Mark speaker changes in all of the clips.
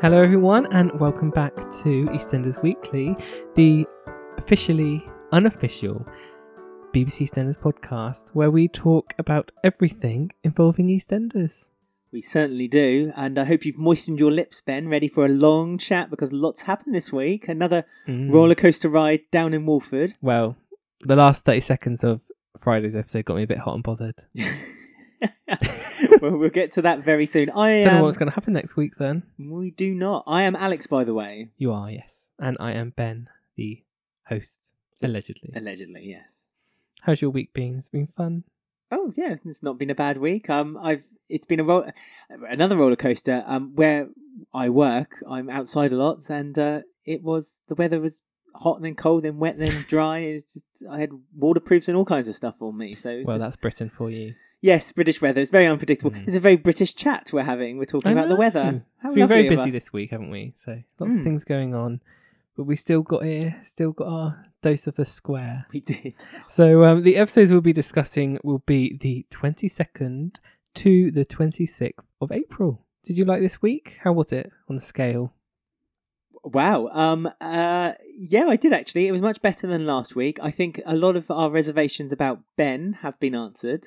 Speaker 1: Hello, everyone, and welcome back to EastEnders Weekly, the officially unofficial BBC EastEnders podcast, where we talk about everything involving EastEnders.
Speaker 2: We certainly do, and I hope you've moistened your lips, Ben, ready for a long chat because lots happened this week. Another
Speaker 1: Mm.
Speaker 2: roller coaster ride down in Walford.
Speaker 1: Well, the last 30 seconds of Friday's episode got me a bit hot and bothered.
Speaker 2: well, we'll get to that very soon. I
Speaker 1: Don't know
Speaker 2: am.
Speaker 1: what's going to happen next week then.
Speaker 2: We do not. I am Alex, by the way.
Speaker 1: You are, yes. And I am Ben, the host, allegedly.
Speaker 2: Allegedly, yes.
Speaker 1: How's your week been? It's been fun.
Speaker 2: Oh yeah, it's not been a bad week. Um, I've it's been a roll another roller coaster. Um, where I work, I'm outside a lot, and uh, it was the weather was hot and then cold, then wet, then dry. It was just, I had waterproofs and all kinds of stuff on me. So it was
Speaker 1: Well,
Speaker 2: just-
Speaker 1: that's Britain for you.
Speaker 2: yes, British weather. It's very unpredictable.
Speaker 1: Mm.
Speaker 2: It's a very British chat we're having. We're talking
Speaker 1: I
Speaker 2: about the
Speaker 1: know.
Speaker 2: weather. How
Speaker 1: It's been very
Speaker 2: lovely of
Speaker 1: busy
Speaker 2: us.
Speaker 1: this week, haven't we? So lots
Speaker 2: Mm.
Speaker 1: of things going on, but we still got here, still got our dose of the square.
Speaker 2: We did.
Speaker 1: So um, the episodes we'll be discussing will be the 22nd to the 26th of April. Did you like this week? How was it on the scale?
Speaker 2: Wow. Um. Uh. Yeah, I did actually. It was much better than last week. I think a lot of our reservations about Ben have been answered.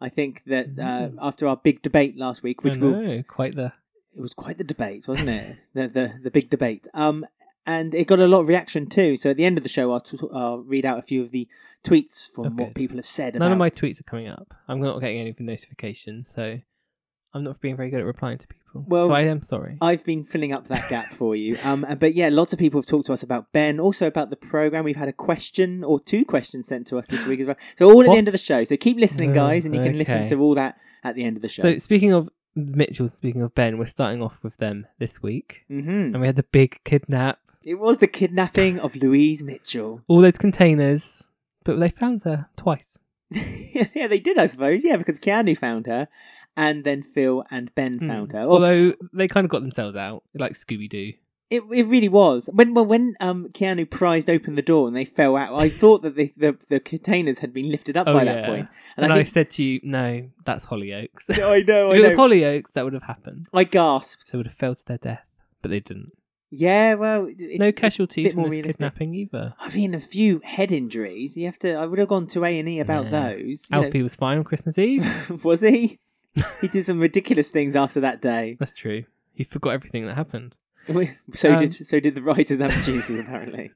Speaker 2: I think that uh,
Speaker 1: Mm.
Speaker 2: after our big debate last week,
Speaker 1: I
Speaker 2: which
Speaker 1: know,
Speaker 2: will,
Speaker 1: quite the
Speaker 2: it was quite the debate, wasn't it? the, the the big debate. Um. And it got a lot of reaction too. So at the end of the show, I'll, t- I'll read out a few of the tweets from
Speaker 1: Oh,
Speaker 2: what
Speaker 1: good.
Speaker 2: people have said.
Speaker 1: none
Speaker 2: about...
Speaker 1: of my tweets are coming up. I'm not getting any notifications, so I'm not being very good at replying to people.
Speaker 2: Well,
Speaker 1: so I am sorry.
Speaker 2: I've been filling up that gap for you. Um, and- but yeah, lots of people have talked to us about Ben, also about the program. We've had a question or two questions sent to us this week as well. So all at
Speaker 1: What?
Speaker 2: the end of the show. So keep listening,
Speaker 1: Oh,
Speaker 2: guys, and you can listen
Speaker 1: okay.
Speaker 2: to all that at the end of the show.
Speaker 1: So speaking of Mitchell, speaking of Ben, we're starting off with them this week,
Speaker 2: hmm
Speaker 1: and we had the big kidnap.
Speaker 2: It was the kidnapping of Louise Mitchell.
Speaker 1: all those containers, but they found her twice.
Speaker 2: yeah, they did, I suppose. Yeah, because Keanu found her, and then Phil and Ben
Speaker 1: Hmm.
Speaker 2: found her. Oh. Or-
Speaker 1: Although they kind of got themselves out, like Scooby Doo.
Speaker 2: It it really was. When well, when um Keanu prized open the door and they fell out, I thought that the the, the containers had been lifted up
Speaker 1: Oh,
Speaker 2: by that
Speaker 1: yeah.
Speaker 2: point.
Speaker 1: And,
Speaker 2: I
Speaker 1: I,
Speaker 2: think
Speaker 1: said to you, no, that's Hollyoaks. if
Speaker 2: Yeah, I know, I
Speaker 1: it was
Speaker 2: know.
Speaker 1: Hollyoaks, that would have happened.
Speaker 2: I gasped.
Speaker 1: So they would have fell to their death, but they didn't.
Speaker 2: Yeah, well, it,
Speaker 1: no
Speaker 2: it-
Speaker 1: casualties
Speaker 2: bit
Speaker 1: from
Speaker 2: more
Speaker 1: this
Speaker 2: realistic.
Speaker 1: kidnapping either.
Speaker 2: I mean, a few head injuries. You have to. I would have gone to A and E about
Speaker 1: Yeah.
Speaker 2: those. you know.
Speaker 1: Alfie was fine on Christmas Eve.
Speaker 2: was he? he did some ridiculous things after that day.
Speaker 1: that's true. He forgot everything that happened.
Speaker 2: So
Speaker 1: Um,
Speaker 2: did so did the writers and producers apparently.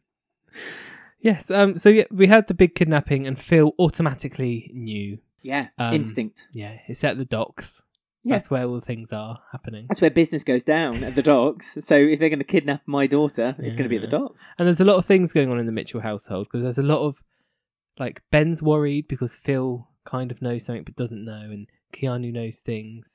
Speaker 1: Yes. Um. So yeah, we had the big kidnapping, and Phil automatically knew.
Speaker 2: Yeah,
Speaker 1: Um,
Speaker 2: instinct.
Speaker 1: Yeah, it's at the docks.
Speaker 2: Yeah.
Speaker 1: That's where all the things are happening.
Speaker 2: That's where business goes down at the docks. So if they're going to kidnap my daughter, it's going to be at the
Speaker 1: Yeah.
Speaker 2: docks.
Speaker 1: And there's a lot of things going on in the Mitchell household because there's a lot of like Ben's worried because Phil kind of knows something but doesn't know, and Keanu knows things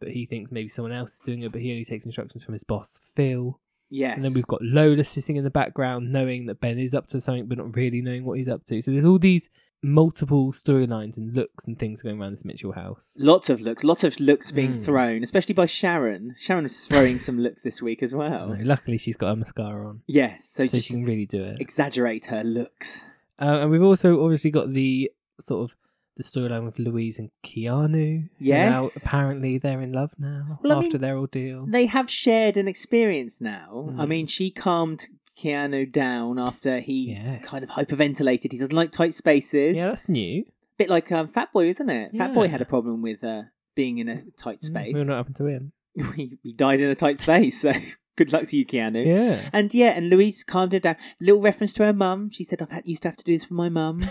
Speaker 1: but he thinks maybe someone else is doing it, but he only takes instructions from his boss Phil.
Speaker 2: Yes.
Speaker 1: And then we've got Lola sitting in the background, knowing that Ben is up to something but not really knowing what he's up to. So there's all these multiple storylines and looks and things going around this Mitchell house.
Speaker 2: lots of looks, lots of looks being
Speaker 1: Mm.
Speaker 2: thrown, especially by Sharon. Sharon is throwing some looks this week as well.
Speaker 1: And luckily, she's got her mascara on,
Speaker 2: Yes.
Speaker 1: so
Speaker 2: So, Oh. just
Speaker 1: she can really do it.
Speaker 2: exaggerate her looks.
Speaker 1: Uh, and we've also obviously got the sort of the storyline with Louise and Keanu. who
Speaker 2: Yes.
Speaker 1: Now apparently they're in love now
Speaker 2: Well, I
Speaker 1: after
Speaker 2: mean,
Speaker 1: their ordeal.
Speaker 2: they have shared an experience now. I
Speaker 1: Hmm.
Speaker 2: mean, she calmed Keanu down after he
Speaker 1: Yes.
Speaker 2: kind of hyperventilated. He doesn't like tight spaces.
Speaker 1: Yeah, that's new.
Speaker 2: bit like um, Fat Boy, isn't it? Fat Boy
Speaker 1: Yeah. Hmm.
Speaker 2: had a problem with uh, being in a tight space.
Speaker 1: Mm, We're not happened to him.
Speaker 2: he, he died in a tight space, so good luck to you, Keanu.
Speaker 1: Yeah.
Speaker 2: And yeah, and Louise calmed her down. Little reference to her mum. She said, "I have used to have to do this for my mum."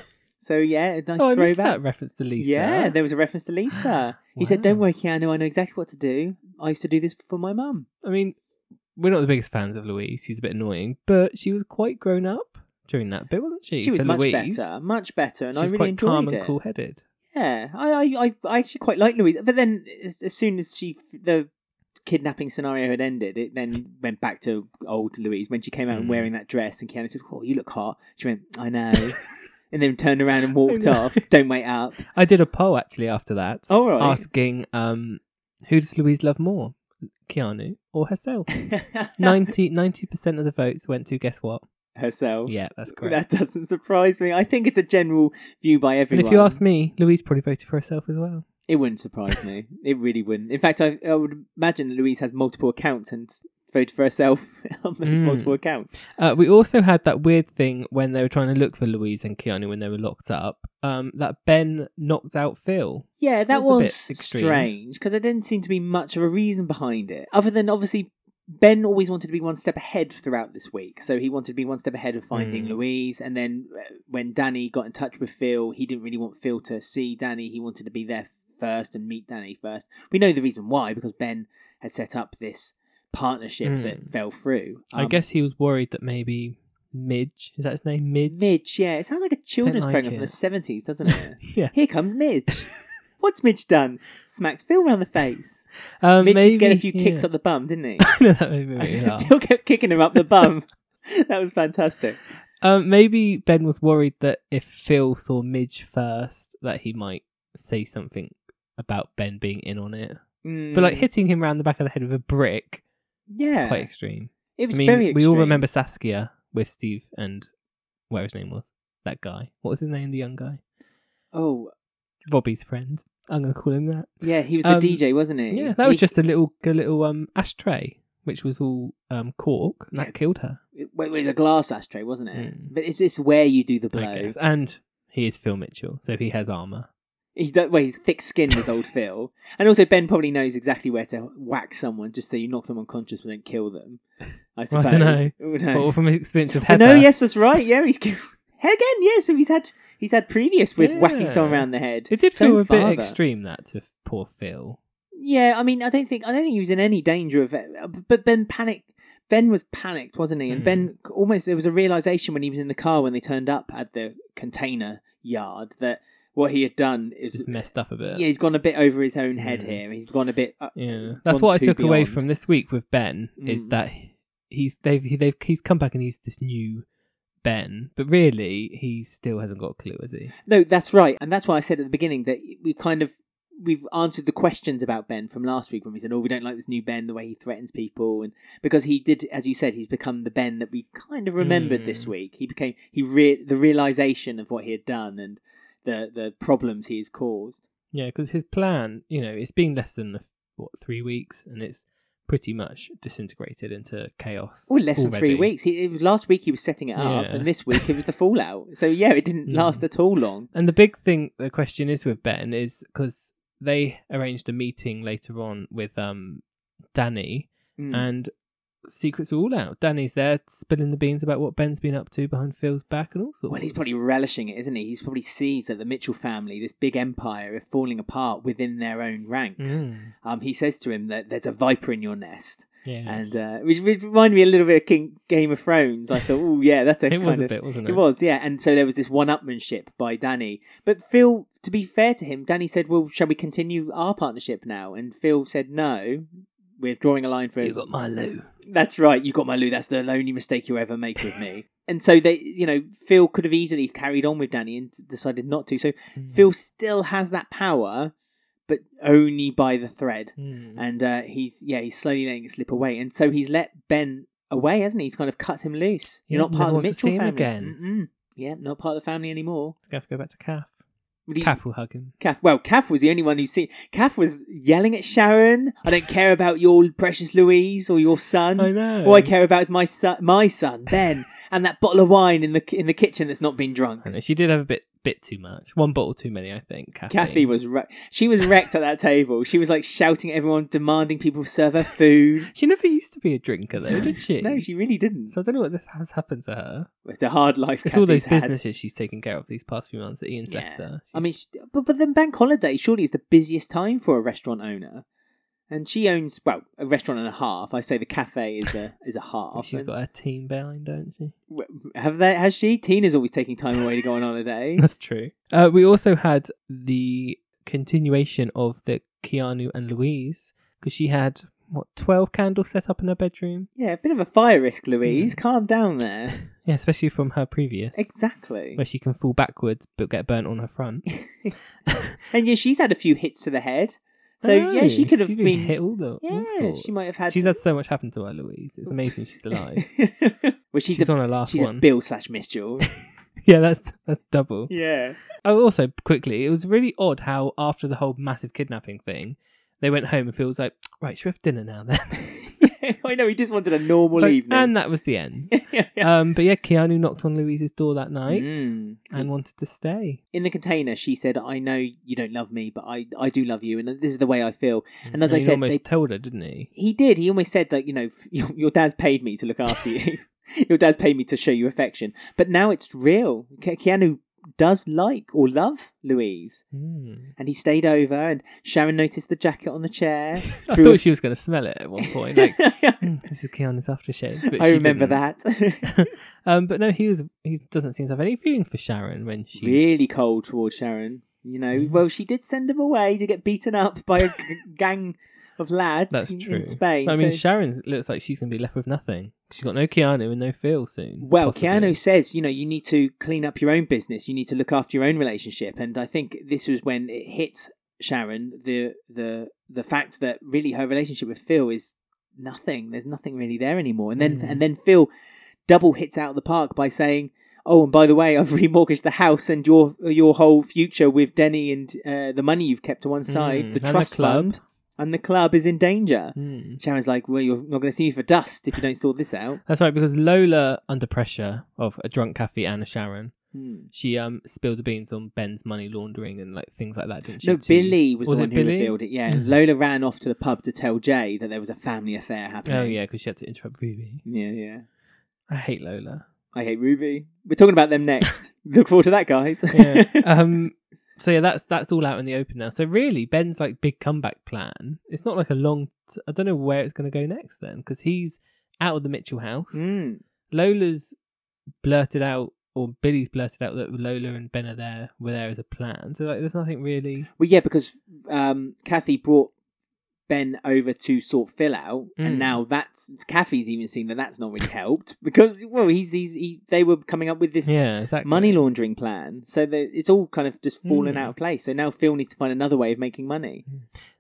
Speaker 2: So yeah, a nice
Speaker 1: oh, I missed
Speaker 2: throwback.
Speaker 1: that reference to Lisa.
Speaker 2: Yeah, there was a reference to Lisa. He said, "Don't
Speaker 1: Wow.
Speaker 2: worry, Keanu. I know exactly what to do. I used to do this for my mum."
Speaker 1: I mean, we're not the biggest fans of Louise. She's a bit annoying, but she was quite grown up during that bit, wasn't she?
Speaker 2: She was
Speaker 1: For
Speaker 2: much
Speaker 1: Louise,
Speaker 2: better, much better, and
Speaker 1: She's
Speaker 2: I really
Speaker 1: quite
Speaker 2: enjoyed
Speaker 1: calm
Speaker 2: it.
Speaker 1: and cool-headed.
Speaker 2: Yeah, I, I, I, I actually quite like Louise. But then, as, as soon as she the kidnapping scenario had ended, it then went back to old Louise when she came out and
Speaker 1: Mm.
Speaker 2: wearing that dress, and Keanu said, "Oh, you look hot." She went, "I know," and then turned around and walked
Speaker 1: know.
Speaker 2: off. Don't wait up.
Speaker 1: I did a poll actually after that,
Speaker 2: All Oh, right.
Speaker 1: asking um, who does Louise love more, Keanu or herself. 90 percent of the votes went to guess what?
Speaker 2: herself.
Speaker 1: Yeah, that's correct.
Speaker 2: That doesn't surprise me. I think it's a general view by
Speaker 1: And
Speaker 2: everyone.
Speaker 1: if you ask me, Louise probably voted for herself as well.
Speaker 2: it wouldn't surprise me. It really wouldn't. In fact, I, I would imagine that Louise has multiple accounts, and voted for herself on those
Speaker 1: Mm.
Speaker 2: multiple accounts.
Speaker 1: Uh, we also had that weird thing when they were trying to look for Louise and Keanu when they were locked up. Um, that Ben knocked out Phil.
Speaker 2: Yeah, that
Speaker 1: That's a
Speaker 2: was
Speaker 1: bit extreme.
Speaker 2: strange because there didn't seem to be much of a reason behind it, other than obviously Ben always wanted to be one step ahead throughout this week. So he wanted to be one step ahead of finding
Speaker 1: Mm.
Speaker 2: Louise, and then uh, when Danny got in touch with Phil, he didn't really want Phil to see Danny. He wanted to be there first and meet Danny first. We know the reason why because Ben had set up this partnership
Speaker 1: Mm.
Speaker 2: that fell through.
Speaker 1: I
Speaker 2: Um,
Speaker 1: guess he was worried that maybe Midge is that his name? Midge.
Speaker 2: Midge. Yeah, it sounds like a children's
Speaker 1: like
Speaker 2: program
Speaker 1: it.
Speaker 2: from the seventies, doesn't it?
Speaker 1: Yeah.
Speaker 2: Here comes Midge. What's Midge done? Smacked Phil round the face.
Speaker 1: Um,
Speaker 2: Midge
Speaker 1: maybe,
Speaker 2: did get a few
Speaker 1: yeah. Oh,
Speaker 2: kicks up the bum, didn't he?
Speaker 1: I know that made me really laugh.
Speaker 2: Phil kept kicking him up the bum. that was fantastic.
Speaker 1: Um, maybe Ben was worried that if Phil saw Midge first, that he might say something about Ben being in on it. But like
Speaker 2: Mm,
Speaker 1: hitting him round the back of the head with a brick,
Speaker 2: yeah,
Speaker 1: quite extreme.
Speaker 2: it was
Speaker 1: I mean,
Speaker 2: very.
Speaker 1: we all
Speaker 2: extreme.
Speaker 1: remember Saskia with Steve and where his name was. That guy. What was his name? The young guy.
Speaker 2: Oh,
Speaker 1: Robbie's friend. I'm gonna call him that.
Speaker 2: yeah, he was the
Speaker 1: Um,
Speaker 2: DJ, wasn't he?
Speaker 1: Yeah, that was
Speaker 2: He-
Speaker 1: just a little, a little um ashtray, which was all um cork, and
Speaker 2: Yeah.
Speaker 1: that killed her.
Speaker 2: It it was a glass ashtray, wasn't it?
Speaker 1: Mm.
Speaker 2: But it's just where you do the
Speaker 1: I
Speaker 2: blow.
Speaker 1: guess. And he is Phil Mitchell, so he has armor.
Speaker 2: He's done, well, he's thick skinned as old Phil, and also Ben probably knows exactly where to whack someone just so you knock them unconscious but don't kill them. I suppose.
Speaker 1: dunno.
Speaker 2: Oh, no.
Speaker 1: But from his experience with
Speaker 2: Well,
Speaker 1: Heather,
Speaker 2: no, yes, was right. Yeah, he's again. Yeah, so he's had he's had previous with whacking someone
Speaker 1: Yeah.
Speaker 2: around the head.
Speaker 1: it did
Speaker 2: So
Speaker 1: feel a bit
Speaker 2: father.
Speaker 1: extreme that to poor Phil.
Speaker 2: Yeah, I mean, I don't think I don't think he was in any danger of it. uh, But Ben panicked. Ben was panicked, wasn't he? And
Speaker 1: Hmm.
Speaker 2: Ben almost there was a realization when he was in the car when they turned up at the container yard that what he had done is
Speaker 1: Just messed up a bit.
Speaker 2: yeah he's gone a bit over his own head
Speaker 1: Hmm.
Speaker 2: here. He's gone a bit. Uh,
Speaker 1: Yeah.
Speaker 2: It's
Speaker 1: that's
Speaker 2: gone
Speaker 1: what I
Speaker 2: too
Speaker 1: took away
Speaker 2: beyond.
Speaker 1: from this week with Ben is
Speaker 2: Mm.
Speaker 1: that he's they've he- they've he's come back and he's this new Ben, but really he still hasn't got a clue, has he?
Speaker 2: No, that's right, and that's why I said at the beginning that we kind of we've answered the questions about Ben from last week when we said, "Oh, we don't like this new Ben, the way he threatens people," and because he did, as you said, he's become the Ben that we kind of remembered this
Speaker 1: Hmm.
Speaker 2: week. He became he re- the realization of what he had done and the the problems he has caused.
Speaker 1: Yeah, because his plan, you know, it's been less than what three weeks, and it's pretty much disintegrated into chaos.
Speaker 2: Well, less than
Speaker 1: already.
Speaker 2: three weeks. He, it was last week he was setting it up,
Speaker 1: Yeah.
Speaker 2: and this week it was the fallout. So yeah, it didn't
Speaker 1: Hmm.
Speaker 2: last at all long.
Speaker 1: And the big thing, the question is with Ben is because they arranged a meeting later on with um Danny,
Speaker 2: Hmm.
Speaker 1: and secrets are all out. Danny's there spilling the beans about what Ben's been up to behind Phil's back and all sorts.
Speaker 2: Well, he's probably relishing it, isn't he? He's probably sees that the Mitchell family, this big empire, is falling apart within their own ranks.
Speaker 1: Mm,
Speaker 2: Um, he says to him that there's a viper in your nest,
Speaker 1: yes.
Speaker 2: and uh, which which reminded me a little bit of King, Game of Thrones. I thought, oh yeah, that's a
Speaker 1: it
Speaker 2: kind
Speaker 1: was
Speaker 2: of
Speaker 1: a bit, wasn't it?
Speaker 2: it was, yeah. And so there was this one-upmanship by Danny. But Phil, to be fair to him, Danny said, "Well, shall we continue our partnership now?" And Phil said, "No, we're drawing a line for
Speaker 1: You got my loo.
Speaker 2: that's right. You got my Lou. That's the only mistake you ever make with me. And so they, you know, Phil could have easily carried on with Danny and decided not to. So
Speaker 1: Mm.
Speaker 2: Phil still has that power, but only by the thread.
Speaker 1: Mm.
Speaker 2: And uh, he's yeah, he's slowly letting it slip away. And so he's let Ben away, hasn't he? He's kind of cut him loose. You're
Speaker 1: Yeah,
Speaker 2: not part
Speaker 1: never
Speaker 2: of the
Speaker 1: wants to
Speaker 2: Mitchell
Speaker 1: see him
Speaker 2: family
Speaker 1: again.
Speaker 2: Mm-mm. Yeah, not part of the family anymore.
Speaker 1: Gonna have to go back to Calf.
Speaker 2: The-
Speaker 1: Calf will hug him.
Speaker 2: Kath, well, Kath was the only one who seen. Kath was yelling at Sharon, "I don't care about your precious Louise or your son.
Speaker 1: I know.
Speaker 2: All I care about is my son, my son Ben, and that bottle of wine in the in the kitchen that's not been drunk.
Speaker 1: I know, she did have a bit bit too much. One bottle too many, I think. Kathy,
Speaker 2: Kathy was re- she was wrecked at that table. She was like shouting at everyone, demanding people serve her food.
Speaker 1: She never used to be a drinker though, did she?
Speaker 2: No, she really didn't.
Speaker 1: So I don't know what this has happened to her.
Speaker 2: It's a hard life.
Speaker 1: It's all those
Speaker 2: Kathy's had.
Speaker 1: businesses she's taken care of these past few months that Ian's
Speaker 2: Yeah.
Speaker 1: left her.
Speaker 2: I mean, she, but but then bank holiday surely is the busiest time for a restaurant owner, and she owns well a restaurant and a half. I say the cafe is a is a half.
Speaker 1: she's
Speaker 2: and-
Speaker 1: got her team behind, don't she?
Speaker 2: Have they? Has she? Tina's always taking time away to go on holiday.
Speaker 1: That's true. Uh, we also had the continuation of the Keanu and Louise because she had what twelve candles set up in her bedroom.
Speaker 2: yeah, a bit of a fire risk, Louise. Calm down there.
Speaker 1: Yeah, especially from her previous,
Speaker 2: Exactly.
Speaker 1: where she can fall backwards but get burnt on her front.
Speaker 2: And yeah, she's had a few hits to the head. So
Speaker 1: I know,
Speaker 2: yeah, she could have
Speaker 1: Oh, she's
Speaker 2: been.
Speaker 1: hit all the. all
Speaker 2: yeah,
Speaker 1: sorts.
Speaker 2: she might have had.
Speaker 1: She's had so much happen to her, Louise. It's amazing she's alive.
Speaker 2: well, she's,
Speaker 1: she's,
Speaker 2: a
Speaker 1: on her last
Speaker 2: she's a
Speaker 1: one.
Speaker 2: Bill slash Mitchell.
Speaker 1: Yeah, that's that's double.
Speaker 2: yeah.
Speaker 1: Oh, also quickly, it was really odd how after the whole massive kidnapping thing, they went home and Phil was like, right, should we have dinner now then?
Speaker 2: I know he just wanted a normal
Speaker 1: So-
Speaker 2: evening.
Speaker 1: and that was the end.
Speaker 2: Yeah.
Speaker 1: Um, but yeah, Keanu knocked on Louise's door that night
Speaker 2: Mm.
Speaker 1: and wanted to stay.
Speaker 2: In the container, she said, "I know you don't love me, but I, I do love you, and this is the way I feel." And as I
Speaker 1: he
Speaker 2: said,
Speaker 1: almost
Speaker 2: they-
Speaker 1: told her, didn't he?
Speaker 2: He did. He almost said that you know your, your dad's paid me to look after you. your dad's paid me to show you affection. But now it's real. Ke- Keanu does like or love Louise,
Speaker 1: Mm.
Speaker 2: and he stayed over. And Sharon noticed the jacket on the chair.
Speaker 1: I
Speaker 2: Threw a-
Speaker 1: thought she was going to smell it at one point. Like, "Hmm, this is Keanu's aftershave. But
Speaker 2: I
Speaker 1: she
Speaker 2: remember
Speaker 1: didn't.
Speaker 2: that.
Speaker 1: Um, but no, he was. He doesn't seem to have any feeling for Sharon when she.
Speaker 2: really cold towards Sharon. You know,
Speaker 1: Mhm.
Speaker 2: well, she did send him away to get beaten up by a g- gang of lads
Speaker 1: That's
Speaker 2: in-
Speaker 1: true.
Speaker 2: in Spain.
Speaker 1: I mean,
Speaker 2: so-
Speaker 1: Sharon looks like she's going to be left with nothing. She's got no Keanu and no Phil soon.
Speaker 2: well,
Speaker 1: possibly.
Speaker 2: Keanu says, you know, you need to clean up your own business. You need to look after your own relationship. And I think this was when it hit Sharon the the the fact that really her relationship with Phil is nothing. There's nothing really there anymore. And then
Speaker 1: Mhm.
Speaker 2: and then Phil double hits out of the park by saying, "Oh, and by the way, I've remortgaged the house and your your whole future with Denny and uh, the money you've kept to one side,
Speaker 1: Mm, and
Speaker 2: the
Speaker 1: the
Speaker 2: trust
Speaker 1: club."
Speaker 2: fund, and the club is in danger."
Speaker 1: Hmm.
Speaker 2: Sharon's like, "Well, you're not going to see me for dust if you don't sort this out."
Speaker 1: That's right, because Lola, under pressure of a drunk Kathy and a Sharon,
Speaker 2: Hmm.
Speaker 1: she um spilled the beans on Ben's money laundering and like things like that, didn't she?
Speaker 2: No,
Speaker 1: too?
Speaker 2: Billy was,
Speaker 1: Was
Speaker 2: the
Speaker 1: it
Speaker 2: one who
Speaker 1: Billy?
Speaker 2: revealed it. Yeah,
Speaker 1: Mm.
Speaker 2: Lola ran off to the pub to tell Jay that there was a family affair happening.
Speaker 1: Oh yeah, because she had to interrupt Ruby.
Speaker 2: yeah, yeah.
Speaker 1: I hate Lola.
Speaker 2: I hate Ruby. We're talking about them next. Look forward to that, guys.
Speaker 1: Yeah. um. So yeah, that's that's all out in the open now. So really, Ben's like big comeback plan. It's not like a long. T- I don't know where it's going to go next then, because he's out of the Mitchell house.
Speaker 2: Mm.
Speaker 1: Lola's blurted out, or Billy's blurted out that Lola and Ben are there were there as a plan. So like, there's nothing really.
Speaker 2: Well, yeah, because um, Kathy brought Ben over to sort Phil out,
Speaker 1: Mm.
Speaker 2: and now that's Kathy's even seen that that's not really helped because well, he's, he's he, they were coming up with this
Speaker 1: Yeah, exactly.
Speaker 2: money laundering plan, so that it's all kind of just fallen
Speaker 1: Mm.
Speaker 2: out of place. So now Phil needs to find another way of making money.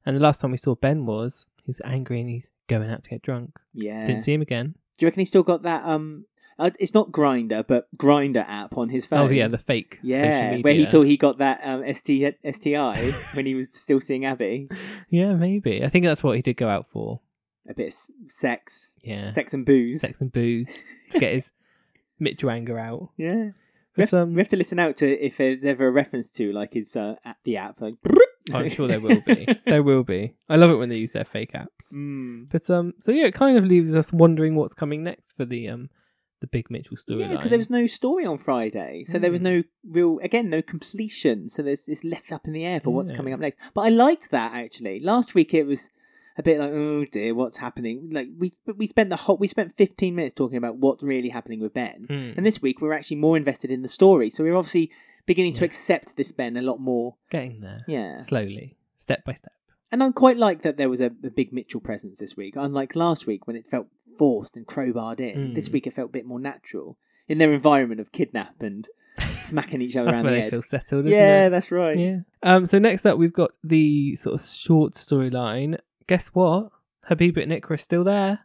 Speaker 1: And the last time we saw Ben was he's angry and he's going out to get drunk.
Speaker 2: Yeah,
Speaker 1: Didn't see him again.
Speaker 2: Do you reckon he's still got that? Um, uh, it's not Grinder, but Grinder app on his phone.
Speaker 1: Oh yeah, the fake. social
Speaker 2: yeah,
Speaker 1: media.
Speaker 2: where he thought he got that um, ST, STI when he was still seeing Abby.
Speaker 1: Yeah, maybe. I think that's what he did go out for.
Speaker 2: A bit of s- sex,
Speaker 1: Yeah.
Speaker 2: sex and booze.
Speaker 1: sex and booze to get his Mitchell anger out.
Speaker 2: Yeah, we
Speaker 1: But,
Speaker 2: have,
Speaker 1: um,
Speaker 2: we have to listen out to if there's ever a reference to like his uh, at the app. Like,
Speaker 1: Oh, I'm sure there will be. There will be. I love it when they use their fake apps.
Speaker 2: Mm.
Speaker 1: But um, so yeah, it kind of leaves us wondering what's coming next for the um, the big Mitchell
Speaker 2: Yeah,
Speaker 1: storyline.
Speaker 2: because there was no story on Friday, so there was
Speaker 1: Mm.
Speaker 2: no real, again, no completion. So there's it's left up in the air for what's
Speaker 1: Yeah.
Speaker 2: coming up next. But I liked that actually. Last week it was a bit like, oh dear, what's happening? Like we but we spent the whole we spent 15 minutes talking about what's really happening with Ben,
Speaker 1: Mm.
Speaker 2: and this week we were actually more invested in the story. So we were obviously beginning to
Speaker 1: Yeah.
Speaker 2: accept this Ben a lot more.
Speaker 1: getting there
Speaker 2: Yeah,
Speaker 1: slowly, step by step.
Speaker 2: and I quite like that there was a, a big Mitchell presence this week, unlike last week when it felt forced and crowbarred in.
Speaker 1: Mm.
Speaker 2: This week it felt a bit more natural in their environment of kidnap and smacking each other
Speaker 1: That's
Speaker 2: around
Speaker 1: where
Speaker 2: the
Speaker 1: they
Speaker 2: head.
Speaker 1: feel settled. Isn't
Speaker 2: Yeah,
Speaker 1: it?
Speaker 2: that's right.
Speaker 1: yeah. Um. So next up, we've got the sort of short storyline. Guess what? Habib and Nick are still there.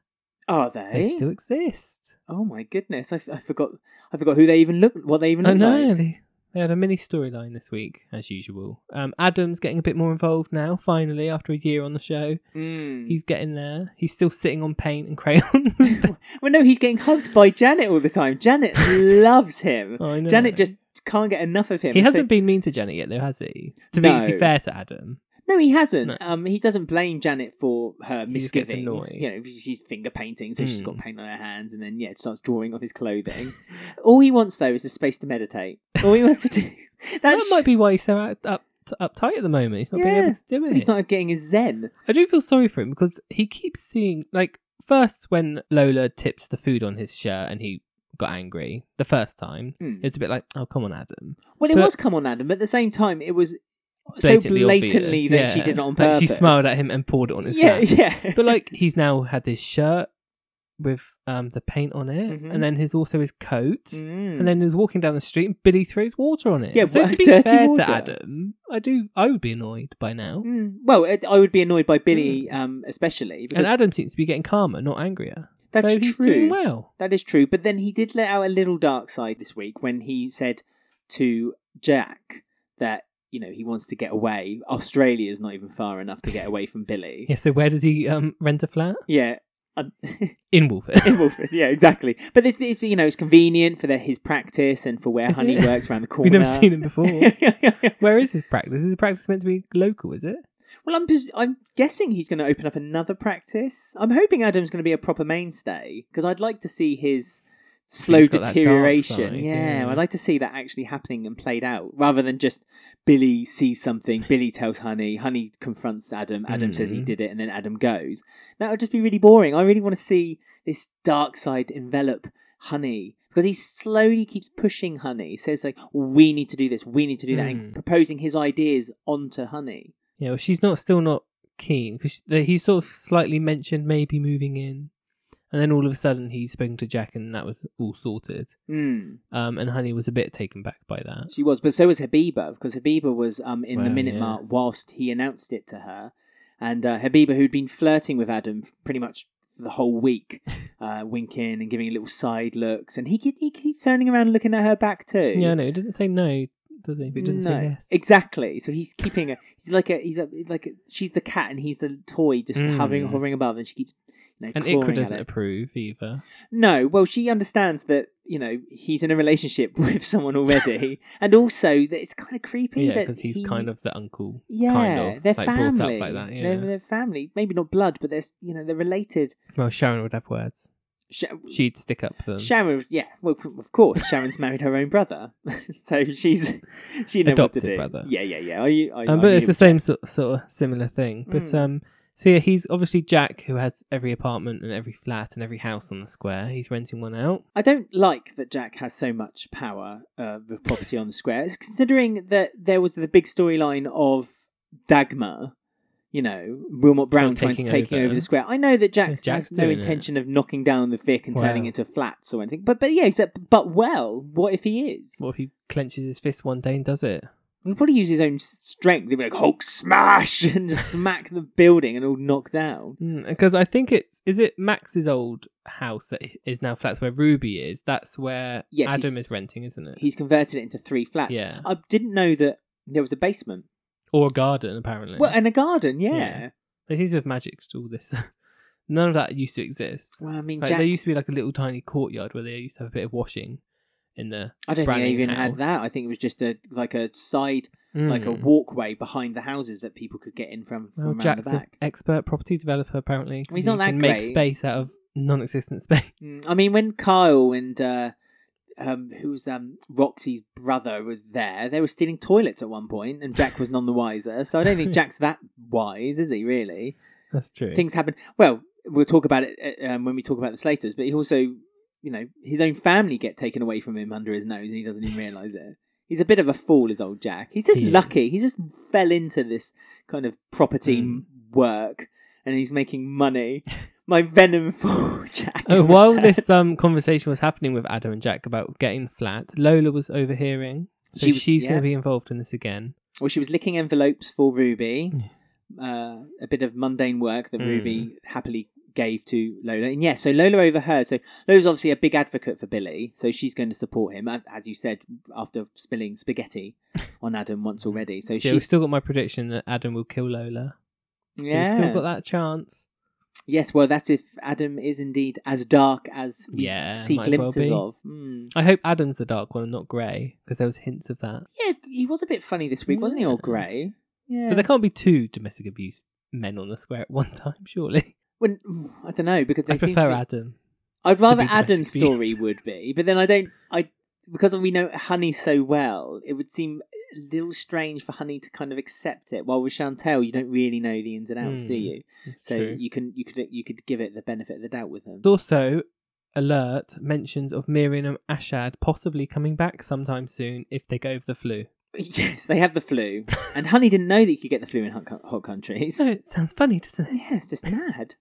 Speaker 2: Are
Speaker 1: They
Speaker 2: they?
Speaker 1: still exist.
Speaker 2: Oh my goodness, I, f- I forgot. I forgot who they even look. What they even
Speaker 1: I
Speaker 2: look
Speaker 1: know.
Speaker 2: like.
Speaker 1: They, they had a mini storyline this week, as usual. Um, Adam's getting a bit more involved now, finally, after a year on the show.
Speaker 2: Mm.
Speaker 1: He's getting there. He's still sitting on paint and crayons.
Speaker 2: Well, no, he's getting hugged by Janet all the time. Janet loves him.
Speaker 1: I know.
Speaker 2: Janet just can't get enough of him.
Speaker 1: He
Speaker 2: So-
Speaker 1: hasn't been mean to Janet yet, though, has he? To be
Speaker 2: No.
Speaker 1: actually fair to Adam.
Speaker 2: No, he hasn't.
Speaker 1: No.
Speaker 2: Um, he doesn't blame Janet for her
Speaker 1: He just gets
Speaker 2: misgivings.
Speaker 1: annoyed.
Speaker 2: You know, she's finger painting, so she's
Speaker 1: Hmm.
Speaker 2: got paint on her hands, and then yeah, starts drawing off his clothing. All he wants though is a space to meditate. All he wants to do.
Speaker 1: That
Speaker 2: That's
Speaker 1: might be why he's so out, up, uptight at the moment. He's not being
Speaker 2: Yeah.
Speaker 1: able to do it.
Speaker 2: He's not getting his zen.
Speaker 1: I do feel sorry for him because he keeps seeing like first when Lola tips the food on his shirt and he got angry the first time.
Speaker 2: Hmm.
Speaker 1: It's a bit like, oh come on, Adam.
Speaker 2: Well, it
Speaker 1: But-
Speaker 2: was come on, Adam, but at the same time, it was so
Speaker 1: Blatantly obvious.
Speaker 2: blatantly that she
Speaker 1: Yeah.
Speaker 2: did it on
Speaker 1: Like,
Speaker 2: purpose.
Speaker 1: she smiled at him and poured it on his
Speaker 2: Yeah,
Speaker 1: shirt.
Speaker 2: yeah.
Speaker 1: But like he's now had this shirt with um the paint on it,
Speaker 2: Mhm.
Speaker 1: and then his also his coat.
Speaker 2: Mm.
Speaker 1: And then he's walking down the street and Billy throws water on it.
Speaker 2: Yeah,
Speaker 1: so to
Speaker 2: well,
Speaker 1: be
Speaker 2: dirty
Speaker 1: fair
Speaker 2: water.
Speaker 1: to Adam, I do I would be annoyed by now.
Speaker 2: Mm. Well, it, I would be annoyed by Billy, um, especially because
Speaker 1: Hmm. And Adam seems to be getting calmer, not angrier.
Speaker 2: that's
Speaker 1: so
Speaker 2: true.
Speaker 1: he's doing well.
Speaker 2: That is true. But then he did let out a little dark side this week when he said to Jack that, you know, he wants to get away. Australia's not even far enough to get away from Billy.
Speaker 1: Yeah, so where does he um, rent a flat?
Speaker 2: Yeah. Um,
Speaker 1: in Wolford.
Speaker 2: in Wolford, yeah, exactly. But it's, it's you know it's convenient for the, his practice and for where
Speaker 1: Is
Speaker 2: Honey
Speaker 1: it?
Speaker 2: works around the corner.
Speaker 1: We've never seen him before.
Speaker 2: him.
Speaker 1: Where is his practice? Is his practice meant to be local? Is it?
Speaker 2: well, I'm pres- I'm guessing he's going to open up another practice. I'm hoping Adam's going to be a proper mainstay because I'd like to see his slow
Speaker 1: He's got that dark
Speaker 2: deterioration.
Speaker 1: side,
Speaker 2: yeah,
Speaker 1: yeah.
Speaker 2: I'd like to see that actually happening and played out rather than just Billy sees something, Billy tells Honey, Honey confronts Adam, Adam says he
Speaker 1: Mhm.
Speaker 2: did it, and then Adam goes. That would just be really boring. I really want to see this dark side envelop Honey because he slowly keeps pushing Honey. He says like, "We need to do this. We need to do that," and
Speaker 1: Mm.
Speaker 2: proposing his ideas onto Honey.
Speaker 1: Yeah, well, she's not still not keen because he sort of slightly mentioned maybe moving in, and then all of a sudden he's spoken to Jack and that was all sorted.
Speaker 2: Mm.
Speaker 1: Um, and Honey was a bit taken back by that.
Speaker 2: She was, but so was Habiba because Habiba was um in the
Speaker 1: Well,
Speaker 2: minute
Speaker 1: yes.
Speaker 2: mark whilst he announced it to her, and uh, Habiba who'd been flirting with Adam f- pretty much the whole week, uh, winking and giving little side looks, and he ke- he keeps turning around and looking at her back too.
Speaker 1: Yeah, no, it doesn't say no, does it? It doesn't
Speaker 2: no,
Speaker 1: say yes.
Speaker 2: exactly. So he's keeping her. He's like a. He's a, like a, she's the cat, and he's the toy, just
Speaker 1: Mm.
Speaker 2: hovering, hovering above, and she keeps. You know,
Speaker 1: And
Speaker 2: clawing
Speaker 1: Ikra
Speaker 2: at
Speaker 1: doesn't
Speaker 2: it.
Speaker 1: approve either.
Speaker 2: No, well, she understands that you know he's in a relationship with someone already, and also that it's kind of creepy.
Speaker 1: Yeah,
Speaker 2: that
Speaker 1: because he's
Speaker 2: he-
Speaker 1: kind of the uncle.
Speaker 2: yeah,
Speaker 1: kind of,
Speaker 2: they're
Speaker 1: like, brought up
Speaker 2: family.
Speaker 1: like that, yeah.
Speaker 2: they're, they're family, maybe not blood, but they're you know they're related.
Speaker 1: Well, Sharon would have words.
Speaker 2: Sh-
Speaker 1: She'd stick up for them.
Speaker 2: Sharon, yeah, well, of course, Sharon's married her own brother, so she's she knows
Speaker 1: Adopted
Speaker 2: what to do.
Speaker 1: brother.
Speaker 2: Yeah, yeah, yeah. Are you, are,
Speaker 1: um,
Speaker 2: are
Speaker 1: but
Speaker 2: you-
Speaker 1: it's the same sort, sort of similar thing. But
Speaker 2: Mm.
Speaker 1: um, so yeah, he's obviously Jack, who has every apartment and every flat and every house on the square. He's renting one out.
Speaker 2: I don't like that Jack has so much power uh, with property on the square, It's considering that there was the big storyline of Dagmar, you know, Wilmot Brown trying to
Speaker 1: taking
Speaker 2: taking over.
Speaker 1: over.
Speaker 2: the square. I know that Jack
Speaker 1: Jack's
Speaker 2: has no
Speaker 1: doing it.
Speaker 2: intention of knocking down the Vic and turning
Speaker 1: Well.
Speaker 2: it into flats or anything, but but yeah, except but well, what if he is?
Speaker 1: What if he clenches his fist one day and does it?
Speaker 2: He'll probably use his own s- strength. He'll be like Hulk smash and just smack the building and all knock down.
Speaker 1: Because Uh, I think it's is it Max's old house that is now flats where Ruby is. That's where
Speaker 2: Yes,
Speaker 1: Adam
Speaker 2: he's-
Speaker 1: is renting, isn't it?
Speaker 2: He's converted it into three flats.
Speaker 1: Yeah,
Speaker 2: I didn't know that there was a basement.
Speaker 1: or a garden apparently.
Speaker 2: Well, and a garden, yeah.
Speaker 1: Yeah. It seems to have magic to all this. None of that used to exist.
Speaker 2: Well, I mean,
Speaker 1: Like,
Speaker 2: Jack.
Speaker 1: there used to be like a little tiny courtyard where they used to have a bit of washing in there.
Speaker 2: I don't think they
Speaker 1: Branning
Speaker 2: even
Speaker 1: house.
Speaker 2: had that. I think it was just a like a side, like a
Speaker 1: Mm.
Speaker 2: walkway behind the houses that people could get in from from
Speaker 1: Well,
Speaker 2: around
Speaker 1: Jack's
Speaker 2: the
Speaker 1: an
Speaker 2: back.
Speaker 1: expert property developer apparently.
Speaker 2: Well, he's
Speaker 1: He
Speaker 2: not that
Speaker 1: can
Speaker 2: great.
Speaker 1: Make space out of non-existent space.
Speaker 2: Mm, I mean, when Kyle and uh, um, who's um Roxy's brother was there, they were stealing toilets at one point, and Jack was none the wiser. So I don't think Jack's that wise, is he? Really,
Speaker 1: That's true.
Speaker 2: things happen. Well, we'll talk about it uh, um, when we talk about the Slaters, but he also, you know, his own family get taken away from him under his nose, and he doesn't even realise it. He's a bit of a fool, is old Jack. He's just
Speaker 1: He is.
Speaker 2: lucky. He just fell into this kind of property
Speaker 1: Mm.
Speaker 2: work, and he's making money. My venom for Jack.
Speaker 1: Uh,
Speaker 2: is
Speaker 1: while
Speaker 2: returned.
Speaker 1: this um, conversation was happening with Adam and Jack about getting the flat, Lola was overhearing. So
Speaker 2: She was-
Speaker 1: she's
Speaker 2: yeah.
Speaker 1: going to be involved in this again.
Speaker 2: Well, she was licking envelopes for Ruby, uh, a bit of mundane work that
Speaker 1: Mm.
Speaker 2: Ruby happily gave to Lola. And yes, so Lola overheard. So Lola's obviously a big advocate for Billy, so she's going to support him, as, as you said, after spilling spaghetti on Adam once already. So
Speaker 1: So
Speaker 2: she's
Speaker 1: we've still got my prediction that Adam will kill Lola. So we've
Speaker 2: yeah.
Speaker 1: still got that chance.
Speaker 2: Yes, well, that's if Adam is indeed as dark as we
Speaker 1: Yeah,
Speaker 2: see
Speaker 1: might as well
Speaker 2: glimpses
Speaker 1: be.
Speaker 2: of. Hmm.
Speaker 1: I hope Adam's the dark one and not Grey, because there was hints of that.
Speaker 2: Yeah, he was a bit funny this week, wasn't he, old Grey? Yeah.
Speaker 1: But there can't be two domestic abuse men on the square at one time, surely.
Speaker 2: when, I don't know because they
Speaker 1: I
Speaker 2: seem
Speaker 1: prefer
Speaker 2: to be-
Speaker 1: Adam.
Speaker 2: I'd rather
Speaker 1: be
Speaker 2: Adam's
Speaker 1: domestic abuse.
Speaker 2: story would be, but then I don't. I because we know Honey so well, it would seem a little strange for Honey to kind of accept it. While with Chantel, you don't really know the ins and outs,
Speaker 1: Hmm,
Speaker 2: do you?
Speaker 1: It's
Speaker 2: So
Speaker 1: true.
Speaker 2: you can you could you could give it the benefit of the doubt with them.
Speaker 1: There's also alert mentions of Miriam and Ashad possibly coming back sometime soon if they go over the flu.
Speaker 2: yes, they have the flu, and Honey didn't know that you could get the flu in hot, co- hot countries.
Speaker 1: So it sounds funny, doesn't it?
Speaker 2: Yeah, it's just mad,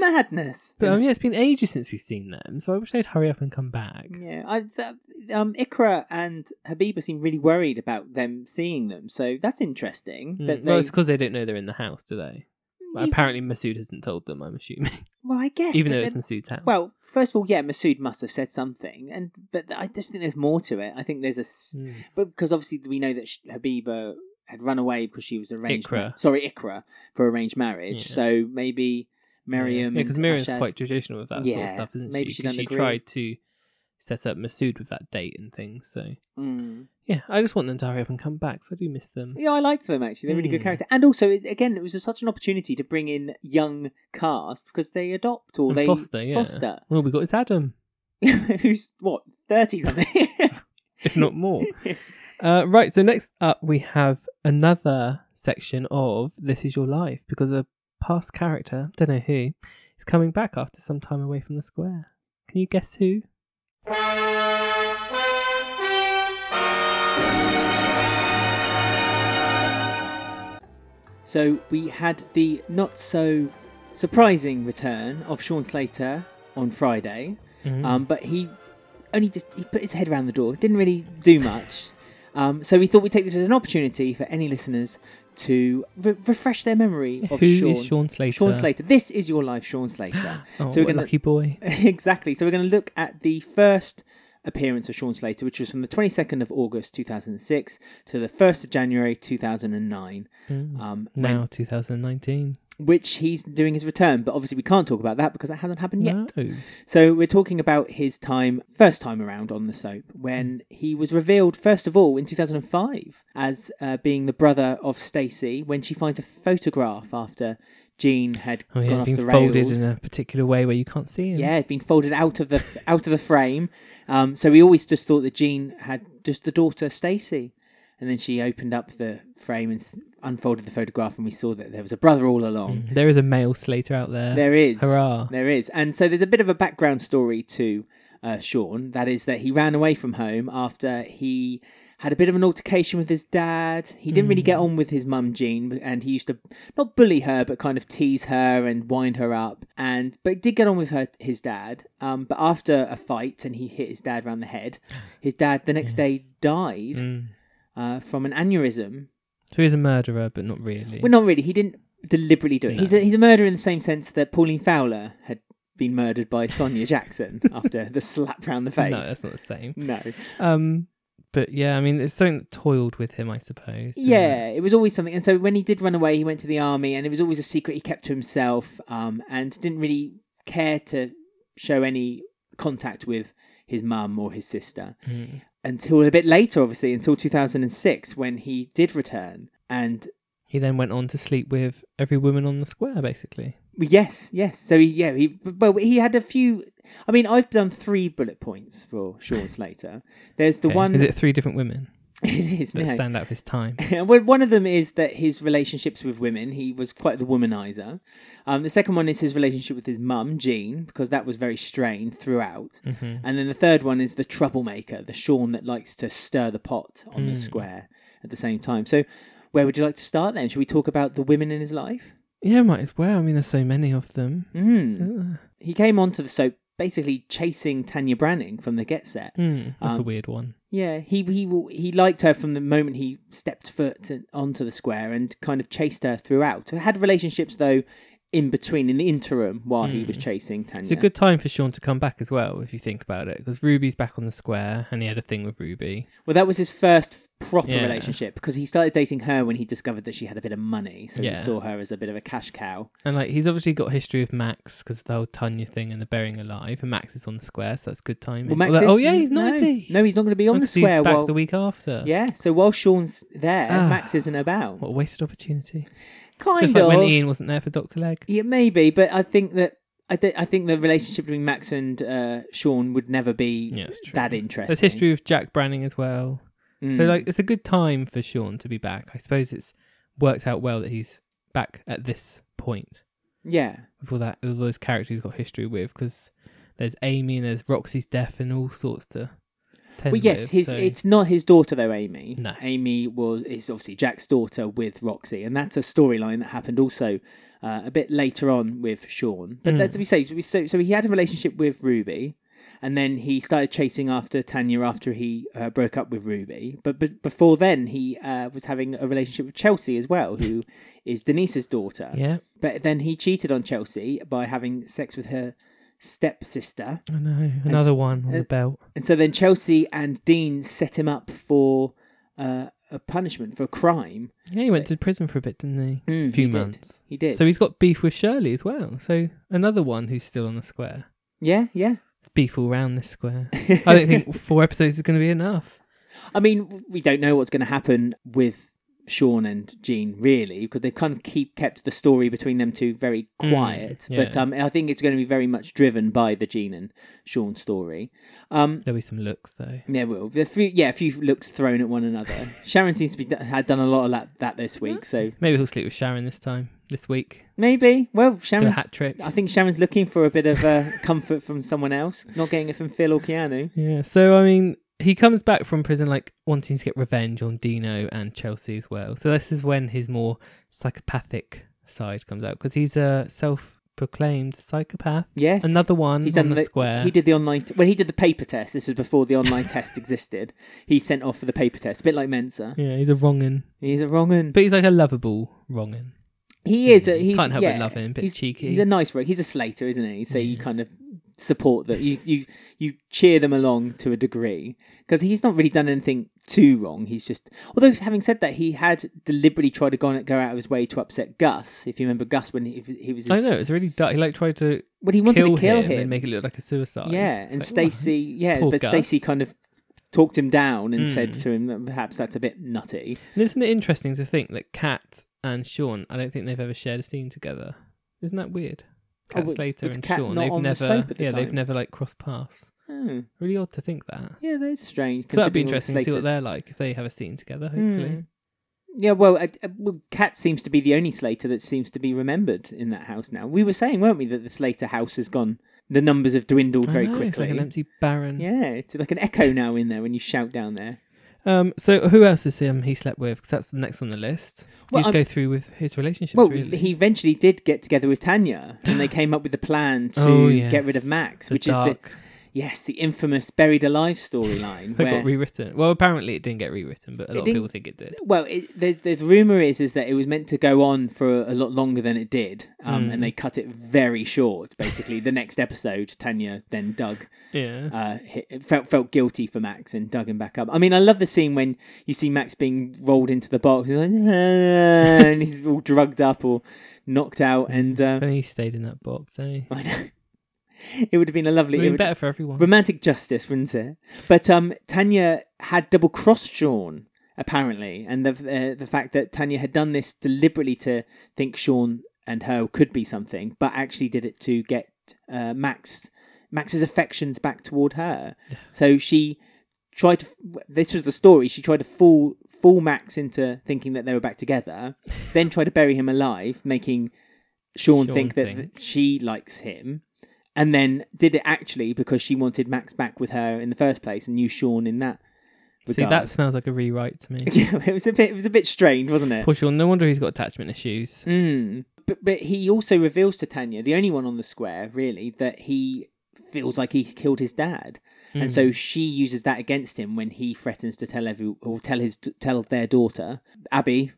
Speaker 2: madness.
Speaker 1: But um, yeah, it's been ages since we've seen them, so I wish they'd hurry up and come back.
Speaker 2: Yeah, I, that, um, Ikra and Habiba seem really worried about them seeing them, so that's interesting.
Speaker 1: Mm,
Speaker 2: That
Speaker 1: Well,
Speaker 2: they,
Speaker 1: it's because they don't know they're in the house, do they? Well, apparently, Masood hasn't told them. I'm assuming,
Speaker 2: well, I guess,
Speaker 1: even
Speaker 2: but
Speaker 1: though
Speaker 2: then-
Speaker 1: it's Masood's house.
Speaker 2: Well, first of all, yeah, Masood must have said something, and but I just think there's more to it. I think there's a s-
Speaker 1: Mm.
Speaker 2: but because obviously we know that sh- Habiba had run away because she was arranged.
Speaker 1: Ikra.
Speaker 2: sorry, Ikra for arranged marriage.
Speaker 1: Yeah.
Speaker 2: So maybe Miriam.
Speaker 1: Yeah, because
Speaker 2: and
Speaker 1: Miriam's
Speaker 2: Ashad.
Speaker 1: quite traditional with that sort of
Speaker 2: Yeah,
Speaker 1: stuff, isn't
Speaker 2: maybe
Speaker 1: she?
Speaker 2: she
Speaker 1: 'Cause
Speaker 2: don't
Speaker 1: she
Speaker 2: agree.
Speaker 1: tried to set up Masood with that date and things. So
Speaker 2: Mm.
Speaker 1: yeah, I just want them to hurry up and come back. So I do miss them.
Speaker 2: Yeah, I liked them actually. They're really good
Speaker 1: Mm.
Speaker 2: character, and also it, again, it was such an opportunity to bring in young cast because they adopt or
Speaker 1: And
Speaker 2: they
Speaker 1: Foster, yeah.
Speaker 2: foster.
Speaker 1: All we got is Adam,
Speaker 2: who's what thirty something.
Speaker 1: if not more. Uh, right, so next up we have another section of This Is Your Life because a past character, don't know who, is coming back after some time away from the square. Can you guess who?
Speaker 2: so we had the not so surprising return of Sean Slater on Friday,
Speaker 1: Mm-hmm.
Speaker 2: um, but he only just he put his head around the door. Didn't really do much. Um, so we thought we'd take this as an opportunity for any listeners to re- refresh their memory
Speaker 1: Who
Speaker 2: of
Speaker 1: is
Speaker 2: Sean.
Speaker 1: Sean Slater?
Speaker 2: Sean Slater. This is your life, Sean Slater.
Speaker 1: Oh,
Speaker 2: So we're
Speaker 1: what a
Speaker 2: gonna-
Speaker 1: lucky boy.
Speaker 2: exactly. So we're going to look at the first appearance of Sean Slater, which was from the 22nd of August 2006 to the 1st of January 2009.
Speaker 1: Mm.
Speaker 2: Um, when-
Speaker 1: now 2019.
Speaker 2: which he's doing his return, but obviously we can't talk about that because that hasn't happened yet.
Speaker 1: No. Oh,
Speaker 2: So we're talking about his time, first time around on the soap, when he was revealed first of all in 2005 as uh, being the brother of Stacey when she finds a photograph after Jean had
Speaker 1: Oh
Speaker 2: gone
Speaker 1: yeah,
Speaker 2: off the
Speaker 1: being
Speaker 2: rails.
Speaker 1: folded in a particular way where you can't see him.
Speaker 2: Yeah, it'd been folded out of the out of the frame. Um, so we always just thought that Jean had just the daughter Stacy, and then she opened up the frame and s- unfolded the photograph, and we saw that there was a brother all along.
Speaker 1: Mm. There is a male Slater out there.
Speaker 2: There is,
Speaker 1: Hurrah.
Speaker 2: there is, and so there's a bit of a background story to uh, Sean. That is that he ran away from home after he had a bit of an altercation with his dad. He didn't really
Speaker 1: Mm.
Speaker 2: get on with his mum Jean, and he used to not bully her, but kind of tease her and wind her up. And but he did get on with her his dad. Um, but after a fight, and he hit his dad round the head. His dad the next day died
Speaker 1: Mm.
Speaker 2: uh, from an aneurysm.
Speaker 1: So he's a murderer, but not really.
Speaker 2: Well, not really. He didn't deliberately do it.
Speaker 1: No.
Speaker 2: He's a, he's a murderer in the same sense that Pauline Fowler had been murdered by Sonia Jackson after the slap round the face.
Speaker 1: No, that's not the same.
Speaker 2: No.
Speaker 1: Um, but yeah, I mean, it's something that toiled with him, I suppose. didn't
Speaker 2: Yeah,
Speaker 1: it?
Speaker 2: it was always something. And so when he did run away, he went to the army, and it was always a secret he kept to himself, um, and didn't really care to show any contact with his mum or his sister
Speaker 1: Mm.
Speaker 2: until a bit later, obviously, until 2006 when he did return. And
Speaker 1: He then went on to sleep with every woman on the square, basically.
Speaker 2: Yes, yes. So he, yeah, he well he had a few. I mean, I've done three bullet points for Sean Slater. There's the
Speaker 1: Okay,
Speaker 2: one.
Speaker 1: Is it three different women
Speaker 2: it is
Speaker 1: that
Speaker 2: no.
Speaker 1: stand out this time?
Speaker 2: Well, one of them is that his relationships with women. He was quite the womanizer. Um, the second one is his relationship with his mum, Jean, because that was very strained throughout.
Speaker 1: hmm
Speaker 2: And then the third one is the troublemaker, the Sean that likes to stir the pot on the
Speaker 1: Hmm.
Speaker 2: square at the same time. So, where would you like to start then? Should we talk about the women in his life?
Speaker 1: Yeah, might as well. I mean, there's so many of them.
Speaker 2: Hmm.
Speaker 1: Mm.
Speaker 2: he came onto the soap basically chasing Tanya Branning from the get set.
Speaker 1: Mm, That's a
Speaker 2: Um,
Speaker 1: weird one.
Speaker 2: Yeah, he he he liked her from the moment he stepped foot in- onto the square and kind of chased her throughout. Had relationships though in between in the interim while he was
Speaker 1: Hmm.
Speaker 2: chasing Tanya.
Speaker 1: It's a good time for Sean to come back as well, if you think about it, because Ruby's back on the square, and he had a thing with Ruby.
Speaker 2: Well, that was his first proper
Speaker 1: Yeah.
Speaker 2: relationship because he started dating her when he discovered that she had a bit of money, so
Speaker 1: Yeah.
Speaker 2: he saw her as a bit of a cash cow.
Speaker 1: And like, he's obviously got a history with Max because the whole Tanya thing and the burying alive, and Max is on the square, so that's good timing.
Speaker 2: Well, Max
Speaker 1: Although-
Speaker 2: is-
Speaker 1: oh yeah, he's not,
Speaker 2: no,
Speaker 1: is he?
Speaker 2: No, he's not going to be on
Speaker 1: No,
Speaker 2: the
Speaker 1: 'cause he's
Speaker 2: square
Speaker 1: back
Speaker 2: while.
Speaker 1: the week after.
Speaker 2: Yeah, so while Sean's there,
Speaker 1: Ah.
Speaker 2: Max isn't about.
Speaker 1: What a wasted opportunity.
Speaker 2: Kind
Speaker 1: Just
Speaker 2: of.
Speaker 1: like when Ian wasn't there for Doctor Leg.
Speaker 2: Yeah, maybe, but I think that I, thi- I think the relationship between Max and uh, Sean would never be
Speaker 1: Yeah, it's true.
Speaker 2: that interesting.
Speaker 1: There's history with Jack Branning as well.
Speaker 2: Mm.
Speaker 1: So like, it's a good time for Sean to be back. I suppose it's worked out well that he's back at this point
Speaker 2: yeah,
Speaker 1: with all that all those characters he's got history with because there's Amy and there's Roxy's death and all sorts to. Tend
Speaker 2: well, yes,
Speaker 1: with,
Speaker 2: his
Speaker 1: so-
Speaker 2: it's not his daughter though, Amy.
Speaker 1: No.
Speaker 2: Amy was is obviously Jack's daughter with Roxy, and that's a storyline that happened also uh, a bit later on with Sean. But
Speaker 1: Mm.
Speaker 2: let's be safe. So, so he had a relationship with Ruby. And then he started chasing after Tanya after he uh, broke up with Ruby. But, but before then, he uh, was having a relationship with Chelsea as well, who is Denise's daughter.
Speaker 1: yeah.
Speaker 2: But then he cheated on Chelsea by having sex with her stepsister.
Speaker 1: I know another one on
Speaker 2: uh,
Speaker 1: the belt.
Speaker 2: And so then Chelsea and Dean set him up for uh, a punishment for a crime.
Speaker 1: Yeah, he went to prison for a bit, didn't he?
Speaker 2: Mm,
Speaker 1: a few
Speaker 2: he did.
Speaker 1: months.
Speaker 2: He did.
Speaker 1: So he's got beef with Shirley as well. So another one who's still on the square.
Speaker 2: yeah, yeah.
Speaker 1: It's beef all round this square. I don't think four episodes is going to be enough.
Speaker 2: I mean, we don't know what's going to happen with Sean and Jean really, because they kind of keep kept the story between them two very
Speaker 1: Mm,
Speaker 2: quiet. But
Speaker 1: yeah.
Speaker 2: um, I think it's going to be very much driven by the Jean and Sean story. Um,
Speaker 1: There'll be some looks though.
Speaker 2: there will be a few, yeah, a few looks thrown at one another. Sharon seems to be had done a lot of that, that this
Speaker 1: Mm.
Speaker 2: week, so
Speaker 1: Maybe he'll sleep with Sharon this time, this week.
Speaker 2: maybe. Well,
Speaker 1: Do a
Speaker 2: Sharon's.
Speaker 1: hat trick.
Speaker 2: I think Sharon's looking for a bit of uh, comfort from someone else, not getting it from Phil or Keanu.
Speaker 1: Yeah. So I mean, he comes back from prison like wanting to get revenge on Dino and Chelsea as well. So this is when his more psychopathic side comes out because he's a self-proclaimed psychopath.
Speaker 2: Yes,
Speaker 1: Another one
Speaker 2: He's
Speaker 1: on
Speaker 2: done
Speaker 1: the, square.
Speaker 2: He did the online. T- well, he did the paper test. This was before the online test existed. He sent off for the paper test, a bit like Mensa.
Speaker 1: Yeah, he's a wrongin,
Speaker 2: He's a wrong'un.
Speaker 1: but he's like a lovable wrongin.
Speaker 2: He is. A, he's,
Speaker 1: Hmm. Can't help but
Speaker 2: yeah,
Speaker 1: love him, bit
Speaker 2: he's,
Speaker 1: cheeky.
Speaker 2: He's a nice rogue. He's a Slater, isn't he? So you kind of support that. You you you cheer them along to a degree because he's not really done anything too wrong. He's just. Although having said that, he had deliberately tried to go, on, go out of his way to upset Gus. If you remember Gus when he, he was. His,
Speaker 1: I know it's really dark. He like tried to
Speaker 2: When he wanted
Speaker 1: kill,
Speaker 2: to kill
Speaker 1: him, and make it look like a suicide.
Speaker 2: Yeah,
Speaker 1: It's
Speaker 2: and
Speaker 1: like,
Speaker 2: Stacey, yeah,
Speaker 1: Poor
Speaker 2: but
Speaker 1: Gus.
Speaker 2: Stacey kind of talked him down and
Speaker 1: Mm.
Speaker 2: said to him that perhaps that's a bit nutty.
Speaker 1: And isn't it interesting to think that Kat and Sean, I don't think they've ever shared a scene together. Isn't that weird?
Speaker 2: Oh,
Speaker 1: Kat
Speaker 2: but
Speaker 1: Slater
Speaker 2: was
Speaker 1: and
Speaker 2: Kat
Speaker 1: Sean,
Speaker 2: not
Speaker 1: they've
Speaker 2: on the
Speaker 1: never,
Speaker 2: soap at the
Speaker 1: yeah, they've
Speaker 2: time?
Speaker 1: never like crossed paths.
Speaker 2: Oh,
Speaker 1: Really odd to think that.
Speaker 2: yeah, that's strange.
Speaker 1: So that'd be interesting
Speaker 2: considering
Speaker 1: to
Speaker 2: all the
Speaker 1: see what
Speaker 2: Slaters.
Speaker 1: they're like if they have a scene together.
Speaker 2: Hmm.
Speaker 1: Hopefully,
Speaker 2: Yeah, well, I, I- well, Kat seems to be the only Slater that seems to be remembered in that house now. We were saying, weren't we, that the Slater house has gone, the numbers have dwindled
Speaker 1: I
Speaker 2: very
Speaker 1: know,
Speaker 2: quickly.
Speaker 1: It's like an empty barren.
Speaker 2: Yeah, it's like an echo now in there when you shout down there.
Speaker 1: Um. So who else is him he slept with? 'Cause that's the next on the list.
Speaker 2: Well,
Speaker 1: you should
Speaker 2: I'm-
Speaker 1: go through with his relationships.
Speaker 2: Well,
Speaker 1: really.
Speaker 2: he eventually did get together with Tanya, and they came up with a plan to
Speaker 1: Oh, yes.
Speaker 2: get rid of Max,
Speaker 1: the
Speaker 2: which is the,
Speaker 1: dark.
Speaker 2: Yes, the infamous buried alive storyline.
Speaker 1: that
Speaker 2: where,
Speaker 1: got rewritten. Well, apparently it didn't get rewritten, but a lot of
Speaker 2: didn't-
Speaker 1: people think it did.
Speaker 2: well, it, there's the rumor is is that it was meant to go on for a lot longer than it did, um,
Speaker 1: Mm.
Speaker 2: and they cut it very short. Basically, the next episode, Tanya then dug
Speaker 1: Yeah.
Speaker 2: uh, hit, felt felt guilty for Max and dug him back up. I mean, I love the scene when you see Max being rolled into the box, he's like, "Ah," and he's all drugged up or knocked out, and uh,
Speaker 1: If only he stayed in that box. Eh?
Speaker 2: I know. it would have been a lovely.
Speaker 1: It'd
Speaker 2: it
Speaker 1: been
Speaker 2: would-
Speaker 1: better for everyone.
Speaker 2: romantic justice, wouldn't it? But um, Tanya had double crossed Sean apparently, and the uh, the fact that Tanya had done this deliberately to think Sean and her could be something, but actually did it to get uh, Max Max's affections back toward her. So she tried to. This was the story. She tried to fool fool Max into thinking that they were back together, then tried to bury him alive, making Sean,
Speaker 1: Sean
Speaker 2: think that
Speaker 1: think.
Speaker 2: she likes him, and then did it actually because she wanted Max back with her in the first place and knew Sean in that.
Speaker 1: See,
Speaker 2: Regard.
Speaker 1: that smells like a rewrite to me.
Speaker 2: yeah, it was a bit. It was a bit strange, wasn't it?
Speaker 1: Poor Sean, no wonder he's got attachment issues.
Speaker 2: Mm. But but he also reveals to Tanya, the only one on the square really, that he feels like he killed his dad,
Speaker 1: Hmm.
Speaker 2: and so she uses that against him when he threatens to tell every or tell his tell their daughter Abby,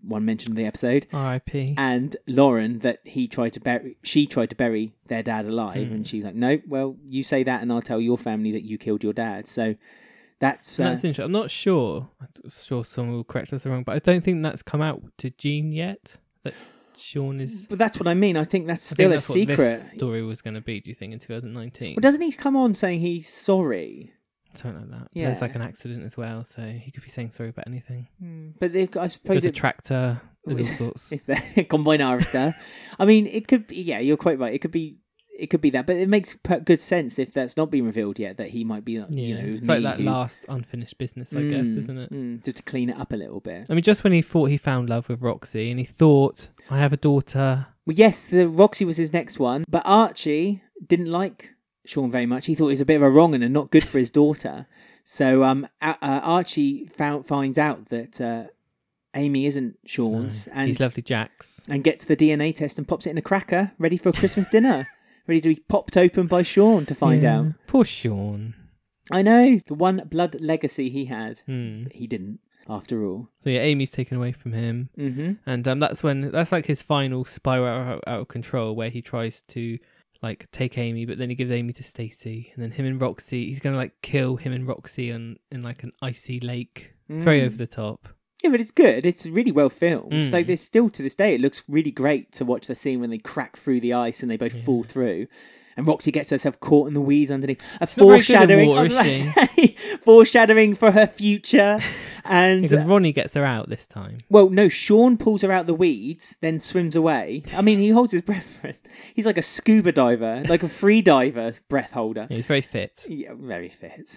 Speaker 2: one mentioned in the episode,
Speaker 1: R.I.P.
Speaker 2: and Lauren that he tried to bury she tried to bury their dad alive
Speaker 1: Mm-hmm.
Speaker 2: and she's like no well you say that and I'll tell your family that you killed your dad so that's,
Speaker 1: And
Speaker 2: uh,
Speaker 1: that's interesting. I'm not sure. I'm sure someone will correct us wrong, but I don't think that's come out to Gene yet. That Sean is.
Speaker 2: uh, but that's what I mean I think that's
Speaker 1: I think
Speaker 2: still
Speaker 1: that's
Speaker 2: a
Speaker 1: what
Speaker 2: secret
Speaker 1: This story was going to be. Do you think in 2019?
Speaker 2: well doesn't he come on saying he's sorry
Speaker 1: Something like that.
Speaker 2: Yeah.
Speaker 1: There's like an accident as well, so he could be saying sorry about anything.
Speaker 2: but they've got, I suppose
Speaker 1: There's a
Speaker 2: it,
Speaker 1: tractor. There's all
Speaker 2: Is-
Speaker 1: sorts.
Speaker 2: is there combine harvester I mean it could be yeah you're quite right it could be it could be that but it makes per- good sense if that's not been revealed yet that he might be like,
Speaker 1: Yeah,
Speaker 2: you know
Speaker 1: it's like
Speaker 2: me
Speaker 1: that
Speaker 2: who-
Speaker 1: last unfinished business, I
Speaker 2: Mm,
Speaker 1: guess, isn't it?
Speaker 2: mm, just to clean it up a little bit
Speaker 1: I mean, just when he thought he found love with Roxy, and he thought, "I have a daughter."
Speaker 2: Well, yes, the Roxy was his next one, but Archie didn't like Sean very much. He thought he was a bit of a wrong and not good for his daughter. So um, A- uh, Archie found, finds out that uh, Amy isn't Sean's
Speaker 1: No,
Speaker 2: and
Speaker 1: he's lovely Jack's.
Speaker 2: and gets the DNA test and pops it in a cracker, ready for a Christmas dinner, ready to be popped open by Sean to find
Speaker 1: Yeah.
Speaker 2: out.
Speaker 1: Poor Sean.
Speaker 2: I know the one blood legacy he had,
Speaker 1: Hmm.
Speaker 2: he didn't after all.
Speaker 1: So yeah, Amy's taken away from him,
Speaker 2: hmm
Speaker 1: and um, that's when that's like his final spiral out, out of control, where he tries to like take Amy, but then he gives Amy to Stacy, and then him and Roxy. He's gonna like kill him and Roxy on in like an icy lake It's very
Speaker 2: Mm.
Speaker 1: over the top.
Speaker 2: Yeah, but it's good. It's really well filmed.
Speaker 1: Mm.
Speaker 2: Like there's still to this day, it looks really great to watch the scene when they crack through the ice and they both
Speaker 1: Yeah.
Speaker 2: fall through. And Roxy gets herself caught in the weeds underneath. A
Speaker 1: not very good in
Speaker 2: foreshadowing,
Speaker 1: water,
Speaker 2: I was
Speaker 1: is
Speaker 2: about to say, foreshadowing for her future. And
Speaker 1: Because Ronnie gets her out this time.
Speaker 2: well, no, Sean pulls her out the weeds, then swims away. I mean, he holds his breath. For it. He's like a scuba diver, like a free diver breath holder.
Speaker 1: He's very fit.
Speaker 2: Yeah, very fit.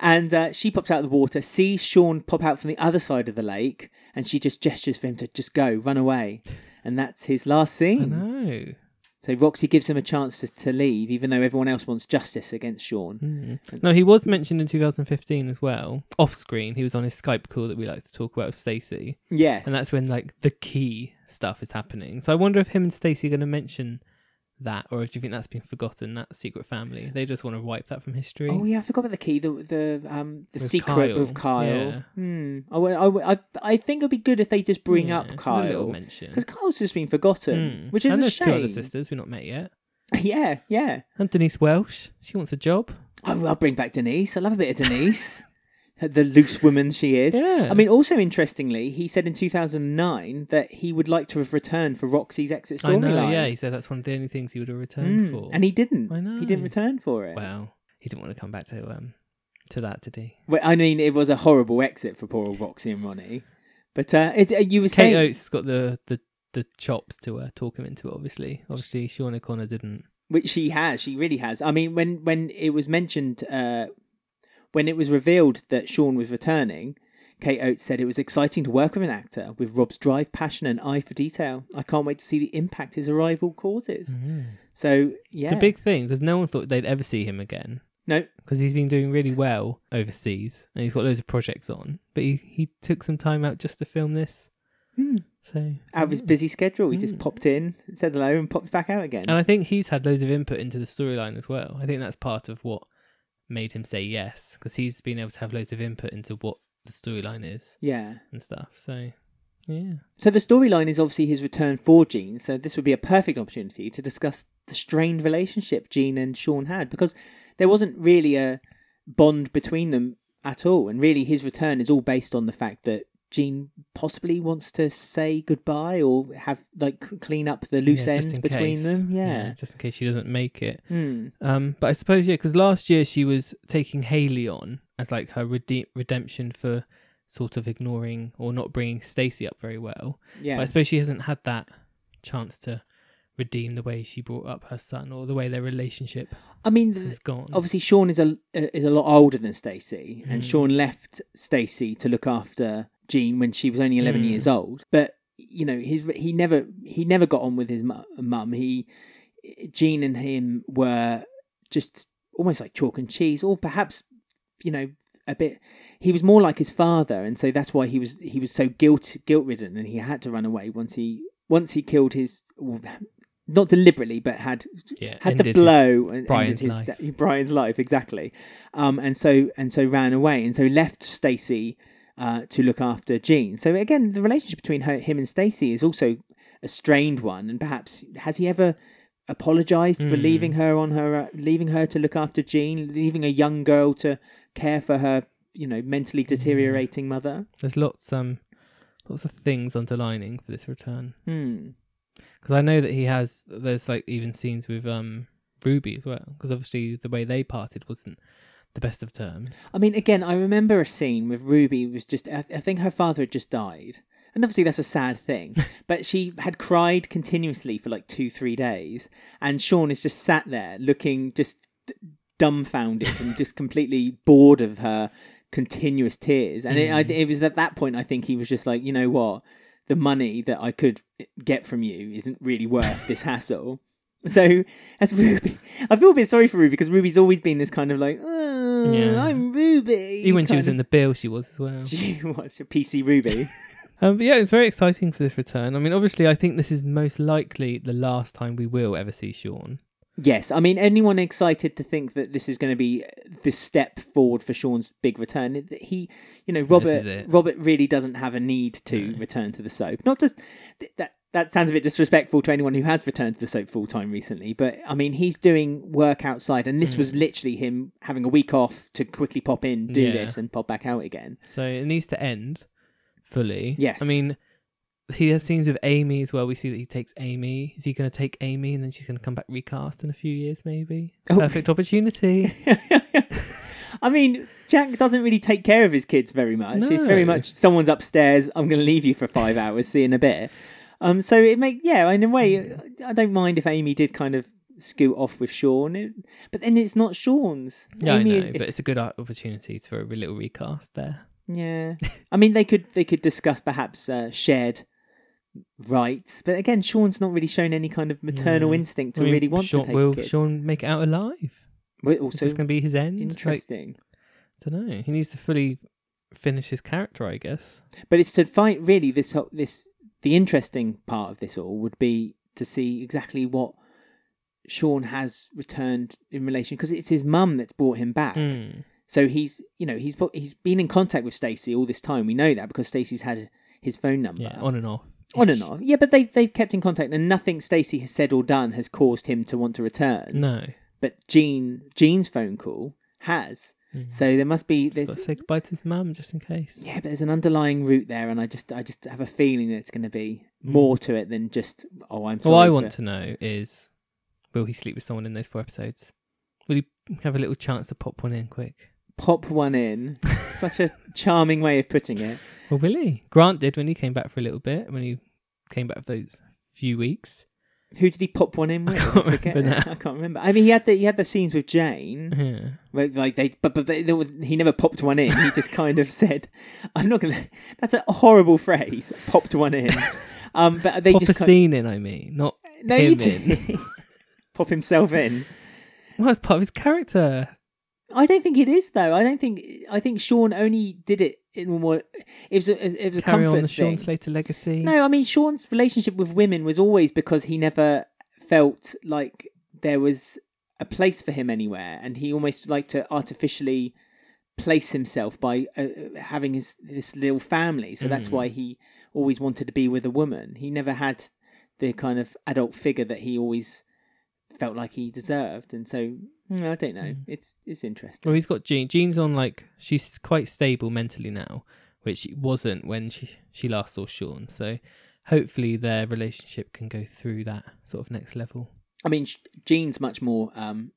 Speaker 2: And uh, she pops out of the water, sees Sean pop out from the other side of the lake, and she just gestures for him to just go, run away. And that's his last
Speaker 1: I
Speaker 2: scene.
Speaker 1: know.
Speaker 2: So Roxy gives him a chance to, to leave, even though everyone else wants justice against Sean.
Speaker 1: Mm. No, he was mentioned in 2015 as well. Off screen, he was on his Skype call that we like to talk about with Stacey.
Speaker 2: Yes.
Speaker 1: And that's when like the key stuff is happening. So I wonder if him and Stacey are going to mention that, or do you think that's been forgotten? That secret family, they just want to wipe that from history.
Speaker 2: Oh yeah, I forgot about the key. The the um the
Speaker 1: With
Speaker 2: secret
Speaker 1: Kyle,
Speaker 2: of Kyle.
Speaker 1: yeah.
Speaker 2: Hmm. I, wa- I, wa- I, I think it'd be good if they just bring
Speaker 1: Yeah,
Speaker 2: up
Speaker 1: just a little
Speaker 2: Kyle
Speaker 1: mention.
Speaker 2: because Kyle's just been forgotten,
Speaker 1: Mm.
Speaker 2: which is
Speaker 1: and
Speaker 2: a
Speaker 1: there's two other
Speaker 2: shame.
Speaker 1: sisters we've not met yet.
Speaker 2: yeah, yeah.
Speaker 1: And Denise Welsh, she wants a job.
Speaker 2: Oh, I'll bring back Denise. I love a bit of Denise. the loose woman she is.
Speaker 1: Yeah.
Speaker 2: I mean, also interestingly, he said in 2009 that he would like to have returned for Roxy's exit
Speaker 1: I
Speaker 2: storyline.
Speaker 1: know. Yeah, he said that's one of the only things he would have returned
Speaker 2: Mm,
Speaker 1: for.
Speaker 2: And he didn't.
Speaker 1: I know.
Speaker 2: He didn't return for it.
Speaker 1: well, he didn't want to come back to um to that, did he?
Speaker 2: Well, I mean, it was a horrible exit for poor old Roxy and Ronnie. But uh, it, uh, you were
Speaker 1: Kate
Speaker 2: saying.
Speaker 1: Oates has got the the the chops to uh, talk him into it. Obviously, obviously, Sean O'Connor didn't.
Speaker 2: which she has she really has i mean when when it was mentioned uh when it was revealed that sean was returning kate oates said it was exciting to work with an actor with rob's drive passion and eye for detail i can't wait to see the impact his arrival causes so yeah
Speaker 1: Mm. It's a big thing because no one thought they'd ever see him again
Speaker 2: no
Speaker 1: because he's been doing really well overseas and he's got loads of projects on. But he, he took some time out just to film this.
Speaker 2: Hmm.
Speaker 1: So
Speaker 2: out of his busy schedule he just
Speaker 1: Mm.
Speaker 2: popped in said hello and popped back out again
Speaker 1: and I think he's had loads of input into the storyline as well. I think that's part of what made him say yes because he's been able to have loads of input into what the storyline is
Speaker 2: yeah
Speaker 1: and stuff. So yeah,
Speaker 2: so the storyline is obviously his return for Gene, so this would be a perfect opportunity to discuss the strained relationship Gene and Sean had because there wasn't really a bond between them at all, and really his return is all based on the fact that Gene possibly wants to say goodbye or have like c- clean up the loose
Speaker 1: Yeah, just
Speaker 2: ends
Speaker 1: in
Speaker 2: between
Speaker 1: case.
Speaker 2: them.
Speaker 1: yeah,
Speaker 2: Yeah.
Speaker 1: just in case she doesn't make it.
Speaker 2: Hmm.
Speaker 1: Um, but I suppose yeah, because last year she was taking Haley on as like her rede- redemption for sort of ignoring or not bringing Stacy up very well. But I
Speaker 2: Yeah.
Speaker 1: suppose she hasn't had that chance to redeem the way she brought up her son or the way their relationship
Speaker 2: I mean, th-
Speaker 1: has gone.
Speaker 2: obviously Sean is a is a lot older than Stacey, and
Speaker 1: Mm.
Speaker 2: Sean left Stacey to look after Jean when she was only eleven
Speaker 1: Mm.
Speaker 2: years old. But you know, his he never he never got on with his mu- mum. He Jean and him were just almost like chalk and cheese, or perhaps you know a bit. He was more like his father, and so that's why he was he was so guilt guilt ridden, and he had to run away once he once he killed his. Not deliberately, but had
Speaker 1: yeah,
Speaker 2: had the
Speaker 1: ended his-
Speaker 2: blow and
Speaker 1: Brian's
Speaker 2: ended his
Speaker 1: life.
Speaker 2: de- Brian's life exactly, um, and so and so ran away and so left Stacy uh, to look after Jean. So again, the relationship between her, him and Stacy is also a strained one, and perhaps has he ever apologized for
Speaker 1: Hmm.
Speaker 2: leaving her on her uh, leaving her to look after Jean, leaving a young girl to care for her, you know, mentally
Speaker 1: Hmm.
Speaker 2: deteriorating mother?
Speaker 1: There's lots um lots of things underlining for this return
Speaker 2: Hmm.
Speaker 1: because I know that he has. There's like even scenes with um Ruby as well because obviously the way they parted wasn't the best of terms.
Speaker 2: I mean, again, I remember a scene with Ruby was just, I, I think her father had just died. And obviously that's a sad thing. but she had cried continuously for like two, three days. And Sean is just sat there looking just d- dumbfounded and just completely bored of her continuous tears. And it, I,
Speaker 1: Mm.
Speaker 2: it was at that point, I think he was just like, you know what? The money that I could get from you isn't really worth this hassle. So as Ruby, I feel a bit sorry for Ruby because Ruby's always been this kind of like, oh,
Speaker 1: Yeah.
Speaker 2: I'm Ruby.
Speaker 1: Even when she was in
Speaker 2: kind
Speaker 1: the bill, she was as well.
Speaker 2: of- she was a PC Ruby.
Speaker 1: Um, but yeah, it's very exciting for this return. I mean, obviously, I think this is most likely the last time we will ever see Sean.
Speaker 2: Yes, I mean, anyone excited to think that this is going to be the step forward for Sean's big return? That He, you know,
Speaker 1: is
Speaker 2: Robert
Speaker 1: it.
Speaker 2: Robert really doesn't have a need to
Speaker 1: No.
Speaker 2: return to the soap. Not just th- that. That sounds a bit disrespectful to anyone who has returned to the soap full time recently, but I mean, he's doing work outside, and
Speaker 1: Mm.
Speaker 2: this was literally him having a week off to quickly pop in, do
Speaker 1: Yeah.
Speaker 2: this, and pop back out again.
Speaker 1: So it needs to end fully.
Speaker 2: Yes.
Speaker 1: I mean, he has scenes with Amy as well. We see that he takes Amy. Is he going to take Amy and then she's going to come back recast in a few years, maybe?
Speaker 2: Oh.
Speaker 1: Perfect opportunity.
Speaker 2: I mean, Jack doesn't really take care of his kids very much. It's very
Speaker 1: No.
Speaker 2: much someone's upstairs. I'm going to leave you for five hours. See you in a bit. Um, so it make yeah. In a way, I don't mind if Amy did kind of scoot off with Sean, it, but then it's not Sean's.
Speaker 1: Yeah, I
Speaker 2: Amy
Speaker 1: know,
Speaker 2: is-
Speaker 1: but it's a good uh, opportunity for a little recast there.
Speaker 2: yeah. I mean, they could they could discuss perhaps uh, shared rights, but again, Sean's not really shown any kind of maternal
Speaker 1: No.
Speaker 2: instinct to
Speaker 1: I mean,
Speaker 2: really want
Speaker 1: Sean,
Speaker 2: to take
Speaker 1: Will
Speaker 2: a kid.
Speaker 1: Sean make it out alive?
Speaker 2: We're
Speaker 1: Is
Speaker 2: also
Speaker 1: this going to be his end? Like,
Speaker 2: interesting.
Speaker 1: I don't know. He needs to fully finish his character, I guess.
Speaker 2: But it's to find really this whole- this the interesting part of this all would be to see exactly what Sean has returned in relation because it's his mum that's brought him back.
Speaker 1: Mm.
Speaker 2: So he's you know he's pro- he's been in contact with Stacey all this time. We know that because Stacey's had his phone number
Speaker 1: Yeah, on and off.
Speaker 2: on and off. Yeah, but they they've kept in contact and nothing Stacey has said or done has caused him to want to return.
Speaker 1: No.
Speaker 2: But Jean Jean's phone call has.
Speaker 1: Mm.
Speaker 2: Mm-hmm. So there must be
Speaker 1: He's
Speaker 2: there's
Speaker 1: got to say goodbye to his mum just in case.
Speaker 2: yeah, but there's an underlying root there, and I just I just have a feeling that it's going to be more to it than just oh I'm sorry.
Speaker 1: All Hmm. I
Speaker 2: for
Speaker 1: want
Speaker 2: it."
Speaker 1: to know is, will he sleep with someone in those four episodes? Will he have a little chance to pop one in quick?
Speaker 2: pop one in. Such a charming way of putting it.
Speaker 1: Well, will he? Grant did when he came back for a little bit. When he came back for those few weeks.
Speaker 2: Who did he pop one in with?
Speaker 1: I can't
Speaker 2: forget.
Speaker 1: remember now.
Speaker 2: I can't remember. I mean, he had the he had the scenes with Jane,
Speaker 1: Yeah.
Speaker 2: where, like they, but but they, they were, he never popped one in. He just kind of said, "I'm not gonna." That's a horrible phrase. Popped one in. Um, but they
Speaker 1: Pop a
Speaker 2: just kind
Speaker 1: scene in, I mean, not.
Speaker 2: no,
Speaker 1: him
Speaker 2: in. pop himself in.
Speaker 1: Well, it's part of his character.
Speaker 2: I don't think it is though. I don't think. I think Sean only did it in more. It was a, it was a
Speaker 1: Carry
Speaker 2: comfort
Speaker 1: on the Sean
Speaker 2: thing.
Speaker 1: Slater legacy.
Speaker 2: No, I mean Sean's relationship with women was always because he never felt like there was a place for him anywhere, and he almost liked to artificially place himself by uh, uh, having his this little family. So that's
Speaker 1: Mm.
Speaker 2: why he always wanted to be with a woman. He never had the kind of adult figure that he always felt like he deserved, and so mm, I don't know.
Speaker 1: Mm.
Speaker 2: It's it's interesting.
Speaker 1: Well, he's got Jean. Jean's on like she's quite stable mentally now, which she wasn't when she she last saw Sean. So hopefully their relationship can go through that sort of next level.
Speaker 2: I mean, Sh- Jean's much more um,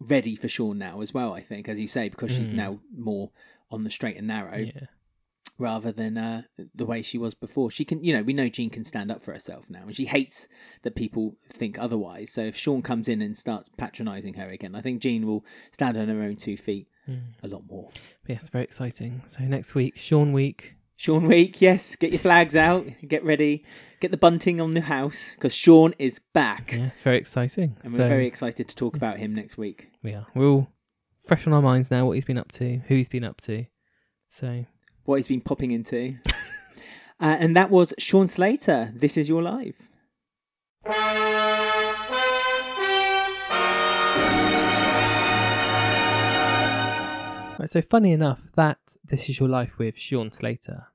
Speaker 2: ready for Sean now as well. I think, as you say, because she's
Speaker 1: Mm.
Speaker 2: now more on the straight and narrow
Speaker 1: Yeah.
Speaker 2: rather than uh, the way she was before. She can, you know, we know Jean can stand up for herself now, and she hates that people think otherwise. So if Sean comes in and starts patronising her again, I think Jean will stand on her own two feet
Speaker 1: Mm.
Speaker 2: a lot more.
Speaker 1: But yes, very exciting. So next week, Sean week.
Speaker 2: Sean Week, yes, get your flags out, get ready, get the bunting on the house because Sean is back,
Speaker 1: Yeah, it's very exciting.
Speaker 2: and
Speaker 1: so Mm.
Speaker 2: we're very excited to talk about him next week.
Speaker 1: we are. We're all fresh on our minds now. What he's been up to, who he's been up to. So
Speaker 2: what he's been popping into. uh, and that was Sean Slater. This is your life.
Speaker 1: Right, so funny enough, that This Is Your Life with Sean Slater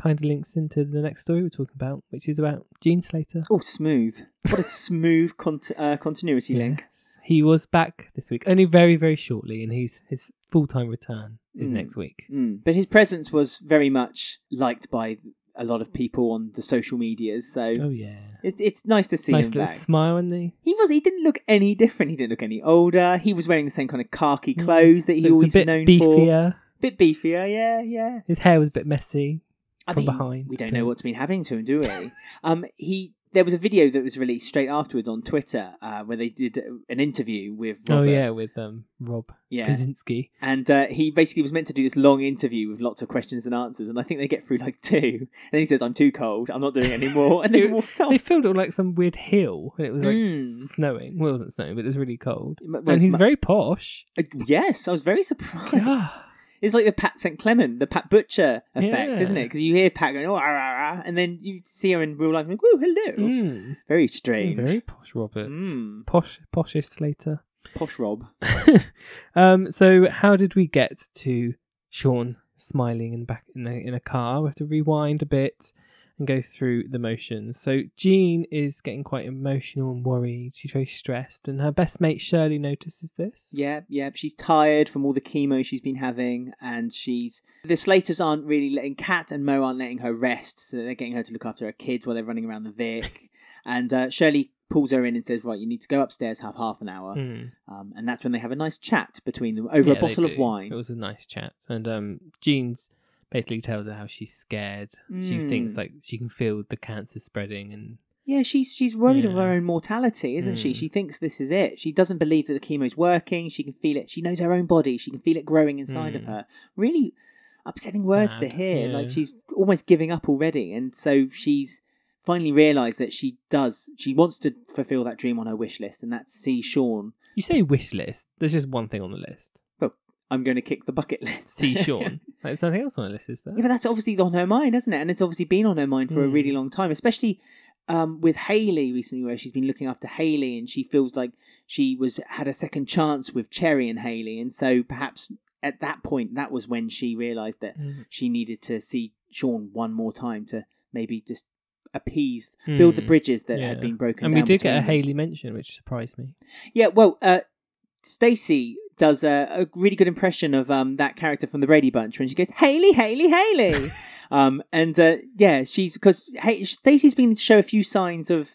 Speaker 1: kind of links into the next story we're talking about, which is about Gene Slater.
Speaker 2: Oh, smooth. What a smooth cont- uh, continuity
Speaker 1: Yeah.
Speaker 2: link.
Speaker 1: He was back this week, only very, very shortly, and he's his full time return is
Speaker 2: Mm.
Speaker 1: next week.
Speaker 2: Mm. But his presence was very much liked by a lot of people on the social medias. So
Speaker 1: Oh yeah,
Speaker 2: it's, it's nice to see
Speaker 1: nice
Speaker 2: him
Speaker 1: little
Speaker 2: back.
Speaker 1: smile and the
Speaker 2: He was. He didn't look any different. He didn't look any older. He was wearing the same kind of khaki clothes that he
Speaker 1: looks
Speaker 2: always
Speaker 1: a bit
Speaker 2: known for.
Speaker 1: beefier.
Speaker 2: Bit beefier, yeah, yeah.
Speaker 1: His hair was a bit messy.
Speaker 2: I
Speaker 1: from
Speaker 2: mean,
Speaker 1: behind,
Speaker 2: We don't
Speaker 1: but-
Speaker 2: know what's been happening to him, do we? um, he there was a video that was released straight afterwards on Twitter uh, where they did an interview with Robert.
Speaker 1: Oh yeah, with um Rob
Speaker 2: yeah.
Speaker 1: Kaczynski.
Speaker 2: And uh, he basically was meant to do this long interview with lots of questions and answers, and I think they get through like two. And then he says, "I'm too cold. I'm not doing it anymore." And
Speaker 1: They-
Speaker 2: then walks off.
Speaker 1: They filmed it on like some weird hill, and it was like
Speaker 2: Mm.
Speaker 1: snowing. Well, it wasn't snowing, but it was really cold.
Speaker 2: Well,
Speaker 1: and
Speaker 2: it's
Speaker 1: he's
Speaker 2: mu-
Speaker 1: very posh.
Speaker 2: Uh, Yes, I was very surprised.
Speaker 1: Yeah.
Speaker 2: It's like the Pat St. Clement, the Pat Butcher effect,
Speaker 1: Yeah.
Speaker 2: isn't it? Because you hear Pat going, oh, ah, ah, ah, and then you see her in real life and like, whoa, hello.
Speaker 1: Mm.
Speaker 2: Very strange.
Speaker 1: Very posh, Roberts.
Speaker 2: Mm.
Speaker 1: Posh, poshest Slater.
Speaker 2: Posh Rob.
Speaker 1: um, so how did we get to Sean smiling and back in a, in a car? We have to rewind a bit and go through the motions. So Jean is getting quite emotional and worried. She's very stressed, and her best mate Shirley notices this.
Speaker 2: Yeah, yeah. She's tired from all the chemo she's been having, and she's the Slaters aren't really letting Kat and Mo aren't letting her rest, so they're getting her to look after her kids while they're running around the Vic. and uh, Shirley pulls her in and says, "Right, you need to go upstairs, have half an hour."
Speaker 1: Mm.
Speaker 2: Um, and that's when they have a nice chat between them over
Speaker 1: Yeah,
Speaker 2: a
Speaker 1: they
Speaker 2: bottle of
Speaker 1: do.
Speaker 2: wine.
Speaker 1: It was a nice chat, and um, Jean's basically tells her how she's scared. She
Speaker 2: Mm.
Speaker 1: thinks like she can feel the cancer spreading, and
Speaker 2: Yeah, she's she's worried of
Speaker 1: Yeah.
Speaker 2: her own mortality, isn't she?
Speaker 1: Mm.
Speaker 2: She thinks this is it. She doesn't believe that the chemo's working. She can feel it. She knows her own body. She can feel it growing inside of
Speaker 1: Mm.
Speaker 2: her. Really upsetting words to
Speaker 1: Sad,
Speaker 2: hear. Like
Speaker 1: yeah.
Speaker 2: she's almost giving up already, and so she's finally realised that she does. She wants to fulfil that dream on her wish list, and that's see Sean.
Speaker 1: you say wish list. There's just one thing on the list.
Speaker 2: I'm going to kick the bucket list.
Speaker 1: See Sean. like, there's nothing else on the list, is there?
Speaker 2: Yeah, but that's obviously on her mind, isn't it? And it's obviously been on her mind for a
Speaker 1: Mm.
Speaker 2: really long time, especially um, with Haley recently, where she's been looking after Haley, and she feels like she was had a second chance with Cherry and Haley, and so perhaps at that point, that was when she realised that
Speaker 1: Mm.
Speaker 2: she needed to see Sean one more time to maybe just appease, build the
Speaker 1: Mm.
Speaker 2: bridges that
Speaker 1: Yeah.
Speaker 2: had been broken.
Speaker 1: And we
Speaker 2: down
Speaker 1: did get a
Speaker 2: between them.
Speaker 1: Haley mention, which surprised me.
Speaker 2: Yeah, well, uh, Stacy does a, a really good impression of um, that character from the Brady Bunch when she goes, Haley, Haley, Haley. um, and uh, yeah, she's because hey, Stacy's been to show a few signs of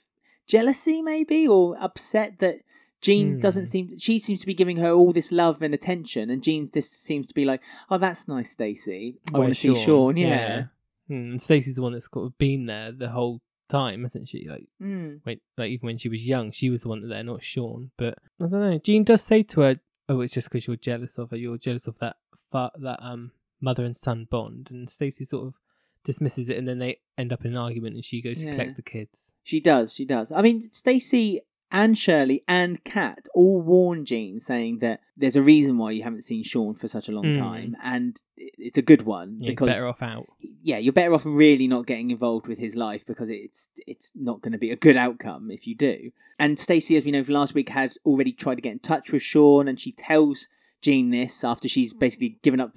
Speaker 2: jealousy, maybe, or upset that Jean
Speaker 1: Hmm.
Speaker 2: doesn't seem, she seems to be giving her all this love and attention. And Jean's just seems to be like, oh, that's nice, Stacy. I want
Speaker 1: Where's
Speaker 2: to see Sean. Yeah.
Speaker 1: Mm, and Stacey's the one that's sort of been there the whole time, hasn't she? Like
Speaker 2: Mm.
Speaker 1: when, like even when she was young, she was the one there, not Sean. But I don't know. Jean does say to her, "Oh, it's just because you're jealous of her. You're jealous of that fa- that um mother and son bond." And Stacey sort of dismisses it, and then they end up in an argument, and she goes to
Speaker 2: Yeah.
Speaker 1: collect the kids.
Speaker 2: She does. She does. I mean, Stacey and Shirley and Kat all warn Jean, saying that there's a reason why you haven't seen Sean for such a long
Speaker 1: Mm.
Speaker 2: time, and it- it's a good one
Speaker 1: Yeah,
Speaker 2: because
Speaker 1: better off out.
Speaker 2: yeah, you're better off really not getting involved with his life because it's it's not going to be a good outcome if you do. And Stacey, as we know from last week, has already tried to get in touch with Sean, and she tells Jean this after she's basically given up.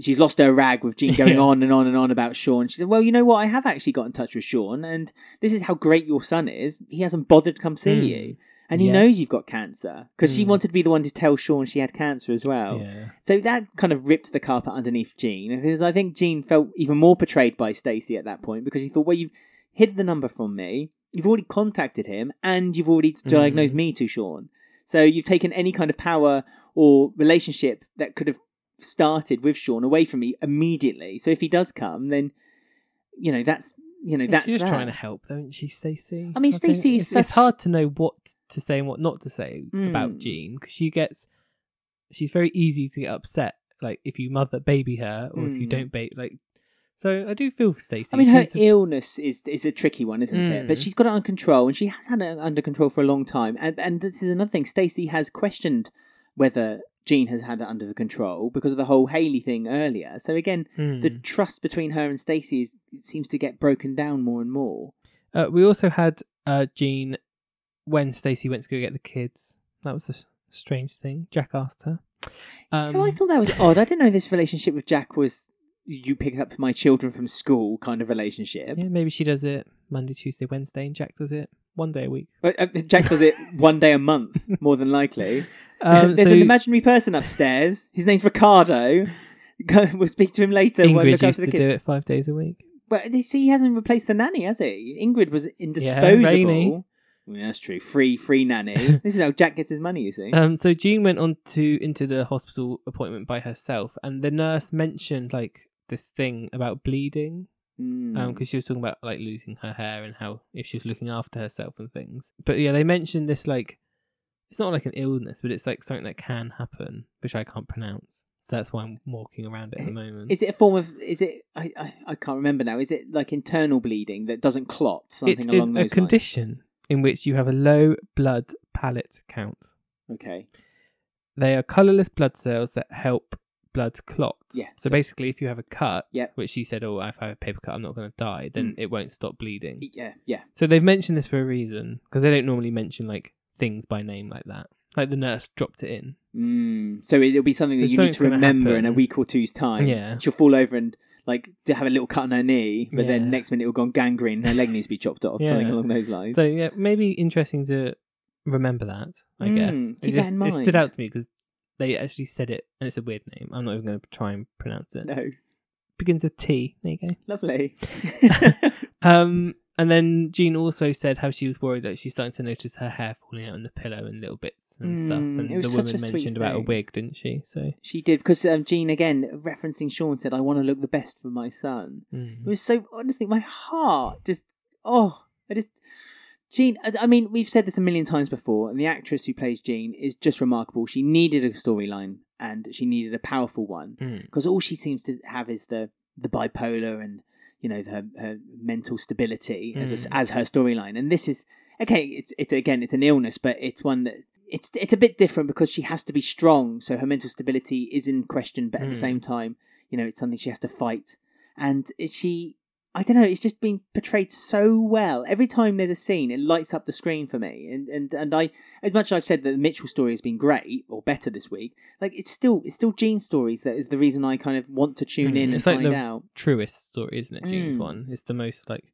Speaker 2: She's lost her rag with Jean going
Speaker 1: Yeah.
Speaker 2: on and on and on about Sean. She said, "Well, you know what? I have actually got in touch with Sean, and this is how great your son is. He hasn't bothered to come see
Speaker 1: Mm.
Speaker 2: you, and he
Speaker 1: Yeah.
Speaker 2: knows you've got cancer because she
Speaker 1: Mm.
Speaker 2: wanted to be the one to tell Sean she had cancer as well."
Speaker 1: Yeah.
Speaker 2: So that kind of ripped the carpet underneath Jean, because I think Jean felt even more portrayed by Stacey at that point because she thought, well, you've hid the number from me, you've already contacted him, and you've already
Speaker 1: Mm.
Speaker 2: diagnosed me to Sean. So you've taken any kind of power or relationship that could have started with Sean away from me immediately. So if he does come, then you know that's you know
Speaker 1: Well,
Speaker 2: that's
Speaker 1: she was
Speaker 2: that.
Speaker 1: trying to help, though, isn't she, Stacey?
Speaker 2: I mean,
Speaker 1: don't-
Speaker 2: Stacey is
Speaker 1: it's, it's
Speaker 2: such-
Speaker 1: hard to know what to say and what not to say about
Speaker 2: Mm.
Speaker 1: Jean because she gets, she's very easy to get upset. Like if you mother baby her or if you
Speaker 2: Mm.
Speaker 1: don't baby, like. So I do feel for Stacey.
Speaker 2: I mean, her
Speaker 1: She's a-
Speaker 2: illness is is a tricky one, isn't it? But
Speaker 1: Mm.
Speaker 2: she's got it under control, and she has had it under control for a long time. And and this is another thing. Stacey has questioned whether Jean has had it under the control because of the whole Haley thing earlier. So again, the
Speaker 1: Mm.
Speaker 2: trust between her and Stacey is, it seems to get broken down more and more.
Speaker 1: Uh, we also had uh, Jean when Stacey went to go get the kids. That was a s- strange thing. Jack asked her. Um,
Speaker 2: so I thought that was odd. I didn't know this relationship with Jack was you pick up my children from school kind of relationship.
Speaker 1: yeah, maybe she does it Monday, Tuesday, Wednesday, and Jack does it one day a week.
Speaker 2: But, uh, Jack does it one day a month, more than likely.
Speaker 1: Um,
Speaker 2: There's
Speaker 1: so
Speaker 2: an imaginary person upstairs. His name's Ricardo. Go- we'll speak to him later. when we
Speaker 1: Ingrid
Speaker 2: look
Speaker 1: used
Speaker 2: after
Speaker 1: to
Speaker 2: the
Speaker 1: do
Speaker 2: kids.
Speaker 1: it five days a week.
Speaker 2: But they see, he hasn't replaced the nanny, has he? Ingrid was indisposable.
Speaker 1: Rainy.
Speaker 2: Well, that's true. Free, free nanny. this is how Jack gets his money. You see.
Speaker 1: Um, so Jean went on to into the hospital appointment by herself, and the nurse mentioned like this thing about bleeding,
Speaker 2: Mm.
Speaker 1: um, because she was talking about like losing her hair and how if she was looking after herself and things. But yeah, they mentioned this like it's not like an illness, but it's like something that can happen, which I can't pronounce. So that's why I'm walking around it at the moment.
Speaker 2: is it a form of? Is it? I, I I can't remember now. Is it like internal bleeding that doesn't clot?
Speaker 1: It
Speaker 2: Something
Speaker 1: is
Speaker 2: along
Speaker 1: a
Speaker 2: those
Speaker 1: condition in which you have a low blood platelet count.
Speaker 2: lines. Okay.
Speaker 1: They are colourless blood cells that help blood clot.
Speaker 2: Yeah.
Speaker 1: So basically, if you have a cut,
Speaker 2: Yeah.
Speaker 1: which she said, oh, if I have a paper cut, I'm not going to die, then
Speaker 2: Mm.
Speaker 1: it won't stop bleeding.
Speaker 2: yeah, yeah,
Speaker 1: So they've mentioned this for a reason because they don't normally mention like things by name like that. Like the nurse dropped it in.
Speaker 2: Mm, so it'll be something that
Speaker 1: So
Speaker 2: you need
Speaker 1: something's
Speaker 2: to
Speaker 1: gonna
Speaker 2: remember in a
Speaker 1: happen.
Speaker 2: week or two's time.
Speaker 1: Yeah.
Speaker 2: She'll fall over and like to have a little cut on her knee, but
Speaker 1: Yeah.
Speaker 2: then next minute it'll go on gangrene and her leg needs to be chopped off,
Speaker 1: Yeah.
Speaker 2: something along those lines.
Speaker 1: So yeah, maybe interesting to remember that. I
Speaker 2: Mm,
Speaker 1: guess
Speaker 2: keep
Speaker 1: it
Speaker 2: that
Speaker 1: just
Speaker 2: in
Speaker 1: it
Speaker 2: mind.
Speaker 1: stood out to me because they actually said it, and it's a weird name. I'm not even going to try and pronounce it.
Speaker 2: no,
Speaker 1: Begins with T. There you go.
Speaker 2: lovely.
Speaker 1: Um, and then Jean also said how she was worried that she's starting to notice her hair falling out on the pillow and little bits and stuff.
Speaker 2: Mm, it
Speaker 1: And the
Speaker 2: was such a
Speaker 1: woman
Speaker 2: sweet
Speaker 1: mentioned about a
Speaker 2: thing.
Speaker 1: wig, didn't she? So
Speaker 2: she did because um, Jean again referencing Sean said, "I want to look the best for my son." It
Speaker 1: mm.
Speaker 2: was so honestly, my heart just oh, I just Jean. I, I mean, we've said this a million times before, and the actress who plays Jean is just remarkable. She needed a storyline, and she needed a powerful one
Speaker 1: Mm.
Speaker 2: because all she seems to have is the the bipolar and you know her her mental stability as a,
Speaker 1: Mm.
Speaker 2: as her storyline. And this is okay. It's it's again, it's an illness, but it's one that. It's, it's a bit different because she has to be strong, so her mental stability is in question. But at the
Speaker 1: Mm.
Speaker 2: same time, you know, it's something she has to fight and it- she I don't know, it's just been portrayed so well. Every time there's a scene, it lights up the screen for me. And and, and I as much as I've said that the Mitchell story has been great or better this week, like it's still it's still Jean's stories that is the reason I kind of want to tune
Speaker 1: Mm,
Speaker 2: in and
Speaker 1: it's like
Speaker 2: find
Speaker 1: the-
Speaker 2: out.
Speaker 1: truest story, isn't it? Jean's
Speaker 2: Mm.
Speaker 1: one. It's the most like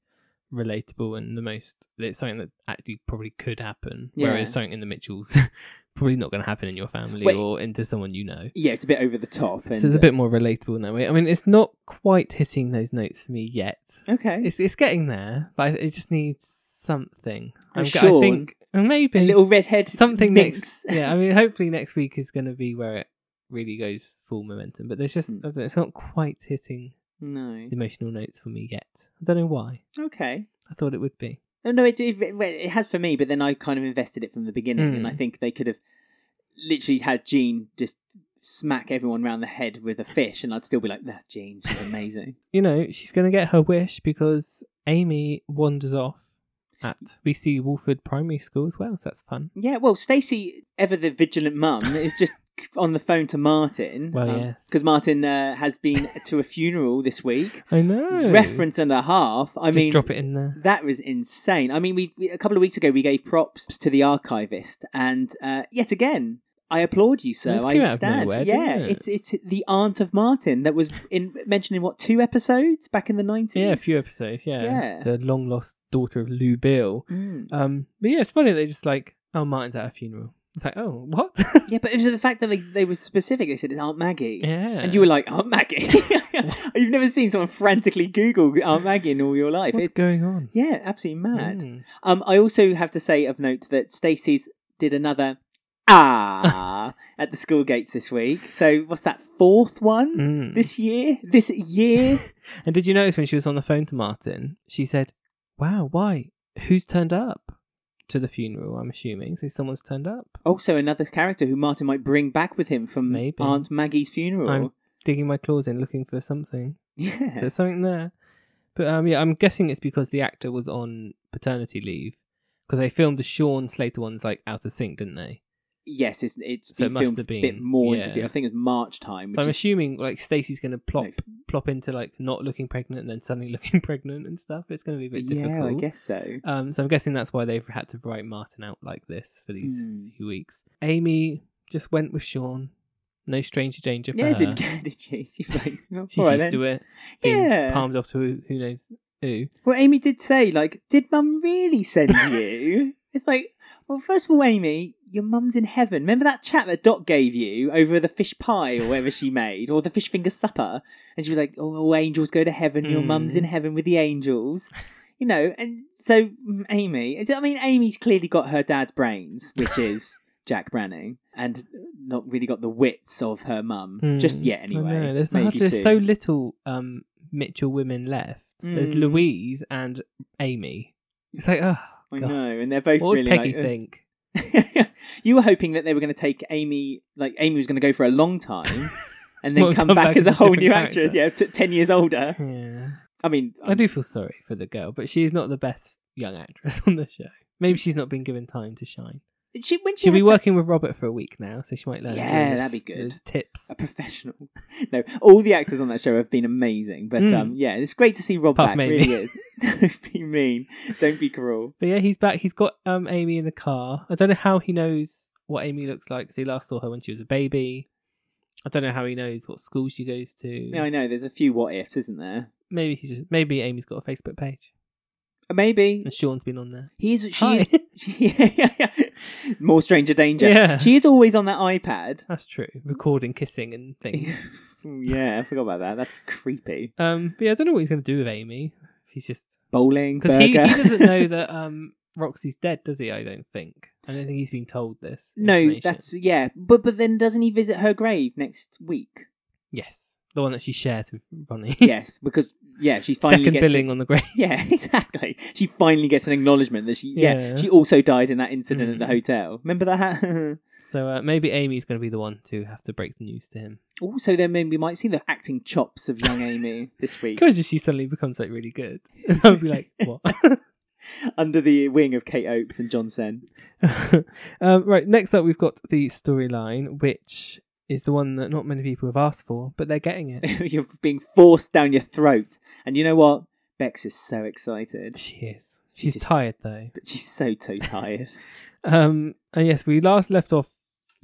Speaker 1: relatable and the most. It's something that actually probably could happen.
Speaker 2: Yeah.
Speaker 1: Whereas something in the Mitchells probably not going to happen in your family
Speaker 2: Wait.
Speaker 1: or into someone you know.
Speaker 2: Yeah, it's a bit over the top and
Speaker 1: So it's a bit more relatable in that way. I mean, it's not quite hitting those notes for me yet.
Speaker 2: uh, Okay.
Speaker 1: It's it's getting there, but I- it just needs something.
Speaker 2: A
Speaker 1: I'm g- I
Speaker 2: Sean.
Speaker 1: think maybe
Speaker 2: a little redhead
Speaker 1: something
Speaker 2: mix.
Speaker 1: next. Yeah, I mean, hopefully next week is going to be where it really goes full momentum. But there's just
Speaker 2: Mm.
Speaker 1: I don't know, it's not quite hitting
Speaker 2: No.
Speaker 1: the emotional notes for me yet. I don't know why.
Speaker 2: Okay.
Speaker 1: I thought it would be.
Speaker 2: No, no, it, it, well, it has for me, but then I kind of invested it from the beginning, and
Speaker 1: Mm.
Speaker 2: I think they could have literally had Jean just smack everyone round the head with a fish, and I'd still be like, that Jean, she's amazing.
Speaker 1: You know, she's going to get her wish because Amy wanders off at we see Wolford Primary School as well. So that's fun.
Speaker 2: yeah, well, Stacey, ever the vigilant mum, is just on the phone to Martin.
Speaker 1: Well, yes.
Speaker 2: Because Martin uh, has been to a funeral this week.
Speaker 1: I know.
Speaker 2: Reference and a half. I
Speaker 1: Oh. Just
Speaker 2: mean,
Speaker 1: drop it in there.
Speaker 2: That was insane. I mean, we, we a couple of weeks ago we gave props to the archivist, and uh, yet again, I applaud you, sir.
Speaker 1: This
Speaker 2: I
Speaker 1: came out of
Speaker 2: stand.
Speaker 1: nowhere, didn't
Speaker 2: yeah,
Speaker 1: it?
Speaker 2: it's it's the aunt of Martin that was in mentioned in what two episodes back in the nineties.
Speaker 1: Yeah, a few episodes. Yeah.
Speaker 2: Yeah.
Speaker 1: The long lost daughter of Lou Bill.
Speaker 2: Mm.
Speaker 1: Um, but yeah, it's funny. They just like, oh, Martin's at a funeral. It's like, oh, what?
Speaker 2: Yeah, but it was the fact that they they were specific. They said it's Aunt Maggie.
Speaker 1: yeah.
Speaker 2: And you were like, Aunt Maggie? You've never seen someone frantically Google Aunt Maggie in all your life.
Speaker 1: what's
Speaker 2: It's,
Speaker 1: going on?
Speaker 2: yeah, absolutely mad.
Speaker 1: Mm.
Speaker 2: Um, I also have to say of note that Stacey's did another ah at the school gates this week. So what's that fourth one
Speaker 1: Mm.
Speaker 2: this year? This year?
Speaker 1: And did you notice when she was on the phone to Martin, she said, "Wow, why? Who's turned up to the funeral? I'm assuming so. Someone's turned up.
Speaker 2: also another character who Martin might bring back with him from
Speaker 1: Maybe.
Speaker 2: Aunt Maggie's funeral.
Speaker 1: I'm- Digging my claws in, looking for something. So
Speaker 2: Yeah.
Speaker 1: There's something there. But um, yeah, I'm guessing it's because the actor was on paternity leave because they filmed the Sean Slater ones like out of sync, didn't they?
Speaker 2: Yes, it's it's
Speaker 1: So it
Speaker 2: been
Speaker 1: must
Speaker 2: filmed
Speaker 1: have
Speaker 2: a bit
Speaker 1: been,
Speaker 2: more. into
Speaker 1: yeah.
Speaker 2: the- I think it's March time. Which
Speaker 1: So I'm
Speaker 2: is,
Speaker 1: assuming like Stacey's gonna plop
Speaker 2: No.
Speaker 1: plop into like not looking pregnant and then suddenly looking pregnant and stuff. It's gonna be a bit
Speaker 2: yeah,
Speaker 1: difficult.
Speaker 2: I guess so.
Speaker 1: Um, so I'm guessing that's why they've had to write Martin out like this for these
Speaker 2: Hmm.
Speaker 1: few weeks. Amy just went with Sean. No stranger danger for
Speaker 2: Yeah,
Speaker 1: her.
Speaker 2: didn't care, did she? She's like, "Oh,
Speaker 1: She's
Speaker 2: all right
Speaker 1: used
Speaker 2: then."
Speaker 1: to it. Being
Speaker 2: Yeah.
Speaker 1: palmed off to who, who knows who.
Speaker 2: Well, Amy did say, like, did mum really send you? it's like, well, first of all, Amy, your mum's in heaven. Remember that chat that Dot gave you over the fish pie or whatever she made, or the fish finger supper? And she was like, oh, all angels go to heaven. Your
Speaker 1: Hmm.
Speaker 2: mum's in heaven with the angels. You know, and so mm, Amy, is it- I mean, Amy's clearly got her dad's brains, which is Jack Branning, and not really got the wits of her mum just
Speaker 1: Hmm.
Speaker 2: yet,
Speaker 1: I
Speaker 2: anyway.
Speaker 1: know, There's,
Speaker 2: Maybe
Speaker 1: not, there's
Speaker 2: soon.
Speaker 1: so little um, Mitchell women left. There's
Speaker 2: Mm.
Speaker 1: Louise and Amy. It's like, oh,
Speaker 2: I
Speaker 1: God.
Speaker 2: know, and they're both
Speaker 1: what would Peggy
Speaker 2: really like, uh,
Speaker 1: think?
Speaker 2: you were hoping that they were going to take Amy, like Amy was going to go for a long time, and then
Speaker 1: Well,
Speaker 2: come, back, as a whole
Speaker 1: different
Speaker 2: new
Speaker 1: character.
Speaker 2: actress. Yeah, t- ten years older.
Speaker 1: Yeah.
Speaker 2: I mean,
Speaker 1: I do feel sorry for the girl, but she's not the best young actress on the show. Maybe she's not been given time to shine.
Speaker 2: um, She when she
Speaker 1: She'll
Speaker 2: had
Speaker 1: be
Speaker 2: that-
Speaker 1: working with Robert for a week now, so she might learn.
Speaker 2: Yeah,
Speaker 1: those-
Speaker 2: that'd be good.
Speaker 1: those Tips.
Speaker 2: a professional. No, all the actors on that show have been amazing, but
Speaker 1: Mm.
Speaker 2: um, yeah, it's great to see Rob
Speaker 1: Apart
Speaker 2: back.
Speaker 1: from Amy.
Speaker 2: Really is. Don't be mean. Don't be cruel.
Speaker 1: But yeah, he's back. He's got um Amy in the car. I don't know how he knows what Amy looks like 'cause he last saw her when she was a baby. I don't know how he knows what school she goes to.
Speaker 2: Yeah, I know. There's a few what ifs, isn't there?
Speaker 1: Maybe he's just maybe Amy's got a Facebook page
Speaker 2: Uh, Maybe
Speaker 1: and Sean's been on there.
Speaker 2: he's she.
Speaker 1: Hi.
Speaker 2: she More stranger danger.
Speaker 1: Yeah.
Speaker 2: She is always on that iPad.
Speaker 1: That's true. Recording kissing and things.
Speaker 2: yeah, I forgot about that. That's creepy.
Speaker 1: um, but yeah, I don't know what he's gonna do with Amy. He's just
Speaker 2: Bowling burger.
Speaker 1: because he, he doesn't know that um Roxy's dead, does he? I don't think. I don't think he's been told this.
Speaker 2: no,
Speaker 1: information.
Speaker 2: that's yeah. But but then doesn't he visit her grave next week?
Speaker 1: yes, the one that she shares with Ronnie.
Speaker 2: yes, because yeah, she finally
Speaker 1: Second
Speaker 2: gets it.
Speaker 1: billing on the grave.
Speaker 2: Yeah, exactly. She finally gets an acknowledgement that she yeah,
Speaker 1: Yeah.
Speaker 2: she also died in that incident at the
Speaker 1: Mm.
Speaker 2: hotel. Remember that? ha-
Speaker 1: So uh, maybe Amy's going to be the one to have to break the news to him.
Speaker 2: also, then maybe we might see the acting chops of young Amy this week
Speaker 1: Because if she suddenly becomes like really good, and I'll be like, what?
Speaker 2: under the wing of Kate Oates and John Sen.
Speaker 1: um, right. Next up, we've got the storyline, which is the one that not many people have asked for, but they're getting it.
Speaker 2: You're being forced down your throat, and you know what? Bex is so excited,
Speaker 1: She is.
Speaker 2: She
Speaker 1: She's
Speaker 2: just-
Speaker 1: tired though.
Speaker 2: but she's so too tired.
Speaker 1: Um, and yes, we last left off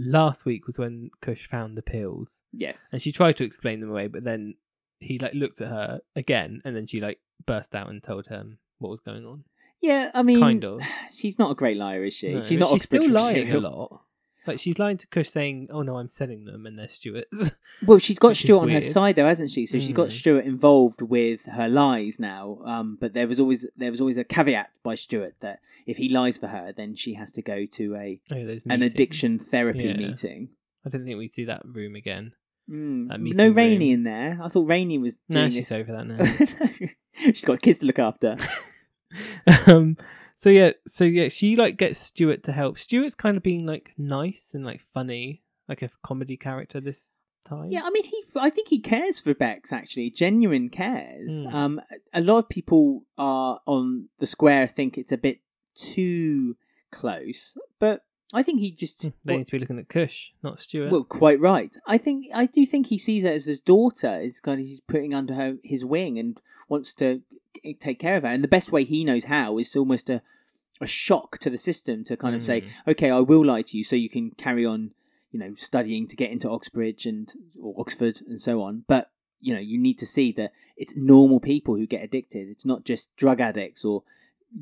Speaker 1: last week was when Kush found the pills,
Speaker 2: yes,
Speaker 1: and she tried to explain them away, but then he like looked at her again, and then she like burst out and told him what was going on.
Speaker 2: yeah. I mean,
Speaker 1: kind of.
Speaker 2: She's not a great liar, is she?
Speaker 1: No, but
Speaker 2: she's not.
Speaker 1: She's
Speaker 2: Oxford
Speaker 1: still lying a
Speaker 2: Real.
Speaker 1: lot. Like she's lying to Kush, saying, "Oh no, I'm selling them, and they're Oh, Stuart's."
Speaker 2: Well, she's got
Speaker 1: Which is
Speaker 2: Stuart on her
Speaker 1: weird.
Speaker 2: side though, hasn't she? So she's got
Speaker 1: Mm.
Speaker 2: Stuart involved with her lies now. Um, but there was always there was always a caveat by Stuart that if he lies for her, then she has to go to a
Speaker 1: oh, those
Speaker 2: an
Speaker 1: meetings.
Speaker 2: addiction therapy
Speaker 1: Yeah.
Speaker 2: meeting.
Speaker 1: I don't think we see that room again.
Speaker 2: Mm.
Speaker 1: That
Speaker 2: no
Speaker 1: meeting
Speaker 2: Rainey
Speaker 1: room.
Speaker 2: in there. I thought Rainey was
Speaker 1: No,
Speaker 2: doing
Speaker 1: she's
Speaker 2: this.
Speaker 1: over that now.
Speaker 2: she's got kids to look after.
Speaker 1: um, so yeah, so yeah, she like gets Stuart to help. Stuart's kind of being like nice and like funny, like a comedy character this time.
Speaker 2: Yeah, I mean, he. I think he cares for Bex. Actually, genuine cares.
Speaker 1: Mm.
Speaker 2: Um, a lot of people are on the square think it's a bit too close, but I think he just.
Speaker 1: Hmm, They need to be looking at Kush, not Stuart.
Speaker 2: well, quite right. I think I do think he sees her as his daughter. Is kind of he's putting under her his wing and wants to take care of her. And the best way he knows how is almost a a shock to the system to kind of say,
Speaker 1: Mm.
Speaker 2: okay, I will lie to you so you can carry on, you know, studying to get into Oxbridge and or Oxford and so on. But you know, you need to see that it's normal people who get addicted. It's not just drug addicts or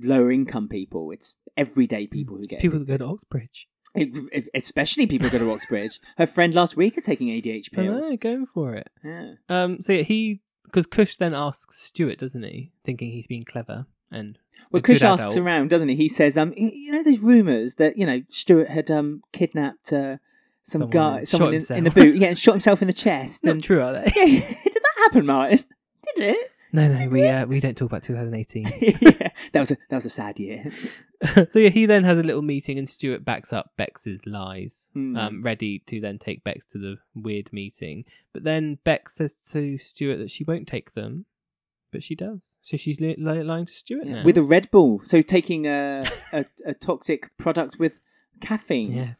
Speaker 2: lower income people. It's everyday people who
Speaker 1: It's
Speaker 2: get
Speaker 1: Mm. people that go to Oxbridge.
Speaker 2: addicted. It- it- especially people who go to Oxbridge. Her friend last week are taking ADH
Speaker 1: I
Speaker 2: pills.
Speaker 1: know, going for it.
Speaker 2: Yeah.
Speaker 1: Um, so yeah, he because Kush then asks Stuart, doesn't he, thinking he's being clever and
Speaker 2: Well,
Speaker 1: a good
Speaker 2: Kush asks
Speaker 1: adult.
Speaker 2: around, doesn't he? He says, "Um, y- you know those rumours that you know Stuart had um kidnapped uh, some
Speaker 1: Someone
Speaker 2: guy,
Speaker 1: and shot
Speaker 2: someone in, in the
Speaker 1: himself."
Speaker 2: boot, yeah, and shot himself in the chest."
Speaker 1: Not
Speaker 2: and
Speaker 1: true, are they?
Speaker 2: yeah, did that happen, Martin? Did it?
Speaker 1: No, no, we uh, we don't talk about 2018.
Speaker 2: yeah, that was a that was a sad year.
Speaker 1: so yeah, he then has a little meeting, and Stuart backs up Bex's lies,
Speaker 2: Hmm.
Speaker 1: um, ready to then take Bex to the weird meeting. But then Bex says to Stuart that she won't take them, but she does. So she's li- li- lying to Stuart now.
Speaker 2: With a Red Bull, so taking a, a a toxic product with caffeine.
Speaker 1: yeah,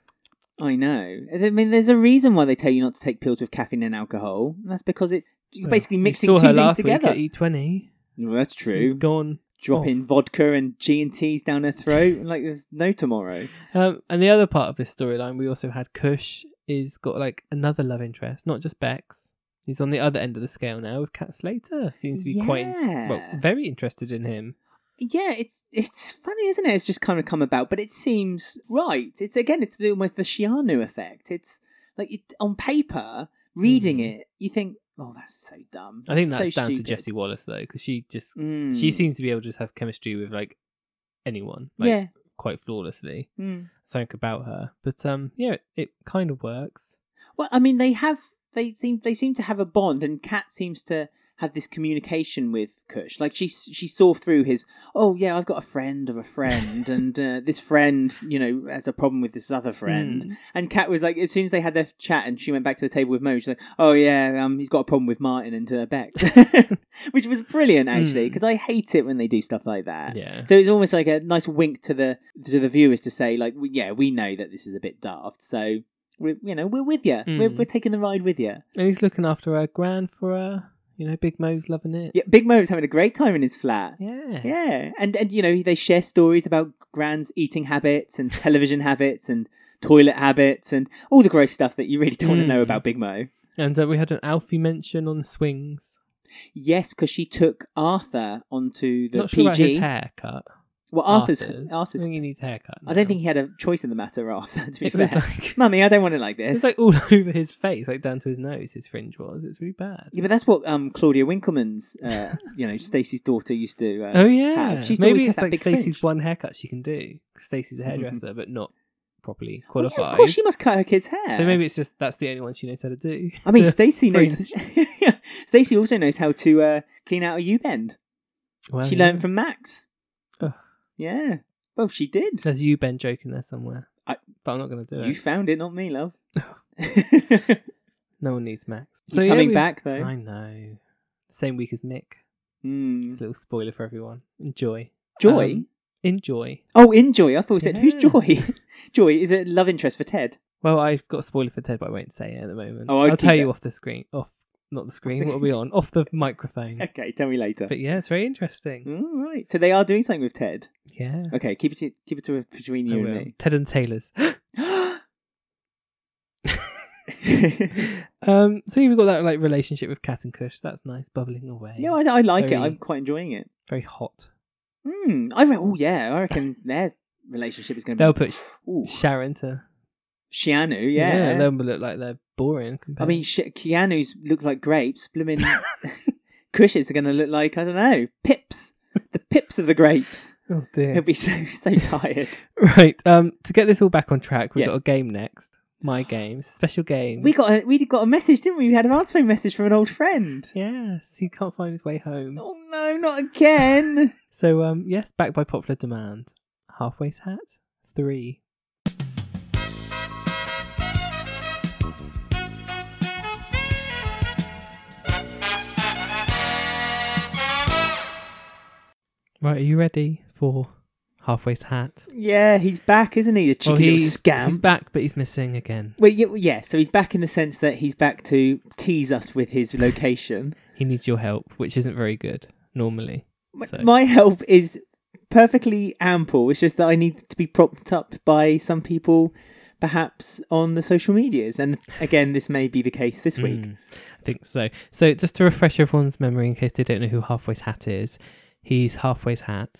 Speaker 2: I know. I mean, there's a reason why they tell you not to take pills with caffeine and alcohol. And that's because it you're
Speaker 1: Well,
Speaker 2: basically
Speaker 1: you
Speaker 2: mixing
Speaker 1: saw
Speaker 2: two
Speaker 1: her
Speaker 2: things
Speaker 1: last
Speaker 2: together.
Speaker 1: Week at E- E20.
Speaker 2: Well, that's true.
Speaker 1: Gone.
Speaker 2: dropping vodka and G and T's down her throat, and like there's no tomorrow.
Speaker 1: Um, and the other part of this storyline, we also had Kush is got like another love interest, not just Bex. He's on the other end of the scale now with Cat Slater. Seems to be quite well,
Speaker 2: Yeah.
Speaker 1: very interested in him.
Speaker 2: yeah, it's it's funny, isn't it? It's just kind of come about, but it seems right. It's again, it's the, almost the Shianu effect. It's like it, on paper, reading
Speaker 1: Mhm.
Speaker 2: it, you think, oh, that's so dumb.
Speaker 1: I think
Speaker 2: so
Speaker 1: that's down
Speaker 2: stupid."
Speaker 1: to Jessie Wallace though, because she just
Speaker 2: Mm.
Speaker 1: she seems to be able to just have chemistry with like anyone, like
Speaker 2: yeah.
Speaker 1: quite flawlessly.
Speaker 2: Mm.
Speaker 1: Something about her, but um, yeah, it, it kind of works.
Speaker 2: Well, I mean, they have they seem they seem to have a bond, and Kat seems to had this communication with Kush. Like she she saw through his oh yeah I've got a friend of a friend and uh, this friend you know has a problem with this other friend.
Speaker 1: Hmm.
Speaker 2: And Kat was like as soon as they had their chat and she went back to the table with Mo she's like oh yeah um he's got a problem with Martin and uh, Beck, which was brilliant actually
Speaker 1: Hmm.
Speaker 2: because I hate it when they do stuff like that.
Speaker 1: Yeah.
Speaker 2: So it's almost like a nice wink to the to the viewers to say, like, we- yeah, we know that this is a bit daft, so we're, you know, we're with you. We're,
Speaker 1: Mm.
Speaker 2: we're taking the ride with you.
Speaker 1: And he's looking after her grand for her. You know, Big Mo's loving it.
Speaker 2: Yeah, Big Mo's having a great time in his flat.
Speaker 1: Yeah.
Speaker 2: Yeah, and and you know they share stories about Gran's eating habits and television habits and toilet habits and all the gross stuff that you really don't want to
Speaker 1: Mm.
Speaker 2: know about Big Mo.
Speaker 1: And uh, we had an Alfie mention on the swings.
Speaker 2: Yes, because she took Arthur onto the
Speaker 1: Not sure about his
Speaker 2: PG.
Speaker 1: haircut.
Speaker 2: well, Arthur's
Speaker 1: Arthur's.
Speaker 2: Arthur's.
Speaker 1: I think he needs a haircut.
Speaker 2: I don't
Speaker 1: now.
Speaker 2: think he had a choice in the matter, Arthur. To be
Speaker 1: it was
Speaker 2: fair,
Speaker 1: like
Speaker 2: Mummy, I don't want it like this.
Speaker 1: It's like all over his face, like down to his nose. His fringe was. It's really bad.
Speaker 2: Yeah, but that's what um, Claudia Winkleman's, uh, you know, Stacy's daughter used to. Uh,
Speaker 1: Oh yeah,
Speaker 2: have. She's always
Speaker 1: maybe
Speaker 2: had
Speaker 1: it's
Speaker 2: that
Speaker 1: like
Speaker 2: big
Speaker 1: Stacey's
Speaker 2: fringe.
Speaker 1: one haircut she can do. Stacey's a hairdresser, but not properly
Speaker 2: Well, Oh, yeah,
Speaker 1: qualified.
Speaker 2: of course, she must cut her kids' hair.
Speaker 1: Oh, So maybe it's just that's the only one she knows how to do.
Speaker 2: I mean, Stacy knows.
Speaker 1: fringe.
Speaker 2: Stacy also knows how to uh, clean out a U bend.
Speaker 1: Well,
Speaker 2: she
Speaker 1: yeah.
Speaker 2: learned from Max.
Speaker 1: Ugh.
Speaker 2: Yeah. Well, she did.
Speaker 1: There's you Ben joke in there somewhere,
Speaker 2: I-
Speaker 1: but I'm not gonna do
Speaker 2: You
Speaker 1: it.
Speaker 2: found it, not me, love.
Speaker 1: No one needs Max.
Speaker 2: He's coming
Speaker 1: we-
Speaker 2: back though.
Speaker 1: I know. Same week as Mick.
Speaker 2: Mm.
Speaker 1: Little spoiler for everyone. Enjoy.
Speaker 2: Joy.
Speaker 1: Um, Enjoy.
Speaker 2: oh, in Joy. I thought we said who's
Speaker 1: Yeah.
Speaker 2: Joy? Joy is it love interest for Ted?
Speaker 1: Well, I've got a spoiler for Ted, but I won't say it at the moment.
Speaker 2: Oh, I'll
Speaker 1: I'll,
Speaker 2: keep
Speaker 1: tell you
Speaker 2: it.
Speaker 1: off the screen. Off, not the screen. What are we on? off the microphone.
Speaker 2: Okay, tell me later.
Speaker 1: Hmm. But yeah, it's very interesting.
Speaker 2: All right. So they are doing something with Ted.
Speaker 1: Yeah.
Speaker 2: Okay, keep it keep it to between
Speaker 1: I
Speaker 2: Uh, you and
Speaker 1: will.
Speaker 2: me.
Speaker 1: Ted and Taylor's.
Speaker 2: yeah,
Speaker 1: um, so yeah, we've got that like relationship with Cat and Kush. That's nice, bubbling away.
Speaker 2: I, I like it.
Speaker 1: Very-
Speaker 2: I'm quite enjoying it.
Speaker 1: very hot.
Speaker 2: Hmm. I re- oh yeah, I reckon their relationship is going
Speaker 1: They'll
Speaker 2: to
Speaker 1: put
Speaker 2: be. Ooh,
Speaker 1: Sharon to
Speaker 2: Shianu, yeah.
Speaker 1: They'll look like they're boring.
Speaker 2: I
Speaker 1: Compared.
Speaker 2: mean, Sh- Keanu's look like grapes. Blooming Cush's are going to look like I don't know pips. The pips of the grapes.
Speaker 1: oh
Speaker 2: He'll
Speaker 1: dear.
Speaker 2: be so so tired.
Speaker 1: Right. Um, to get this all back on track, we've
Speaker 2: Yes.
Speaker 1: got a game next. My games, special game.
Speaker 2: We got a, we got a message, didn't we? We had an answer phone message from an old friend.
Speaker 1: Yes, he can't find his way home.
Speaker 2: Oh no, not again.
Speaker 1: So um, yes, back by popular demand. Halfway's hat three. Right, are you ready for halfway's hat?
Speaker 2: yeah, he's back, isn't he? The cheeky little
Speaker 1: he's,
Speaker 2: scamp.
Speaker 1: he's back, but he's missing again.
Speaker 2: Well, yeah, well, yeah, so he's back in the sense that he's back to tease us with his location.
Speaker 1: He needs your help, which isn't very good normally.
Speaker 2: My-
Speaker 1: So-
Speaker 2: My help is perfectly ample. It's just that I need to be propped up by some people, perhaps on the social medias. And again, this may be the case this week.
Speaker 1: Mm, I think so. So just to refresh everyone's memory in case they don't know who Halfway's Hat is, he's Halfway's Hat.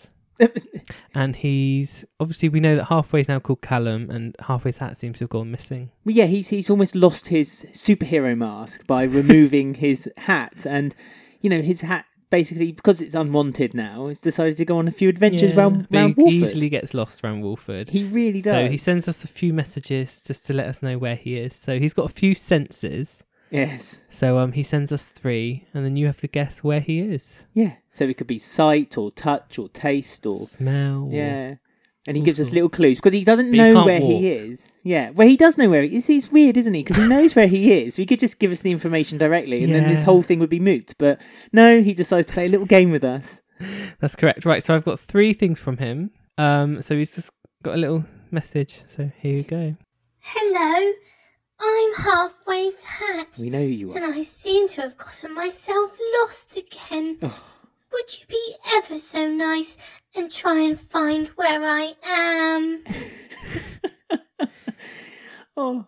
Speaker 1: and he's obviously we know that Halfway's now called Callum and Halfway's Hat seems to have gone missing.
Speaker 2: Well, yeah, he's he's almost lost his superhero mask by removing his hat, and you know his hat basically because it's unwanted now. He's decided to go on a few adventures round
Speaker 1: but
Speaker 2: round
Speaker 1: he
Speaker 2: Wolford.
Speaker 1: easily gets lost around Wolford.
Speaker 2: He really does.
Speaker 1: so he sends us a few messages just to let us know where he is. So he's got a few senses.
Speaker 2: Yes.
Speaker 1: So um he sends us three and then you have to guess where he is.
Speaker 2: Yeah. So it could be sight or touch or taste or
Speaker 1: Smell. or-
Speaker 2: yeah. And he
Speaker 1: all
Speaker 2: gives us
Speaker 1: sorts.
Speaker 2: little clues because he doesn't
Speaker 1: But he
Speaker 2: know
Speaker 1: can't
Speaker 2: where
Speaker 1: walk.
Speaker 2: he is. Yeah. Well, he does know where he is. He's weird, isn't he? Because he knows where he is. He could just give us the information directly, and then this
Speaker 1: Yeah.
Speaker 2: whole thing would be moot. But no, he decides to play a little game with us.
Speaker 1: That's correct. Right, so I've got three things from him. Um, so he's just got a little message. So here you go.
Speaker 3: Hello, I'm Halfway's Hat,
Speaker 2: We know who you
Speaker 3: and
Speaker 2: are.
Speaker 3: I seem to have gotten myself lost again. Would you be ever so nice and try and find where I am?
Speaker 2: Oh.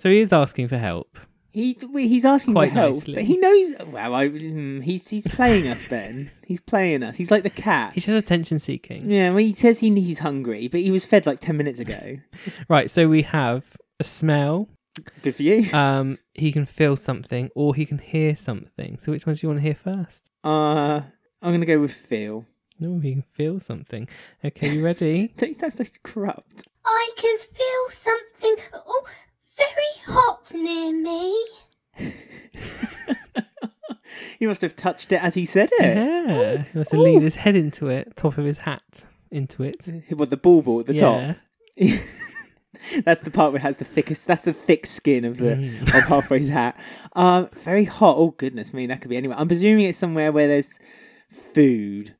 Speaker 1: So he is asking for help.
Speaker 2: He he's asking
Speaker 1: Quite
Speaker 2: for help,
Speaker 1: nicely.
Speaker 2: but he knows. Well, I, mm, he's he's playing us, Ben. he's playing us. He's like the cat.
Speaker 1: He's just attention seeking.
Speaker 2: Yeah, well, he says he he's hungry, but he was fed like ten minutes ago.
Speaker 1: Right, so we have a smell.
Speaker 2: Good for you.
Speaker 1: Um, he can feel something or he can hear something. So which one do you want to hear first?
Speaker 2: Uh, I'm gonna go with Phil.
Speaker 1: No, he can feel something. Okay, you ready?
Speaker 2: Don't sound so corrupt.
Speaker 3: I can feel something oh, very hot near me.
Speaker 2: He must have touched it as he said it. Oh,
Speaker 1: Yeah, he must have
Speaker 2: Ooh.
Speaker 1: leaned his head into it, top of his hat into it.
Speaker 2: With the bauble at the
Speaker 1: Mm-hmm. yeah.
Speaker 2: top. that's the part where it has the thickest. That's the thick skin of the
Speaker 1: Mm.
Speaker 2: of Halfway's hat. Um, very hot. Oh goodness me, that could be anywhere. I'm presuming it's somewhere where there's food.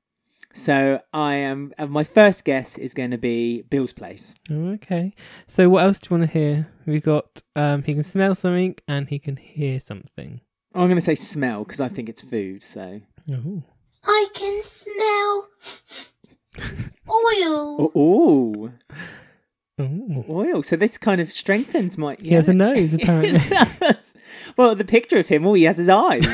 Speaker 2: So I am. And my first guess is going to be Bill's place.
Speaker 1: Oh, Okay. So what else do you want to hear? We've got um, he can smell something and he can hear something.
Speaker 2: I'm going to say smell because I think it's food. So
Speaker 1: Oh.
Speaker 3: I can smell oil.
Speaker 2: oh, ooh,
Speaker 1: Ooh.
Speaker 2: oil. So this kind of strengthens my.
Speaker 1: Oh. He has a nose apparently.
Speaker 2: well, the picture of him, all he has is eyes.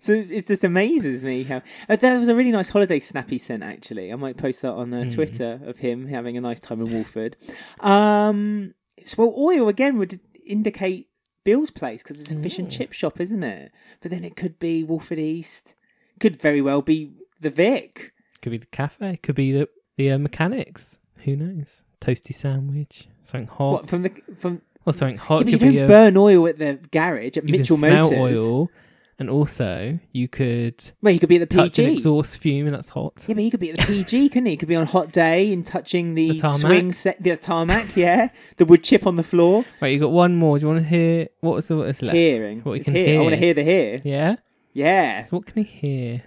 Speaker 2: so it it just amazes me how. Uh, there was a really nice holiday snap he sent, actually. I might post that on uh,
Speaker 1: Hmm.
Speaker 2: Twitter of him having a nice time in Walford. Um, so, well, oil again would indicate Bill's place because it's a fish and
Speaker 1: Ooh.
Speaker 2: chip shop, isn't it? But then it could be Walford East. Could very well be the Vic.
Speaker 1: could be the cafe. Could be the the uh, mechanics. Who knows? Toasty sandwich. Something hot.
Speaker 2: What from the from?
Speaker 1: Or something
Speaker 2: Yeah,
Speaker 1: hot.
Speaker 2: but you
Speaker 1: could
Speaker 2: don't
Speaker 1: be a,
Speaker 2: burn oil at the garage at
Speaker 1: you
Speaker 2: Mitchell
Speaker 1: can smell
Speaker 2: Motors.
Speaker 1: oil. And also, you could
Speaker 2: Well, you could be at the
Speaker 1: touch an
Speaker 2: PG.
Speaker 1: exhaust fume, and that's hot.
Speaker 2: Yeah, but he could be at the PG, couldn't he? He could be on a hot day and touching the,
Speaker 1: The tarmac.
Speaker 2: swing set, the tarmac, yeah, the wood chip on the floor,
Speaker 1: Right, you got one more. Do you want to hear what was the what is left?
Speaker 2: hearing.
Speaker 1: What we
Speaker 2: It's
Speaker 1: can
Speaker 2: here. I want to
Speaker 1: hear.
Speaker 2: hear the here.
Speaker 1: Yeah.
Speaker 2: Yeah.
Speaker 1: So what can he hear?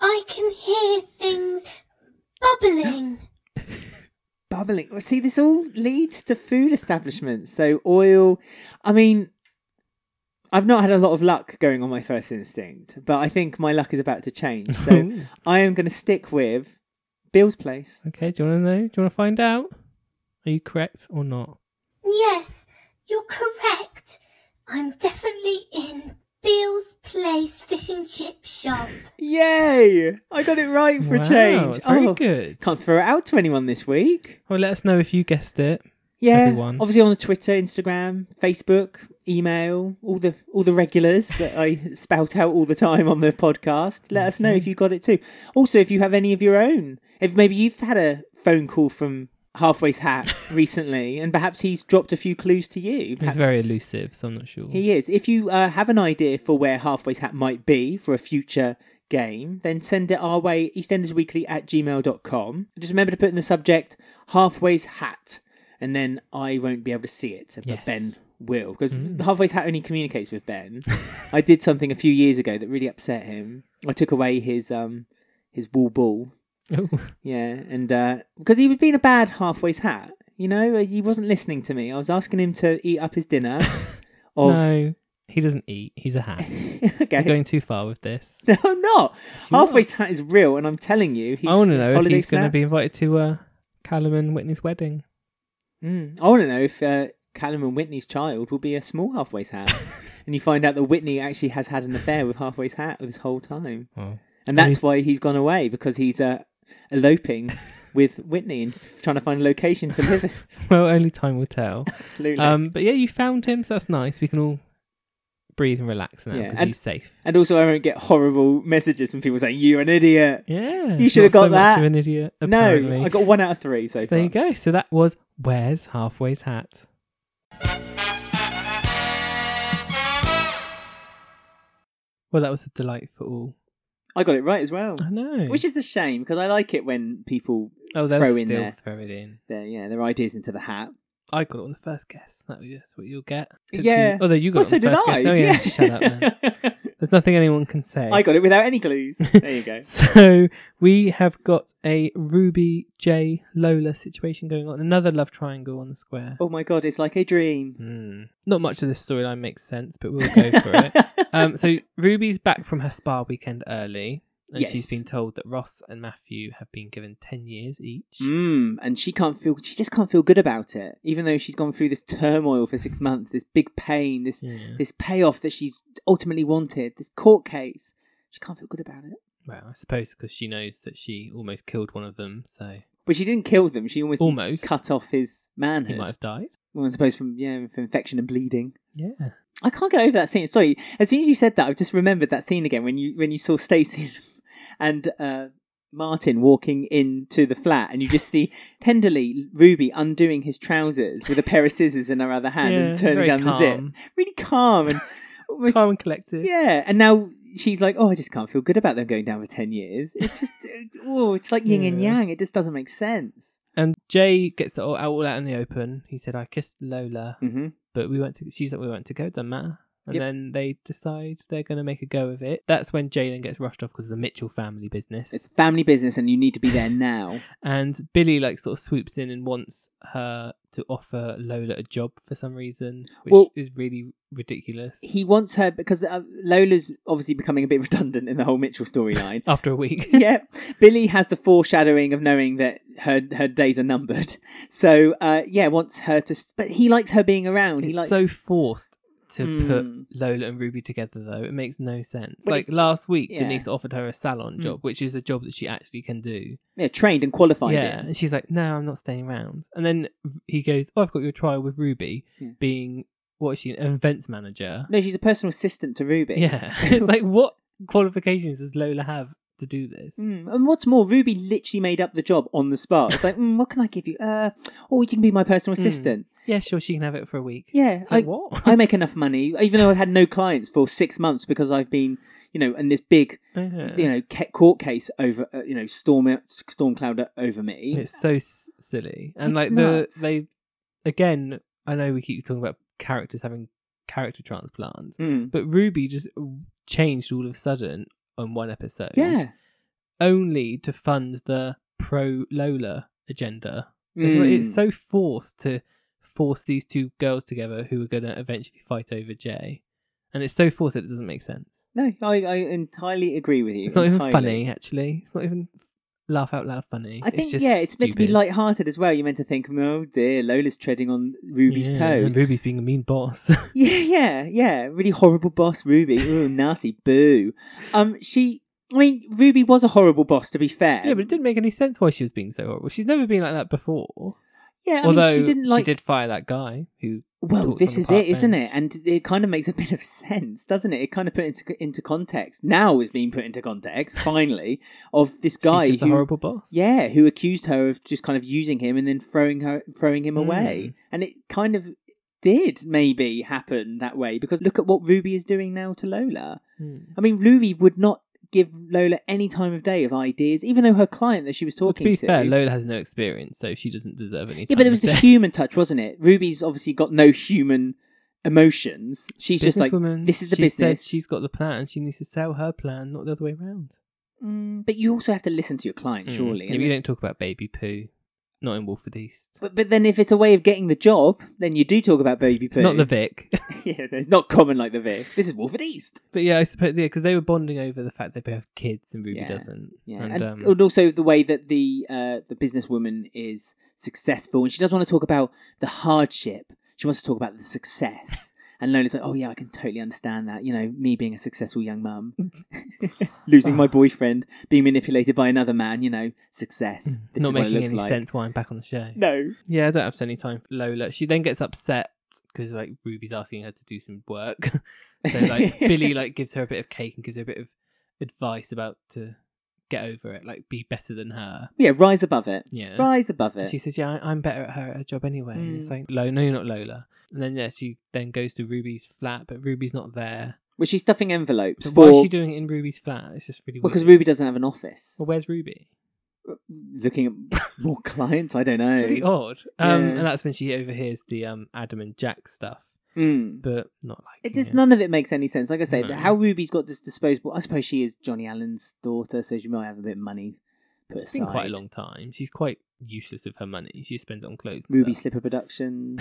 Speaker 3: I can hear things bubbling.
Speaker 2: Bubbling. Well, see, this all leads to food establishments. So oil. I mean, I've not had a lot of luck going on my first instinct, but I think my luck is about to change. So
Speaker 1: Ooh.
Speaker 2: I am going to stick with Bill's place.
Speaker 1: okay. Do you want to know? Do you want to find out? Are you correct or not?
Speaker 3: Yes, you're correct. I'm definitely in Bill's Place Fish and Chip Shop.
Speaker 2: Yay! I got it right for
Speaker 1: wow,
Speaker 2: a change.
Speaker 1: That's very
Speaker 2: Oh,
Speaker 1: good.
Speaker 2: Can't throw it out to anyone this week.
Speaker 1: Well, let us know if you guessed it.
Speaker 2: Yeah,
Speaker 1: everyone.
Speaker 2: obviously on the Twitter, Instagram, Facebook, email, all the all the regulars that I spout out all the time on the podcast. Let us know
Speaker 1: Mm-hmm.
Speaker 2: if you got it too. Also, if you have any of your own, if maybe you've had a phone call from Halfway's Hat recently, and perhaps he's dropped a few clues to you.
Speaker 1: He's
Speaker 2: Perhaps
Speaker 1: very elusive, so I'm not sure.
Speaker 2: he is. If you uh, have an idea for where Halfway's Hat might be for a future game, then send it our way, eastendersweekly at gmail.com. Just remember to put in the subject Halfway's Hat, and then I won't be able to see it, but
Speaker 1: Yes.
Speaker 2: Ben will. Because
Speaker 1: Mm.
Speaker 2: Halfway's Hat only communicates with Ben. I did something a few years ago that really upset him. I took away his um his wool ball
Speaker 1: Oh,
Speaker 2: yeah, and uh, because he was being a bad halfway's hat, you know, he wasn't listening to me. I was asking him to eat up his dinner. Of
Speaker 1: no, he doesn't eat. He's a hat. You're
Speaker 2: okay,
Speaker 1: going too far with this.
Speaker 2: no, I'm not.
Speaker 1: Yes, you
Speaker 2: Halfway's hat is real, and I'm telling you, he's
Speaker 1: are. I want to know if
Speaker 2: holiday
Speaker 1: he's going to
Speaker 2: snack.
Speaker 1: be invited to uh, Callum and Whitney's wedding.
Speaker 2: Mm, I want to know if uh, Callum and Whitney's child will be a small halfway's hat, and you find out that Whitney actually has had an affair with halfway's hat this whole time,
Speaker 1: Oh.
Speaker 2: and
Speaker 1: And
Speaker 2: that's
Speaker 1: he's-
Speaker 2: why he's gone away because he's uh, eloping with Whitney and trying to find a location to live in.
Speaker 1: Well, only time will tell.
Speaker 2: Absolutely.
Speaker 1: Um, but yeah, you found him, so that's nice. We can all breathe and relax now
Speaker 2: Yeah,
Speaker 1: because
Speaker 2: and-
Speaker 1: he's safe.
Speaker 2: And also, I won't get horrible messages from people saying you're an idiot.
Speaker 1: Yeah,
Speaker 2: You should have
Speaker 1: not
Speaker 2: got
Speaker 1: so much
Speaker 2: that.
Speaker 1: of an idiot, apparently.
Speaker 2: No, I got one out of three so far.
Speaker 1: There you go. So that was Where's Halfway's Hat? Well, that was a delight for all.
Speaker 2: I got it right as well,
Speaker 1: I know.
Speaker 2: which is a shame because I like it when people
Speaker 1: oh, they'll
Speaker 2: throw
Speaker 1: still
Speaker 2: in there.
Speaker 1: throw it in.
Speaker 2: their yeah their ideas into the hat.
Speaker 1: I got it on the first guess. That was that's what you'll get. Took
Speaker 2: Yeah.
Speaker 1: You, although you got
Speaker 2: well,
Speaker 1: it
Speaker 2: so
Speaker 1: on the
Speaker 2: did
Speaker 1: first
Speaker 2: I.
Speaker 1: guess. Oh, yeah. Shut up, man. There's nothing anyone can say.
Speaker 2: I got it without any clues. There you go.
Speaker 1: So we have got a Ruby J Lola situation going on. Another love triangle on the square.
Speaker 2: Oh my god, it's like a dream.
Speaker 1: Hmm. Not much of this storyline makes sense, but we'll go for it. Um, so Ruby's back from her spa weekend early, and
Speaker 2: Yes.
Speaker 1: she's been told that Ross and Matthew have been given ten years each.
Speaker 2: Mm, and she can't feel. She just can't feel good about it, even though she's gone through this turmoil for six months, this big pain, this
Speaker 1: Yeah.
Speaker 2: this payoff that she's ultimately wanted, this court case. She can't feel good about it.
Speaker 1: Well, I suppose because she knows that she almost killed one of them, so
Speaker 2: But she didn't kill them. She almost,
Speaker 1: Almost.
Speaker 2: cut off his
Speaker 1: he might
Speaker 2: manhood.
Speaker 1: have died.
Speaker 2: Well, I suppose from yeah, from infection and bleeding.
Speaker 1: Yeah.
Speaker 2: I can't get over that scene. Sorry, as soon as you said that, I've just remembered that scene again when you when you saw Stacey and uh, Martin walking into the flat, and you just see tenderly Ruby undoing his trousers with a pair of scissors in her other hand
Speaker 1: yeah
Speaker 2: and turning
Speaker 1: very
Speaker 2: down the
Speaker 1: calm.
Speaker 2: zip. Really calm and. Almost-
Speaker 1: Calm and collected.
Speaker 2: yeah, and now she's like, oh, I just can't feel good about them going down for ten years. It's just, oh, it's like yin and
Speaker 1: Yeah.
Speaker 2: yang. It just doesn't make sense.
Speaker 1: And Jay gets it all out, all out in the open. He said, "I kissed Lola,
Speaker 2: Mm-hmm.
Speaker 1: but we went to." She's like, "We went to go. Doesn't matter." And
Speaker 2: Yep.
Speaker 1: then they decide they're going to make a go of it. That's when Jay then gets rushed off because of the Mitchell family business.
Speaker 2: It's family business, and you need to be there now.
Speaker 1: And Billy like sort of swoops in and wants her to offer Lola a job for some reason, which
Speaker 2: Well-
Speaker 1: is really ridiculous.
Speaker 2: he wants her because uh, Lola's obviously becoming a bit redundant in the whole Mitchell storyline.
Speaker 1: After a week,
Speaker 2: yeah, Billy has the foreshadowing of knowing that her her days are numbered. So uh, yeah, wants her to, s- but he likes her being around. he
Speaker 1: it's
Speaker 2: likes
Speaker 1: so forced to put
Speaker 2: Hmm.
Speaker 1: Lola and Ruby together though. It makes no sense.
Speaker 2: Well,
Speaker 1: like
Speaker 2: it-
Speaker 1: last week,
Speaker 2: yeah.
Speaker 1: Denise offered her a salon
Speaker 2: Hmm.
Speaker 1: job, which is a job that she actually can do.
Speaker 2: yeah, trained and qualified.
Speaker 1: yeah,
Speaker 2: in.
Speaker 1: and she's like, "No, I'm not staying around." And then he goes, "Oh, I've got your trial with Ruby,
Speaker 2: Yeah.
Speaker 1: being what is she an events manager."
Speaker 2: No, she's a personal assistant to Ruby.
Speaker 1: Yeah, it's like what qualifications does Lola have to do this?
Speaker 2: Mm, And what's more, Ruby literally made up the job on the spot. It's like, mm, what can I give you? Uh, oh, you can be my personal
Speaker 1: Mm.
Speaker 2: assistant.
Speaker 1: Yeah, sure, she can have it for a week.
Speaker 2: Yeah,
Speaker 1: It's
Speaker 2: I,
Speaker 1: like, what?
Speaker 2: I make enough money, even though I've had no clients for six months because I've been, you know, in this big
Speaker 1: Yeah.
Speaker 2: you know ca- court case over uh, you know storm stormcloud over me
Speaker 1: It's so s- silly, and
Speaker 2: It's
Speaker 1: like
Speaker 2: nuts.
Speaker 1: the they again. I know we keep talking about characters having character transplants,
Speaker 2: Mm.
Speaker 1: but Ruby just changed all of a sudden on one episode.
Speaker 2: yeah
Speaker 1: only to fund the pro Lola agenda. It's, like-
Speaker 2: Mm.
Speaker 1: it's so forced to force these two girls together who are going to eventually fight over Jay, and it's so forced that it doesn't make sense.
Speaker 2: no I, I entirely agree with you
Speaker 1: It's not even
Speaker 2: entirely.
Speaker 1: funny, actually. It's not even laugh out loud funny.
Speaker 2: I think
Speaker 1: just
Speaker 2: yeah, it's meant to be
Speaker 1: stupid.
Speaker 2: light-hearted as well. You're meant to think, oh dear, Lola's treading on Ruby's
Speaker 1: yeah,
Speaker 2: toes.
Speaker 1: And Ruby's being a mean boss.
Speaker 2: Yeah, yeah, yeah. Really horrible boss, Ruby. Ooh, nasty. Boo. Um, she. I mean, Ruby was a horrible boss, to be fair.
Speaker 1: yeah, but it didn't make any sense why she was being so horrible. She's never been like that before.
Speaker 2: Yeah, I
Speaker 1: Although
Speaker 2: mean, she didn't like.
Speaker 1: did fire that guy who.
Speaker 2: Well,
Speaker 1: talked
Speaker 2: this
Speaker 1: on the
Speaker 2: is
Speaker 1: park
Speaker 2: it, isn't
Speaker 1: bench.
Speaker 2: it? And it kind of makes a bit of sense, doesn't it? It kind of put into into context. Now is being put into context finally of this guy
Speaker 1: She's just
Speaker 2: who,
Speaker 1: a horrible boss.
Speaker 2: yeah, who accused her of just kind of using him and then throwing her throwing him
Speaker 1: Mm.
Speaker 2: away. And it kind of did maybe happen that way because look at what Ruby is doing now to Lola.
Speaker 1: Hmm.
Speaker 2: I mean, Ruby would not give Lola any time of day of ideas, even though her client that she was
Speaker 1: Well,
Speaker 2: talking
Speaker 1: to be
Speaker 2: to.
Speaker 1: fair, Lola has no experience, so she doesn't deserve any.
Speaker 2: yeah,
Speaker 1: time
Speaker 2: but it was
Speaker 1: of
Speaker 2: the
Speaker 1: day.
Speaker 2: human touch, wasn't it? Ruby's obviously got no human emotions. She's just like,
Speaker 1: Businesswoman,
Speaker 2: this is the
Speaker 1: she
Speaker 2: business.
Speaker 1: Said she's got the plan. She needs to sell her plan, not the other way around. Hmm.
Speaker 2: mm, but you also have to listen to your client, surely.
Speaker 1: Yeah, but
Speaker 2: and
Speaker 1: you don't talk about baby poo, not in Wolford East.
Speaker 2: But, but then if it's a way of getting the job, then you do talk about baby
Speaker 1: It's
Speaker 2: poo.
Speaker 1: not the Vic,
Speaker 2: yeah, it's not common like the Vic. This is Wolford East.
Speaker 1: but yeah, I suppose yeah, because they were bonding over the fact they both have kids and Ruby
Speaker 2: Yeah,
Speaker 1: doesn't.
Speaker 2: Yeah,
Speaker 1: and,
Speaker 2: and,
Speaker 1: um,
Speaker 2: and also the way that the uh, the businesswoman is successful, and she doesn't want to talk about the hardship. She wants to talk about the success. And Lola's like, "Oh yeah, I can totally understand that. You know, me being a successful young mum,
Speaker 1: Mm.
Speaker 2: losing my boyfriend, being manipulated by another man. You know, success. This is
Speaker 1: Mm. not
Speaker 2: what it
Speaker 1: making
Speaker 2: looks
Speaker 1: any
Speaker 2: like.
Speaker 1: sense why I'm back on the show.
Speaker 2: No.
Speaker 1: Yeah, I don't have any time for Lola. She then gets upset because like Ruby's asking her to do some work. so like Billy like gives her a bit of cake and gives her a bit of advice about to get over it, like be better than her.
Speaker 2: Yeah, rise above it.
Speaker 1: Yeah.
Speaker 2: Rise above
Speaker 1: And
Speaker 2: it.
Speaker 1: She says, "Yeah, I- I'm better at her at her job anyway." And
Speaker 2: Mm.
Speaker 1: It's like, "Lo, no, you're not Lola." And then yeah, she then goes to Ruby's flat, but Ruby's not there.
Speaker 2: Well, she's stuffing envelopes
Speaker 1: So
Speaker 2: for
Speaker 1: why is she doing it in Ruby's flat? It's just really
Speaker 2: well, because
Speaker 1: weird.
Speaker 2: Ruby doesn't have an office.
Speaker 1: Well, where's Ruby?
Speaker 2: Looking at more clients, I don't
Speaker 1: It's
Speaker 2: know.
Speaker 1: really odd. Um,
Speaker 2: Yeah.
Speaker 1: and that's when she overhears the um Adam and Jack stuff,
Speaker 2: Mm.
Speaker 1: but not like
Speaker 2: It just none of it makes any sense. Like I said,
Speaker 1: No.
Speaker 2: how Ruby's got this disposable. I suppose she is Johnny Allen's daughter, so she might have a bit of money put
Speaker 1: It's
Speaker 2: aside.
Speaker 1: been quite a long time. She's quite useless with her money. She spends it on clothes. and
Speaker 2: Ruby
Speaker 1: stuff.
Speaker 2: Slipper Productions.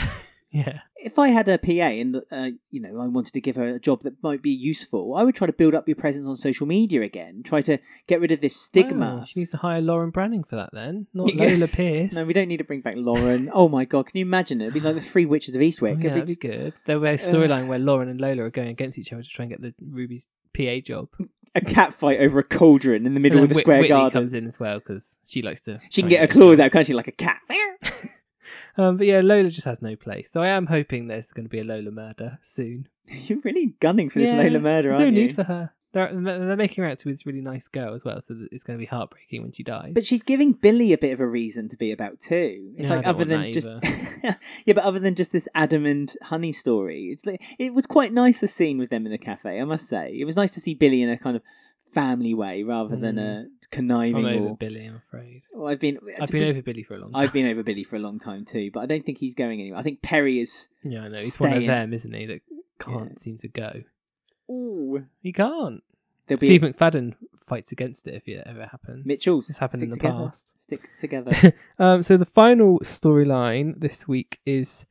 Speaker 1: Yeah.
Speaker 2: if I had a PA and uh, you know I wanted to give her a job that might be useful, I would try to build up your presence on social media again. Try to get rid of this
Speaker 1: Wow,
Speaker 2: stigma.
Speaker 1: she needs to hire Lauren Branning for that then, not
Speaker 2: Yeah.
Speaker 1: Lola Pierce.
Speaker 2: No, we don't need to bring back Lauren. oh my god, can you imagine it? It'd be like the Three Witches of Eastwick.
Speaker 1: Oh,
Speaker 2: It'd
Speaker 1: yeah,
Speaker 2: be
Speaker 1: that'd be
Speaker 2: just-
Speaker 1: good. There
Speaker 2: Uh.
Speaker 1: was a storyline where Lauren and Lola are going against each other to try and get the Ruby's PA job.
Speaker 2: a cat fight over a cauldron in the
Speaker 1: And
Speaker 2: middle
Speaker 1: then
Speaker 2: of the
Speaker 1: Whit-
Speaker 2: square
Speaker 1: Whitney
Speaker 2: garden.
Speaker 1: comes in Oh, as well because she likes to.
Speaker 2: She
Speaker 1: try
Speaker 2: can get her
Speaker 1: and
Speaker 2: claws out, can't she? Like a cat.
Speaker 1: Um, but yeah, Lola just has no place. So I am hoping there's going to be a Lola murder soon.
Speaker 2: You're really gunning for this
Speaker 1: Yeah,
Speaker 2: Lola murder,
Speaker 1: There's
Speaker 2: aren't
Speaker 1: no
Speaker 2: you?
Speaker 1: need for her. They're they're making her out to be this really nice girl as well, so that it's going to be heartbreaking when she dies.
Speaker 2: But she's giving Billy a bit of a reason to be about too. It's
Speaker 1: Yeah, I
Speaker 2: like
Speaker 1: don't
Speaker 2: other
Speaker 1: want
Speaker 2: than
Speaker 1: that
Speaker 2: just yeah, but other than just this Adam and Honey story, it's like it was quite nice the scene with them in the cafe. I must say, it was nice to see Billy in a kind of family way rather than a
Speaker 1: I'm
Speaker 2: conniving.
Speaker 1: over
Speaker 2: Or,
Speaker 1: Billy, Mm. I'm afraid.
Speaker 2: Well, I've been uh,
Speaker 1: I've been over Billy for a long time.
Speaker 2: I've been over Billy for a long time too, but I don't think he's going anywhere. I think Perry is.
Speaker 1: Yeah, I know. He's one of
Speaker 2: staying.
Speaker 1: them, isn't he? That can't seem to go.
Speaker 2: Ooh,
Speaker 1: He can't.
Speaker 2: there'll be
Speaker 1: Steve McFadden fights against it if it ever happens.
Speaker 2: Mitchell's.
Speaker 1: It's happened in
Speaker 2: Stick
Speaker 1: the
Speaker 2: together.
Speaker 1: past.
Speaker 2: Stick together.
Speaker 1: Um, so the final storyline this week is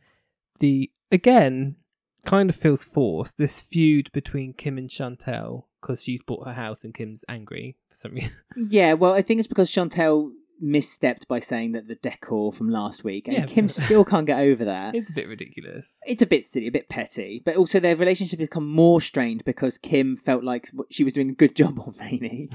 Speaker 1: the again kind of feels forced. This feud between Kim and Chantel because she's bought her house and Kim's angry for some reason.
Speaker 2: Yeah, well, I think it's because Chantel misstepped by saying that the decor from last week, and
Speaker 1: Yeah,
Speaker 2: Kim
Speaker 1: but-
Speaker 2: still can't get over that.
Speaker 1: it's a bit ridiculous.
Speaker 2: It's a bit silly, a bit petty, but also their relationship has become more strained because Kim felt like she was doing a good job on Rainey.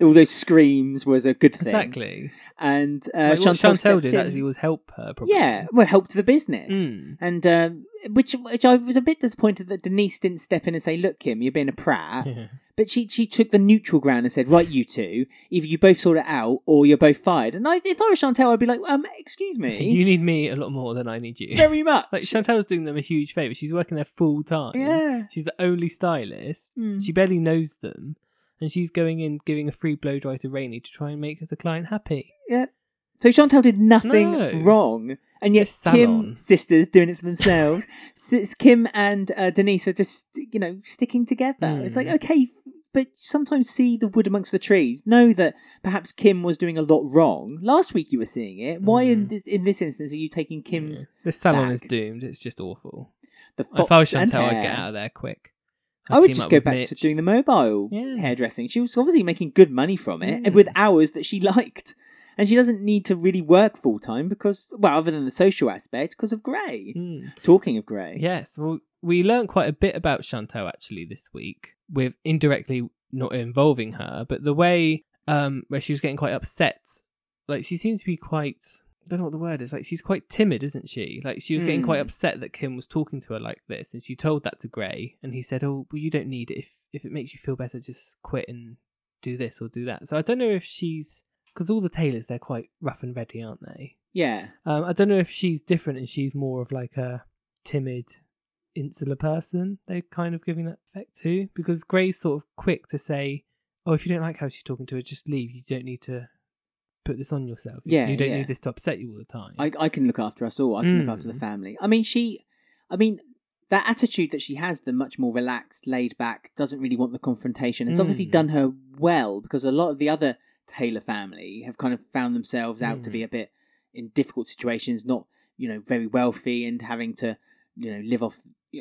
Speaker 2: All those screams was a good thing,
Speaker 1: Exactly.
Speaker 2: and uh,
Speaker 1: like, what
Speaker 2: Chantel,
Speaker 1: Chantel
Speaker 2: stepped
Speaker 1: did
Speaker 2: in.
Speaker 1: actually was help her. Probably.
Speaker 2: yeah, well, helped the business.
Speaker 1: Mm.
Speaker 2: And um, which, which I was a bit disappointed that Denise didn't step in and say, "Look, Kim, you're being a prat."
Speaker 1: Yeah.
Speaker 2: But she she took the neutral ground and said, "Right, you two, either you both sort it out or you're both fired." And I, if I was Chantel, I'd be like, "Um, excuse me,
Speaker 1: You need me a lot more than I need you.
Speaker 2: very much."
Speaker 1: Like Chantel's doing them a huge favour. She's working there full time.
Speaker 2: yeah,
Speaker 1: She's the only stylist.
Speaker 2: Mm.
Speaker 1: She barely knows them. And she's going in giving a free blow dry to Rainey to try and make the client happy.
Speaker 2: yeah. So Chantel did nothing
Speaker 1: No.
Speaker 2: wrong, and yet
Speaker 1: Just
Speaker 2: Kim
Speaker 1: salon.
Speaker 2: sisters doing it for themselves. S- Kim and uh, Denise are just you know sticking together. It's like
Speaker 1: Mm.
Speaker 2: okay, but sometimes see the wood amongst the trees. Know that perhaps Kim was doing a lot wrong last week. You were seeing it. Why in
Speaker 1: Mm.
Speaker 2: this in this instance are you taking Kim's
Speaker 1: Yeah. This salon is
Speaker 2: bag.
Speaker 1: doomed. It's just awful.
Speaker 2: the fox
Speaker 1: if I was
Speaker 2: and
Speaker 1: Chantel, I'd
Speaker 2: hare?
Speaker 1: get out of there quick. I'd
Speaker 2: I would
Speaker 1: team
Speaker 2: just
Speaker 1: up
Speaker 2: go
Speaker 1: with
Speaker 2: back
Speaker 1: Mitch.
Speaker 2: to doing the mobile
Speaker 1: Yeah.
Speaker 2: hairdressing. She was obviously making good money from it and
Speaker 1: Mm.
Speaker 2: with hours that she liked. And she doesn't need to really work full time because, well, other than the social aspect, because of Grey.
Speaker 1: Mm.
Speaker 2: Talking of Grey.
Speaker 1: Yes, well, we learned quite a bit about Chantel actually this week, with indirectly not involving her, but the way um where she was getting quite upset, like she seems to be quite. I don't know what the word is. Like she's quite timid, isn't she? Like she was getting quite
Speaker 2: Mm.
Speaker 1: upset that Kim was talking to her like this, and she told that to Gray, and he said, "Oh, well, you don't need it. If if it makes you feel better, just quit and do this or do that." So I don't know if she's because all the tailors they're quite rough and ready, aren't they?
Speaker 2: Yeah.
Speaker 1: Um, I don't know if she's different and she's more of like a timid, insular person. They're kind of giving that effect too, because Gray's sort of quick to say, "Oh, if you don't like how she's talking to her, just leave. You don't need to put this on yourself. You-
Speaker 2: Yeah,
Speaker 1: you don't
Speaker 2: yeah.
Speaker 1: need this to upset you all the time."
Speaker 2: I, I can look after us all. I can look after the
Speaker 1: Mm.
Speaker 2: family. I mean, she, I mean, that attitude that she has, the much more relaxed, laid back, doesn't really want the confrontation. It's obviously
Speaker 1: Mm.
Speaker 2: done her well because a lot of the other Taylor family have kind of found themselves out to
Speaker 1: Mm.
Speaker 2: be a bit in difficult situations, not you know very wealthy and having to you know live off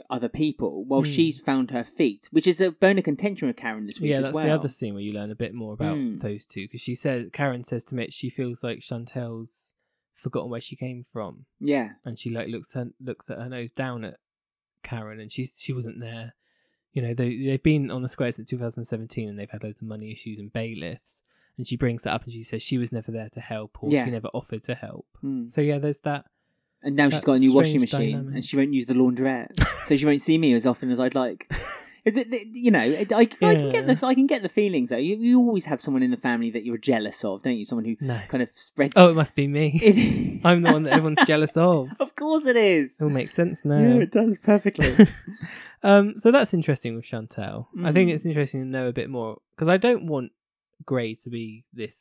Speaker 2: other people. While
Speaker 1: Mm.
Speaker 2: she's found her feet, which is a bone of contention with Karen this week
Speaker 1: yeah,
Speaker 2: as
Speaker 1: that's
Speaker 2: well.
Speaker 1: the other scene where you learn a bit more about
Speaker 2: Mm.
Speaker 1: those two, because she says Karen says to Mitch she feels like Chantel's forgotten where she came from,
Speaker 2: Yeah,
Speaker 1: and she like looks her, looks at her nose down at Karen, and she's she wasn't there. You know, they they've been on the square since 2017, and they've had loads of money issues and bailiffs. And she brings that up, and she says she was never there to help, or
Speaker 2: Yeah.
Speaker 1: she never offered to help.
Speaker 2: Hmm.
Speaker 1: So yeah, there's that.
Speaker 2: and now she's
Speaker 1: That
Speaker 2: got a new washing
Speaker 1: strange
Speaker 2: machine
Speaker 1: dynamic.
Speaker 2: and she won't use the laundrette so she won't see me as often as i'd like Is it- it- you know it- I, I can get
Speaker 1: Yeah.
Speaker 2: the i can get the feelings though you, you always have someone in the family that you're jealous of don't you someone who
Speaker 1: No.
Speaker 2: kind of spreads
Speaker 1: Oh, it must be me. I'm the one that everyone's jealous of.
Speaker 2: of course it is
Speaker 1: It all makes sense
Speaker 2: yeah
Speaker 1: now.
Speaker 2: it does perfectly
Speaker 1: um, so that's interesting with Chantel. I think
Speaker 2: Mm.
Speaker 1: it's interesting to know a bit more because I don't want Gray to be this.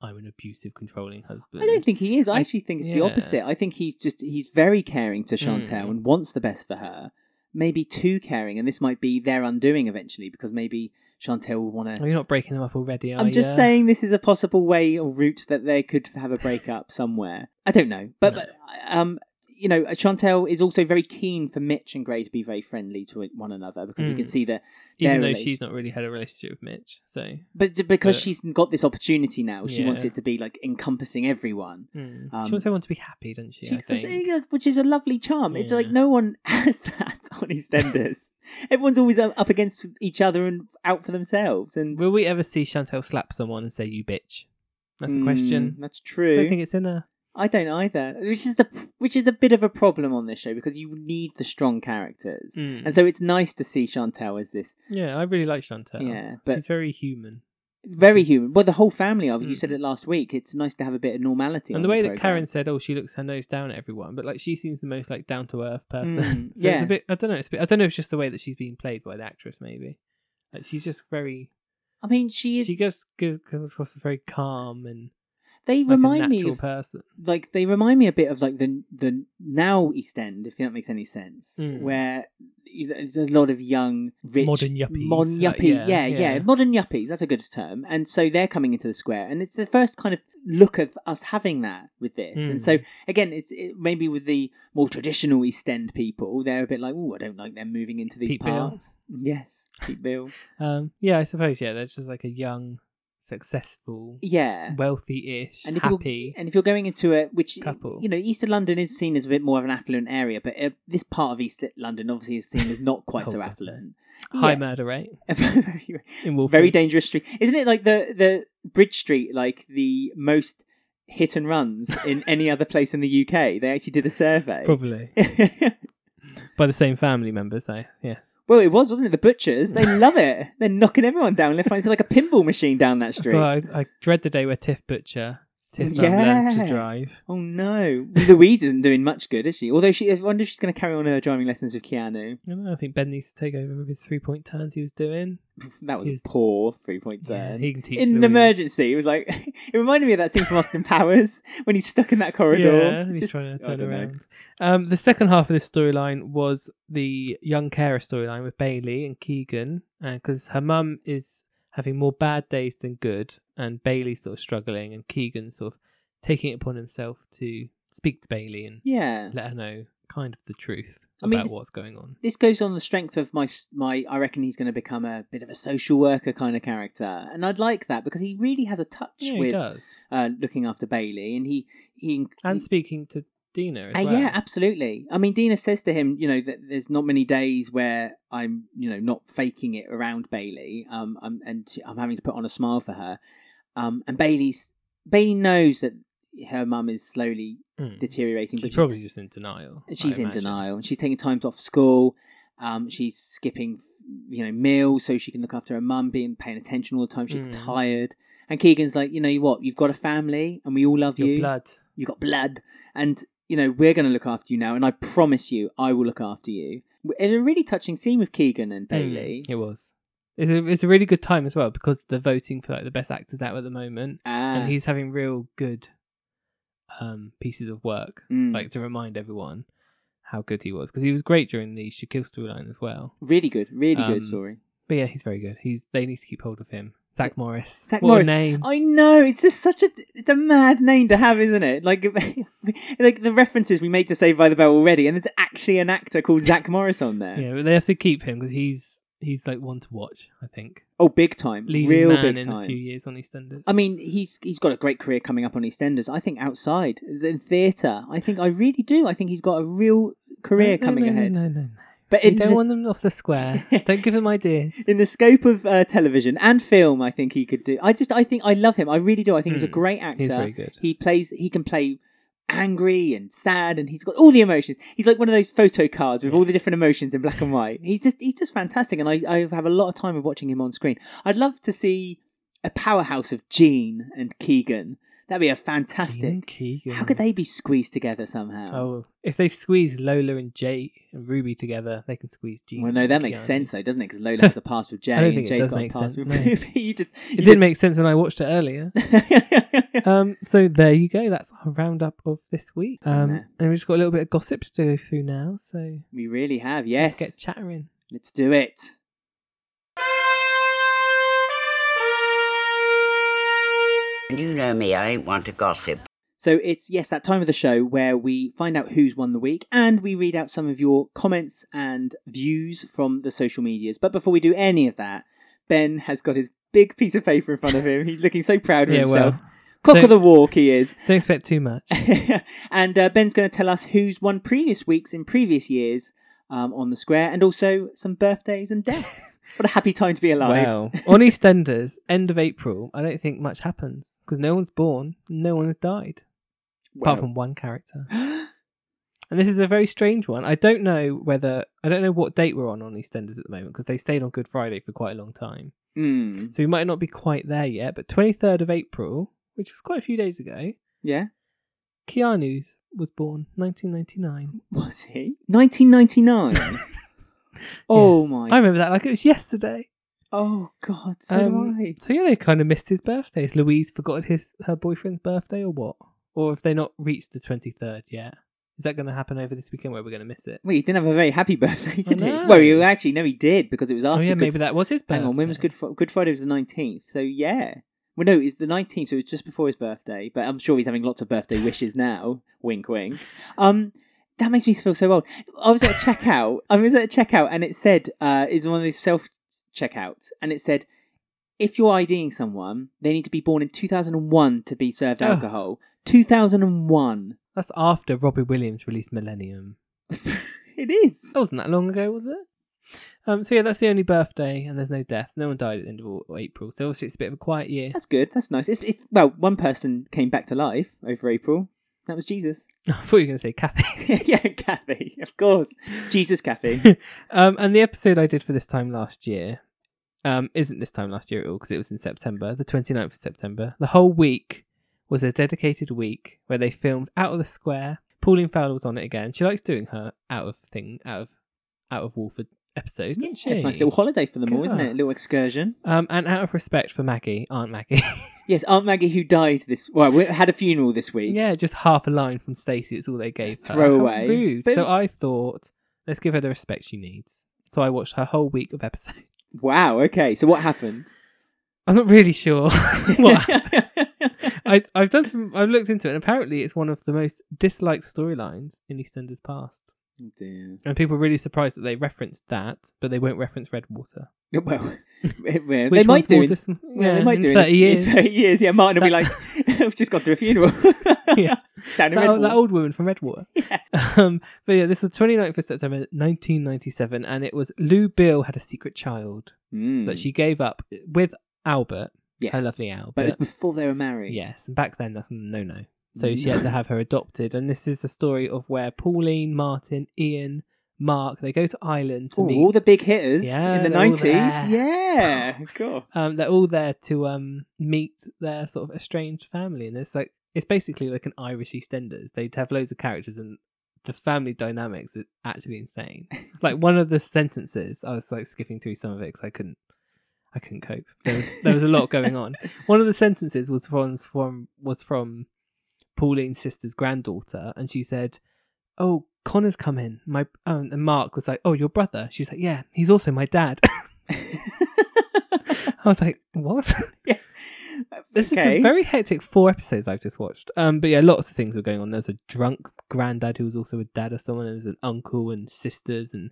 Speaker 1: I'm an abusive, controlling husband.
Speaker 2: I don't think he is. I
Speaker 1: I-
Speaker 2: actually think it's the
Speaker 1: yeah.
Speaker 2: opposite. I think he's just he's very caring to Chantel
Speaker 1: Mm.
Speaker 2: and wants the best for her. Maybe too caring, and this might be their undoing eventually because maybe Chantel will want to
Speaker 1: Oh, you're not breaking them up already, are
Speaker 2: I'm just
Speaker 1: ya?
Speaker 2: saying this is a possible way or route that they could have a breakup somewhere. I don't know, but,
Speaker 1: No.
Speaker 2: but um, you know, Chantel is also very keen for Mitch and Gray to be very friendly to one another because you can
Speaker 1: Mm.
Speaker 2: see that.
Speaker 1: even
Speaker 2: their
Speaker 1: though
Speaker 2: relation-
Speaker 1: she's not really had a relationship with Mitch. So,
Speaker 2: But d- because
Speaker 1: But-
Speaker 2: she's got this opportunity now, she wants
Speaker 1: Yeah.
Speaker 2: it to be like encompassing everyone.
Speaker 1: mm.
Speaker 2: Um,
Speaker 1: she wants everyone to be happy, doesn't she?
Speaker 2: She-
Speaker 1: I think.
Speaker 2: yeah, which is a lovely charm. It's like
Speaker 1: Yeah.
Speaker 2: no one has that on EastEnders. Everyone's always um, up against each other and out for themselves. And
Speaker 1: Will we ever see Chantel slap someone and say "you bitch"? That's the
Speaker 2: Mm,
Speaker 1: question.
Speaker 2: That's
Speaker 1: I
Speaker 2: true.
Speaker 1: don't think it's in her.
Speaker 2: I don't either. Which is the which is a bit of a problem on this show because you need the strong characters,
Speaker 1: Mm.
Speaker 2: and so it's nice to see Chantel as this
Speaker 1: Yeah, I really like Chantel.
Speaker 2: Yeah, but-
Speaker 1: she's very human.
Speaker 2: very human. Well, the whole family of it, you said
Speaker 1: Mm.
Speaker 2: it last week. It's nice to have a bit of normality. on
Speaker 1: And the way that
Speaker 2: programme.
Speaker 1: Karen said, "Oh, she looks her nose down at everyone," but like she seems the most like down to earth person.
Speaker 2: Mm,
Speaker 1: so it's
Speaker 2: yeah.
Speaker 1: a bit. I don't know. It's a bit, I don't know. if It's just the way that she's being played by the actress, maybe. Like she's just very.
Speaker 2: I mean, she is.
Speaker 1: She just goes, comes across as very calm and
Speaker 2: they
Speaker 1: like a
Speaker 2: remind
Speaker 1: natural
Speaker 2: me, of,
Speaker 1: person.
Speaker 2: like they remind me a bit of like the the now East End, if that makes any sense,
Speaker 1: Mm.
Speaker 2: where you know, there's a lot of young, rich,
Speaker 1: Modern yuppies,
Speaker 2: modern
Speaker 1: like,
Speaker 2: yuppie,
Speaker 1: yeah,
Speaker 2: yeah, yeah,
Speaker 1: yeah.
Speaker 2: modern yuppies. That's a good term. And so they're coming into the square, and it's the first kind of look of us having that with this. And
Speaker 1: Mm.
Speaker 2: so again, it's it, maybe with the more traditional East End people, they're a bit like, oh, I don't like them moving into these
Speaker 1: Pete Bill.
Speaker 2: parts. Yes, Pete Bill.
Speaker 1: Um, yeah, I suppose. Yeah, they're just like a young, successful,
Speaker 2: Yeah.
Speaker 1: wealthy-ish,
Speaker 2: And if you're-
Speaker 1: happy.
Speaker 2: And if you're going into a which
Speaker 1: Couple.
Speaker 2: you know, East of London is seen as a bit more of an affluent area, but uh, this part of East London obviously is seen as not quite
Speaker 1: Oh,
Speaker 2: so
Speaker 1: God, no.
Speaker 2: affluent.
Speaker 1: High
Speaker 2: Yeah.
Speaker 1: murder rate
Speaker 2: very,
Speaker 1: in Wolf.
Speaker 2: very dangerous street, isn't it? Like the the Bridge Street, like the most hit and runs in any other place in the UK. They actually did a survey.
Speaker 1: probably by the same family members. Though. Yeah,
Speaker 2: well, it was, wasn't it? The butchers, they love it. They're knocking everyone down left, right. It's like a pinball machine down that street.
Speaker 1: Well, I, I dread the day where Tiff Butcher, Tiff Mum learns to
Speaker 2: Yeah.
Speaker 1: drive.
Speaker 2: Oh no, Louise isn't doing much good, is she? Although she, I wonder if she's going to carry on her driving lessons with Keanu.
Speaker 1: I, don't know, I think Ben needs to take over with his three point turns he was doing.
Speaker 2: That was
Speaker 1: He was-
Speaker 2: a poor three point
Speaker 1: Yeah,
Speaker 2: turn.
Speaker 1: he can teach
Speaker 2: in an
Speaker 1: Louise.
Speaker 2: emergency, it was like it reminded me of that scene from Austin Powers when he's stuck in that
Speaker 1: Yeah,
Speaker 2: corridor.
Speaker 1: and he's
Speaker 2: Just-
Speaker 1: trying to
Speaker 2: I
Speaker 1: turn
Speaker 2: don't know.
Speaker 1: around. Um, the second half of this storyline was the young carer storyline with Bailey and Keegan, because her mum is having more bad days than good, and Bailey's sort of struggling, and Keegan sort of taking it upon himself to speak to Bailey and
Speaker 2: yeah,
Speaker 1: let her know kind of the truth
Speaker 2: I mean,
Speaker 1: about
Speaker 2: this-
Speaker 1: what's going on.
Speaker 2: this goes on the strength of my s- my. I reckon he's going to become a bit of a social worker kind of character, and I'd like that because he really has a touch
Speaker 1: Yeah, he
Speaker 2: with
Speaker 1: does.
Speaker 2: uh, looking after Bailey, and he he
Speaker 1: And speaking to Dina as
Speaker 2: Uh,
Speaker 1: well.
Speaker 2: Yeah, absolutely. I mean, Dina says to him, you know, that there's not many days where I'm, you know, not faking it around Bailey. Um, I'm, and she- I'm having to put on a smile for her. Um, and Bailey's Bailey knows that her mum is slowly
Speaker 1: Mm.
Speaker 2: deteriorating,
Speaker 1: She's
Speaker 2: but
Speaker 1: probably just in denial. I
Speaker 2: she's, she's in
Speaker 1: imagine.
Speaker 2: denial. And she's taking times off school. Um, she's skipping, you know, meals so she can look after her mum, being paying attention all the time. She's
Speaker 1: Mm.
Speaker 2: tired. And Keegan's like, you know what? You've got a family, and we all love
Speaker 1: Your
Speaker 2: you
Speaker 1: blood.
Speaker 2: you got blood and you know we're going to look after you now and i promise you i will look after you it's a really touching scene with keegan and bailey
Speaker 1: Mm, it was. It's a, it's a really good time as well because they're voting for like the best actors out at the moment,
Speaker 2: Ah,
Speaker 1: and he's having real good um pieces of work,
Speaker 2: mm,
Speaker 1: like to remind everyone how good he was because he was great during the Shaquille storyline as well.
Speaker 2: really good really
Speaker 1: um,
Speaker 2: good story
Speaker 1: But yeah, he's very good. He's they need to keep hold of him. Zach Morris.
Speaker 2: Zach
Speaker 1: what
Speaker 2: Morris. Oh,
Speaker 1: a name.
Speaker 2: i know it's just such a it's a mad name to have isn't it like like the references we made to save by the bell already and there's actually an actor called zach morris on there
Speaker 1: Yeah, but they have to keep him because he's he's like one to watch. I think
Speaker 2: oh big time
Speaker 1: leading
Speaker 2: real
Speaker 1: man
Speaker 2: big
Speaker 1: in a
Speaker 2: time
Speaker 1: few years on EastEnders.
Speaker 2: I mean, he's he's got a great career coming up on EastEnders. I think outside in theatre, I think I really do. I think he's got a real career
Speaker 1: No, no,
Speaker 2: coming
Speaker 1: no,
Speaker 2: ahead.
Speaker 1: No, no, no.
Speaker 2: But
Speaker 1: You
Speaker 2: in the,
Speaker 1: don't want them off the square. don't give them ideas.
Speaker 2: in the scope of uh, television and film, I think he could do. I just, I think, I love him. I really do. I think he's a
Speaker 1: Mm.
Speaker 2: great actor.
Speaker 1: He's very good.
Speaker 2: He plays. He can play angry and sad, and he's got all the emotions. He's like one of those photo cards with all the different emotions in black and white. He's just, he's just fantastic, and I, I have a lot of time of watching him on screen. I'd love to see a powerhouse of Gene and Keegan. That'd be a
Speaker 1: Gene
Speaker 2: fantastic.
Speaker 1: Keegan.
Speaker 2: How could they be squeezed together somehow?
Speaker 1: Oh, if they've squeezed Lola and Jay and Ruby together, they can squeeze Gene.
Speaker 2: Well, no, that
Speaker 1: and
Speaker 2: makes
Speaker 1: Keanu.
Speaker 2: sense though, doesn't it? Because Lola has a past with Jay,
Speaker 1: don't
Speaker 2: and
Speaker 1: think it
Speaker 2: Jay's
Speaker 1: does
Speaker 2: got a
Speaker 1: make
Speaker 2: past
Speaker 1: sense,
Speaker 2: with
Speaker 1: no.
Speaker 2: Ruby. you just,
Speaker 1: It didn't make sense when I watched it earlier. Um, so there you go. That's our roundup of this week.
Speaker 2: in
Speaker 1: Um,
Speaker 2: there.
Speaker 1: and we've just got a little bit of gossip to go through now. So
Speaker 2: we really have, yes.
Speaker 1: let's get chattering.
Speaker 2: Let's do it.
Speaker 4: You know me, I ain't one to gossip.
Speaker 2: So it's yes that time of the show where we find out who's won the week and we read out some of your comments and views from the social medias. But before we do any of that, Ben has got his big piece of paper in front of him. He's looking so proud of
Speaker 1: Yeah,
Speaker 2: himself.
Speaker 1: well,
Speaker 2: Cock
Speaker 1: don't-
Speaker 2: of the walk, he is.
Speaker 1: don't expect too much.
Speaker 2: and uh, Ben's going to tell us who's won previous weeks in previous years um, on the square, and also some birthdays and deaths. what a happy time to be alive!
Speaker 1: Wow. on EastEnders, end of April, I don't think much happens because no one's born, no one has died. apart from one character. And this is a very strange one. I don't know whether I don't know what date we're on on EastEnders at the moment because they stayed on Good Friday for quite a long time,
Speaker 2: Mm.
Speaker 1: so we might not be quite there yet. But 23rd of April, which was quite a few days ago,
Speaker 2: Yeah.
Speaker 1: Keanu's was born 1999.
Speaker 2: Was he? 1999. oh my.
Speaker 1: I remember that like it was yesterday.
Speaker 2: Oh God. So
Speaker 1: Um,
Speaker 2: do I.
Speaker 1: So yeah, they kind of missed his birthday. Has Louise forgotten his her boyfriend's birthday or what? Or have they not reached the 23rd yet? Is that going to happen over this weekend where we're going to miss it?
Speaker 2: Well, he didn't have a very happy birthday, did he?
Speaker 1: know.
Speaker 2: Well, you actually no, he did because it was
Speaker 1: Oh
Speaker 2: after.
Speaker 1: yeah,
Speaker 2: Good-
Speaker 1: maybe that was his birthday.
Speaker 2: Hang on, when was Good Fri- Good Friday was the 19th, so yeah. Well, no, it's the 19th, so it was just before his birthday. But I'm sure he's having lots of birthday wishes now. wink, wink. Um, that makes me feel so old. I was at a checkout. I was at a checkout, and it said, uh, "Is one of those self checkouts," and it said, "If you're IDing someone, they need to be born in 2001 to be served
Speaker 1: Oh.
Speaker 2: alcohol." 2001.
Speaker 1: That's after Robbie Williams released Millennium.
Speaker 2: It is.
Speaker 1: That wasn't that long ago, was it? Um, so yeah, that's the only birthday, and there's no death. No one died at the end of Au- April, so obviously it's a bit of a quiet year.
Speaker 2: That's good. That's nice. It's, it, well, one person came back to life over April. That was Jesus.
Speaker 1: I thought you were going to say Kathy.
Speaker 2: yeah, Kathy, of course. Jesus, Kathy.
Speaker 1: um, and the episode I did for this time last year um, isn't this time last year at all because it was in September, the 29th of September. The whole week was a dedicated week where they filmed out of the square. Pauline Fowler was on it again. She likes doing her out of thing, out of out of Wolford episodes,
Speaker 2: yeah,
Speaker 1: doesn't she?
Speaker 2: nice little holiday for them all, isn't it? A
Speaker 1: God.
Speaker 2: little excursion.
Speaker 1: Um, and out of respect for Maggie, Aunt Maggie.
Speaker 2: Yes, Aunt Maggie, who died this, well, we had a funeral this week.
Speaker 1: yeah, just half a line from Stacey. It's all they gave her.
Speaker 2: Throw
Speaker 1: How
Speaker 2: away.
Speaker 1: rude.
Speaker 2: But it
Speaker 1: So
Speaker 2: was-
Speaker 1: I thought, let's give her the respect she needs. So I watched her whole week of episodes.
Speaker 2: Wow. Okay. So what happened?
Speaker 1: I'm not really sure what I, I've done some. I've looked into it, and apparently it's one of the most disliked storylines in EastEnders past.
Speaker 2: Oh, dear.
Speaker 1: And people are really surprised that they referenced that, but they won't reference Redwater.
Speaker 2: Well, well, they
Speaker 1: Which one's
Speaker 2: might
Speaker 1: more
Speaker 2: do. in-
Speaker 1: dis-
Speaker 2: well, they might
Speaker 1: in
Speaker 2: do in
Speaker 1: 30 years.
Speaker 2: In Thirty years. Yeah, Martin will be like, "I've just gone to a funeral."
Speaker 1: Yeah.
Speaker 2: Down in
Speaker 1: that,
Speaker 2: Redwall.
Speaker 1: old, that old woman from Redwater.
Speaker 2: Yeah.
Speaker 1: Um, but yeah, this was 29th of September 1997, and it was Lou Bill had a secret child
Speaker 2: Mm.
Speaker 1: that she gave up with Albert,
Speaker 2: Yes.
Speaker 1: her lovely Albert.
Speaker 2: But it's before they were married. Hmm.
Speaker 1: Yes, and back then that's a no no. So she had to have her adopted, and this is the story of where Pauline, Martin, Ian, Mark they go to Ireland to
Speaker 2: Ooh, all
Speaker 1: meet.
Speaker 2: the big hitters
Speaker 1: Yeah,
Speaker 2: in the
Speaker 1: they're all
Speaker 2: nineties.
Speaker 1: there.
Speaker 2: Yeah, cool.
Speaker 1: Um, they're all there to um meet their sort of estranged family, and it's like it's basically like an Irish EastEnders. They'd have loads of characters, and the family dynamics is actually insane. like one of the sentences, I was like skipping through some of it because I couldn't. I couldn't cope. There was, there was a lot going on. One of the sentences was from, from was from Pauline's sister's granddaughter, and she said, "Oh, Connor's come in." My um, and Mark was like, "Oh, your brother?" She's like, "Yeah, he's also my dad." I was like, "What?" This is
Speaker 2: Okay.
Speaker 1: a very hectic four episodes I've just watched. Um, but yeah, lots of things were going on. There's a drunk granddad who was also a dad of someone, and there's an uncle and sisters, and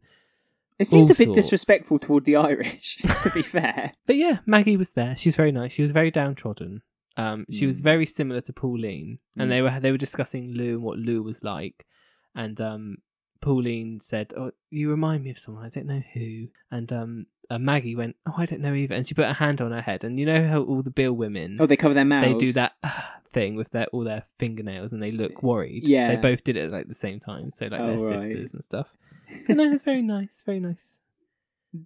Speaker 2: It seems
Speaker 1: all
Speaker 2: a bit
Speaker 1: sorts.
Speaker 2: disrespectful toward the Irish, to be fair.
Speaker 1: But yeah, Maggie was there. She was very nice. She was very downtrodden. Um, she was
Speaker 2: Mm.
Speaker 1: very similar to Pauline, and
Speaker 2: Mm.
Speaker 1: they were they were discussing Lou and what Lou was like, and um, Pauline said, "Oh, you remind me of someone. I don't know who." And um, uh, Maggie went, "Oh, I don't know either." And she put her hand on her head, and you know how all the Bill women
Speaker 2: Oh, they cover their mouths.
Speaker 1: they do that thing with their all their fingernails, and they look worried.
Speaker 2: Yeah.
Speaker 1: they both did it at like the same time, so like
Speaker 2: Oh,
Speaker 1: their
Speaker 2: right.
Speaker 1: sisters and stuff. But no, it's very nice, very nice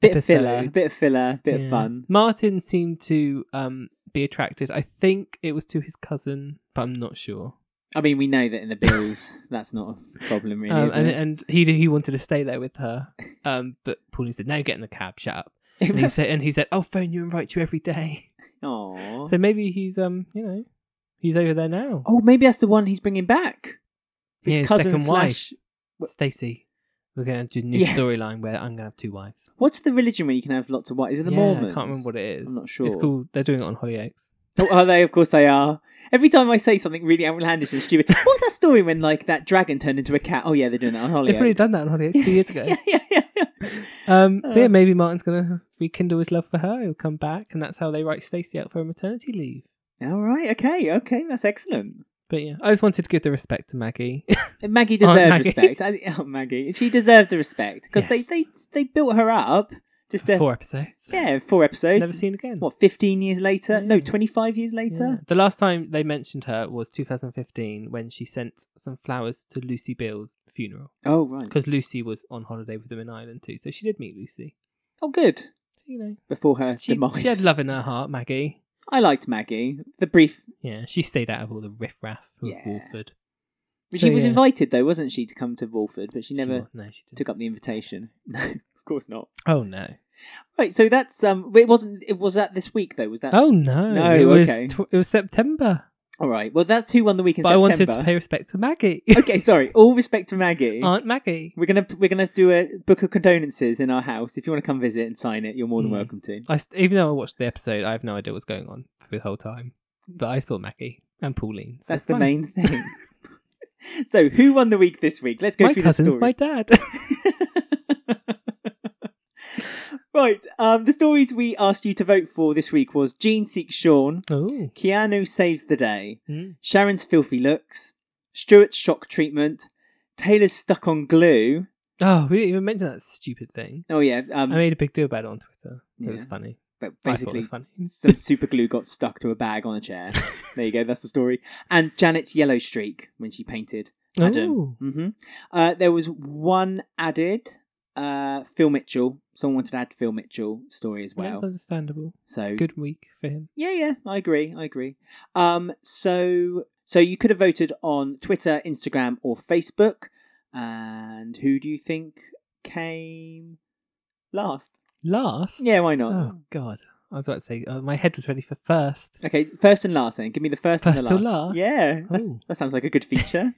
Speaker 2: Bit of filler,
Speaker 1: episodes.
Speaker 2: bit of filler, bit
Speaker 1: yeah.
Speaker 2: of fun.
Speaker 1: Martin seemed to um, be attracted. I think it was to his cousin, but I'm not sure.
Speaker 2: I mean, we know that in the Bills, that's not a problem, really.
Speaker 1: Um,
Speaker 2: is
Speaker 1: and
Speaker 2: it?
Speaker 1: and he he wanted to stay there with her, um, but Pauline said, "No, get in the cab. Shut up." And he said, "And he said, I'll phone you and write you every day."
Speaker 2: Aw.
Speaker 1: So maybe he's um, you know, he's over there now.
Speaker 2: oh, maybe that's the one he's bringing back. His
Speaker 1: Yeah, his
Speaker 2: cousin
Speaker 1: second wife.
Speaker 2: slash.
Speaker 1: Stacy, we're gonna do a new
Speaker 2: Yeah.
Speaker 1: storyline where I'm gonna have two wives.
Speaker 2: What's the religion where you can have lots of wives? Is it the
Speaker 1: yeah,
Speaker 2: Mormons?
Speaker 1: I can't remember what it is.
Speaker 2: I'm not sure.
Speaker 1: It's called. They're doing it on Hollyoaks.
Speaker 2: Oh, are they? Of course they are. Every time I say something really outlandish and stupid, what was that story when like that dragon turned into a cat? Oh yeah, they're doing that on
Speaker 1: They've already
Speaker 2: Hollywood.
Speaker 1: done that on Hollyoaks two years ago.
Speaker 2: yeah, yeah, yeah, yeah.
Speaker 1: Um, so yeah,
Speaker 2: Uh,
Speaker 1: maybe Martin's gonna rekindle his love for her. He'll come back, and that's how they write Stacey out for a maternity leave.
Speaker 2: All right, okay, okay, that's excellent.
Speaker 1: But yeah, I just wanted to give the respect to Maggie.
Speaker 2: Maggie
Speaker 1: Aunt
Speaker 2: deserved oh,
Speaker 1: Maggie.
Speaker 2: respect. I, oh, Maggie, she deserved the respect because they, they they built her up Just a,
Speaker 1: Four episodes.
Speaker 2: yeah, four episodes.
Speaker 1: Never seen again.
Speaker 2: What, 15 years later? No,
Speaker 1: Yeah.
Speaker 2: 25 years later?
Speaker 1: Yeah. The last time they mentioned her was 2015 when she sent some flowers to Lucy Bill's funeral
Speaker 2: Oh, right.
Speaker 1: because Lucy was on holiday with them in Ireland too. So she did meet Lucy.
Speaker 2: Oh, good.
Speaker 1: So, you know,
Speaker 2: Before her
Speaker 1: she,
Speaker 2: demise.
Speaker 1: she had love in her heart, Maggie.
Speaker 2: I liked Maggie. The brief.
Speaker 1: Yeah, she stayed out of all the riffraff of
Speaker 2: Yeah.
Speaker 1: Walford.
Speaker 2: She
Speaker 1: So,
Speaker 2: was
Speaker 1: yeah.
Speaker 2: invited, though, wasn't she, to come to Walford, but she never
Speaker 1: wa- no, she didn't.
Speaker 2: took up the invitation. No, of course not.
Speaker 1: Oh no!
Speaker 2: Right, so that's um. It wasn't. It was that this week though. Was that?
Speaker 1: Oh no!
Speaker 2: No,
Speaker 1: it was
Speaker 2: okay.
Speaker 1: tw- it was September,
Speaker 2: All right. Well, that's who won the week in
Speaker 1: but I
Speaker 2: September.
Speaker 1: wanted to pay respect to Maggie,
Speaker 2: okay, sorry. All respect to Maggie.
Speaker 1: Aunt Maggie.
Speaker 2: we're gonna we're gonna do a book of condolences in our house. If you want to come visit and sign it, you're more than
Speaker 1: Hmm.
Speaker 2: welcome to.
Speaker 1: I st- even though I watched the episode, I have no idea what's going on for the whole time. But I saw Maggie and Pauline. so
Speaker 2: That's
Speaker 1: it's
Speaker 2: the
Speaker 1: fine.
Speaker 2: main thing. so who won the week this week? Let's go
Speaker 1: My
Speaker 2: through
Speaker 1: cousin's
Speaker 2: the
Speaker 1: my
Speaker 2: story.
Speaker 1: dad.
Speaker 2: right. Um, the stories we asked you to vote for this week was Jean seeks Sean,
Speaker 1: oh,
Speaker 2: Keanu saves the day,
Speaker 1: mm.
Speaker 2: Sharon's filthy looks, Stuart's shock treatment, Taylor's stuck on glue.
Speaker 1: oh, we didn't even mention that stupid thing.
Speaker 2: Oh yeah, um,
Speaker 1: I made a big deal about it on Twitter. It was
Speaker 2: Yeah.
Speaker 1: funny.
Speaker 2: but
Speaker 1: I thought it
Speaker 2: basically
Speaker 1: was funny.
Speaker 2: some super glue got stuck to a bag on a chair. there you go, that's the story. And Janet's yellow streak when she painted Adam.
Speaker 1: Oh.
Speaker 2: hmm Uh, there was one added, uh, Phil Mitchell. Someone wanted to add Phil Mitchell story as
Speaker 1: Well,
Speaker 2: well.
Speaker 1: understandable.
Speaker 2: So
Speaker 1: Good week for him.
Speaker 2: Yeah, yeah, I agree. I agree. Um, so so you could have voted on Twitter, Instagram, or Facebook. And who do you think came last?
Speaker 1: Last.
Speaker 2: Yeah, Mm. why not?
Speaker 1: Oh God, I was about to say uh, my head was ready for first.
Speaker 2: Okay, first and last then. Give me the first, and
Speaker 1: First
Speaker 2: the
Speaker 1: to
Speaker 2: last.
Speaker 1: last?
Speaker 2: Yeah, that's,
Speaker 1: Ooh.
Speaker 2: that sounds like a good feature.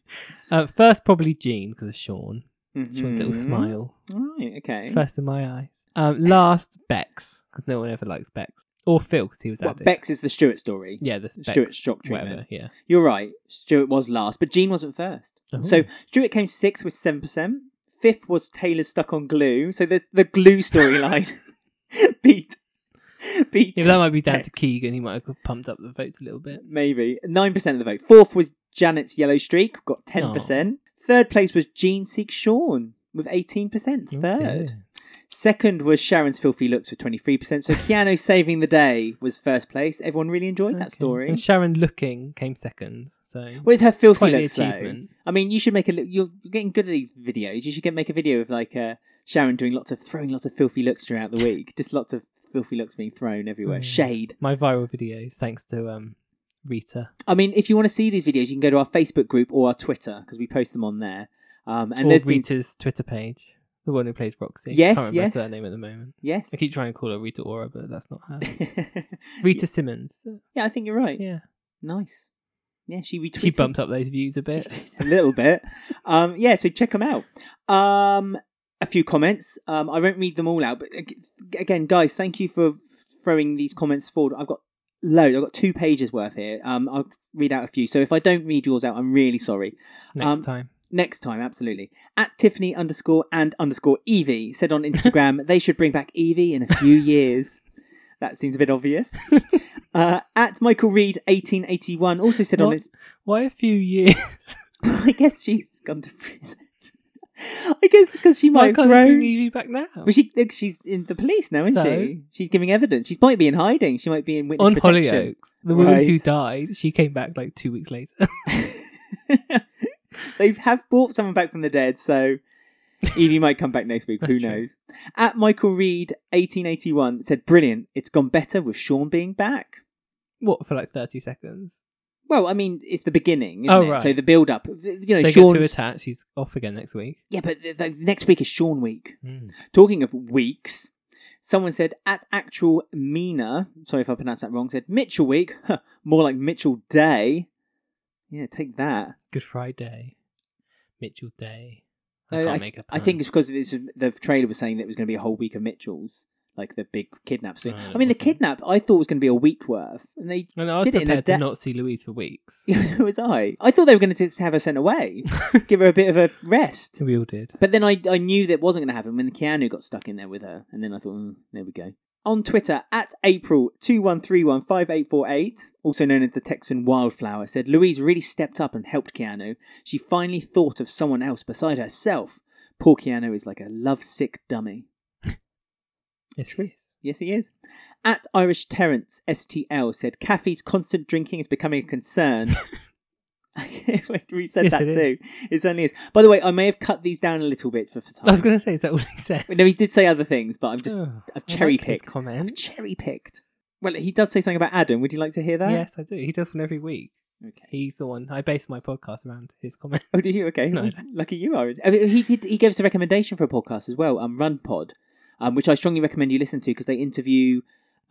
Speaker 1: Uh, first, probably Jean because of Sean. Sean's little
Speaker 2: Mhm.
Speaker 1: smile.
Speaker 2: Right. Okay.
Speaker 1: It's first in my eyes. Um, last, Bex because no one ever likes Bex or Phil because he was
Speaker 2: What
Speaker 1: added.
Speaker 2: Bex is the Stuart story.
Speaker 1: Yeah, the Bex,
Speaker 2: Stuart's shock treatment.
Speaker 1: whatever. Yeah.
Speaker 2: You're right. Stuart was last, but Jean wasn't first.
Speaker 1: Oh.
Speaker 2: So Stuart came sixth with seven percent. Fifth was Taylor stuck on glue. So the the glue storyline beat beat
Speaker 1: Yeah, but that might be down to Keegan. He might have pumped up the votes a little bit.
Speaker 2: maybe nine percent of the vote. Fourth was Janet's yellow streak, got ten percent. Third place was Jean Seeks Sean with eighteen percent.
Speaker 1: Oh,
Speaker 2: Third.
Speaker 1: dear.
Speaker 2: Second was Sharon's filthy looks with twenty three percent. So Keanu saving the day was first place. Everyone really enjoyed that
Speaker 1: Okay.
Speaker 2: story.
Speaker 1: And Sharon looking came second. So
Speaker 2: What is her filthy
Speaker 1: Quite the
Speaker 2: looks though?
Speaker 1: achievement.
Speaker 2: I mean, you should make a. li- You're you're getting good at these videos. You should get make a video of like uh, Sharon doing lots of throwing lots of filthy looks throughout the week. Just lots of filthy looks being thrown everywhere.
Speaker 1: Mm.
Speaker 2: Shade.
Speaker 1: my viral videos, thanks to um Rita.
Speaker 2: I mean, if you want to see these videos, you can go to our Facebook group or our Twitter because we post them on there. Um, and
Speaker 1: or
Speaker 2: there's been
Speaker 1: Rita's Twitter page, the one who plays Roxy.
Speaker 2: Yes,
Speaker 1: Can't remember
Speaker 2: yes.
Speaker 1: her surname at the moment.
Speaker 2: yes.
Speaker 1: I keep trying to call her Rita Ora, but that's not her.
Speaker 2: yeah,
Speaker 1: Rita Simmons.
Speaker 2: I think you're right.
Speaker 1: Yeah,
Speaker 2: Nice. Yeah, she retweeted.
Speaker 1: she bumps up those views a bit.
Speaker 2: Just a little bit. Um, yeah, so check them out. Um, a few comments. Um, I won't read them all out, but ag- again, guys, thank you for throwing these comments forward. I've got loads. I've got two pages worth here. Um, I'll read out a few. So if I don't read yours out, I'm really sorry.
Speaker 1: Next
Speaker 2: um,
Speaker 1: time,
Speaker 2: Next time, absolutely. At Tiffany underscore and underscore Evie said on Instagram they should bring back Evie in a few years. That seems a bit obvious. Uh, at Michael Reed eighteen eighty one also said on
Speaker 1: What?
Speaker 2: his
Speaker 1: why a few years?
Speaker 2: I guess she's gone to prison. I guess because she
Speaker 1: Why
Speaker 2: might have
Speaker 1: can't they bring
Speaker 2: grown.
Speaker 1: Evie back now?
Speaker 2: Well, she, look, she's in the police now, isn't
Speaker 1: So?
Speaker 2: she? She's giving evidence. She might be in hiding. She might be in witness
Speaker 1: On
Speaker 2: protection.
Speaker 1: Hollyoaks, the woman
Speaker 2: Right.
Speaker 1: who died, she came back like two weeks later.
Speaker 2: they have brought someone back from the dead, so Evie might come back next week. Who
Speaker 1: That's true.
Speaker 2: knows? At Michael Reed, eighteen eighty one, said, "Brilliant! It's gone better with Sean being back."
Speaker 1: what for like thirty seconds?
Speaker 2: Well, I mean, it's the beginning, isn't
Speaker 1: Oh,
Speaker 2: it?
Speaker 1: right.
Speaker 2: So the build-up, you know,
Speaker 1: They
Speaker 2: Sean.
Speaker 1: get too attached. She's off again next week.
Speaker 2: Yeah, but the, the next week is Sean week.
Speaker 1: Mm.
Speaker 2: Talking of weeks, someone said at actual Mina, sorry if I pronounced that wrong, said Mitchell week, more like Mitchell day. Yeah, take that.
Speaker 1: Good Friday, Mitchell Day. I
Speaker 2: No,
Speaker 1: can't
Speaker 2: I,
Speaker 1: make up.
Speaker 2: I think it's because this, is- the trailer was saying that it was going to be a whole week of Mitchell's, like the big kidnap scene.
Speaker 1: No,
Speaker 2: I
Speaker 1: it
Speaker 2: mean, the
Speaker 1: wasn't.
Speaker 2: kidnap I thought was going to be a week worth, and they.
Speaker 1: And I was
Speaker 2: did it in a
Speaker 1: prepared
Speaker 2: da-
Speaker 1: to not see Louise for weeks.
Speaker 2: so was I. I thought they were going to just have her sent away, give her a bit of a rest.
Speaker 1: We all did.
Speaker 2: But then I, I knew that wasn't going to happen when Keanu got stuck in there with her. And then I thought, mm, there we go. On Twitter, at April21315848, also known as the Texan Wildflower, said Louise really stepped up and helped Keanu. She finally thought of someone else beside herself. Poor Keanu is like a lovesick dummy.
Speaker 1: It's true.
Speaker 2: Yes, he is. At Irish Terence STL said, Kathy's constant drinking is becoming a concern. we said
Speaker 1: Yes,
Speaker 2: that
Speaker 1: it is.
Speaker 2: too. It certainly is. By the way, I may have cut these down a little bit for, for time.
Speaker 1: I was going to say, is that all he said?
Speaker 2: No, he did say other things, but I'm just
Speaker 1: Oh, I
Speaker 2: I've
Speaker 1: like
Speaker 2: cherry
Speaker 1: his
Speaker 2: picked. I've
Speaker 1: comment.
Speaker 2: cherry picked. Well, he does say something about Adam. Would you like to hear that?
Speaker 1: Yes, I do. He does one every week.
Speaker 2: Okay.
Speaker 1: He's the one. I base my podcast around his comment.
Speaker 2: Oh, do you? Okay.
Speaker 1: No.
Speaker 2: Lucky you are. I mean, he did. He gave us a recommendation for a podcast as well. Um, Run Pod, um, which I strongly recommend you listen to because they interview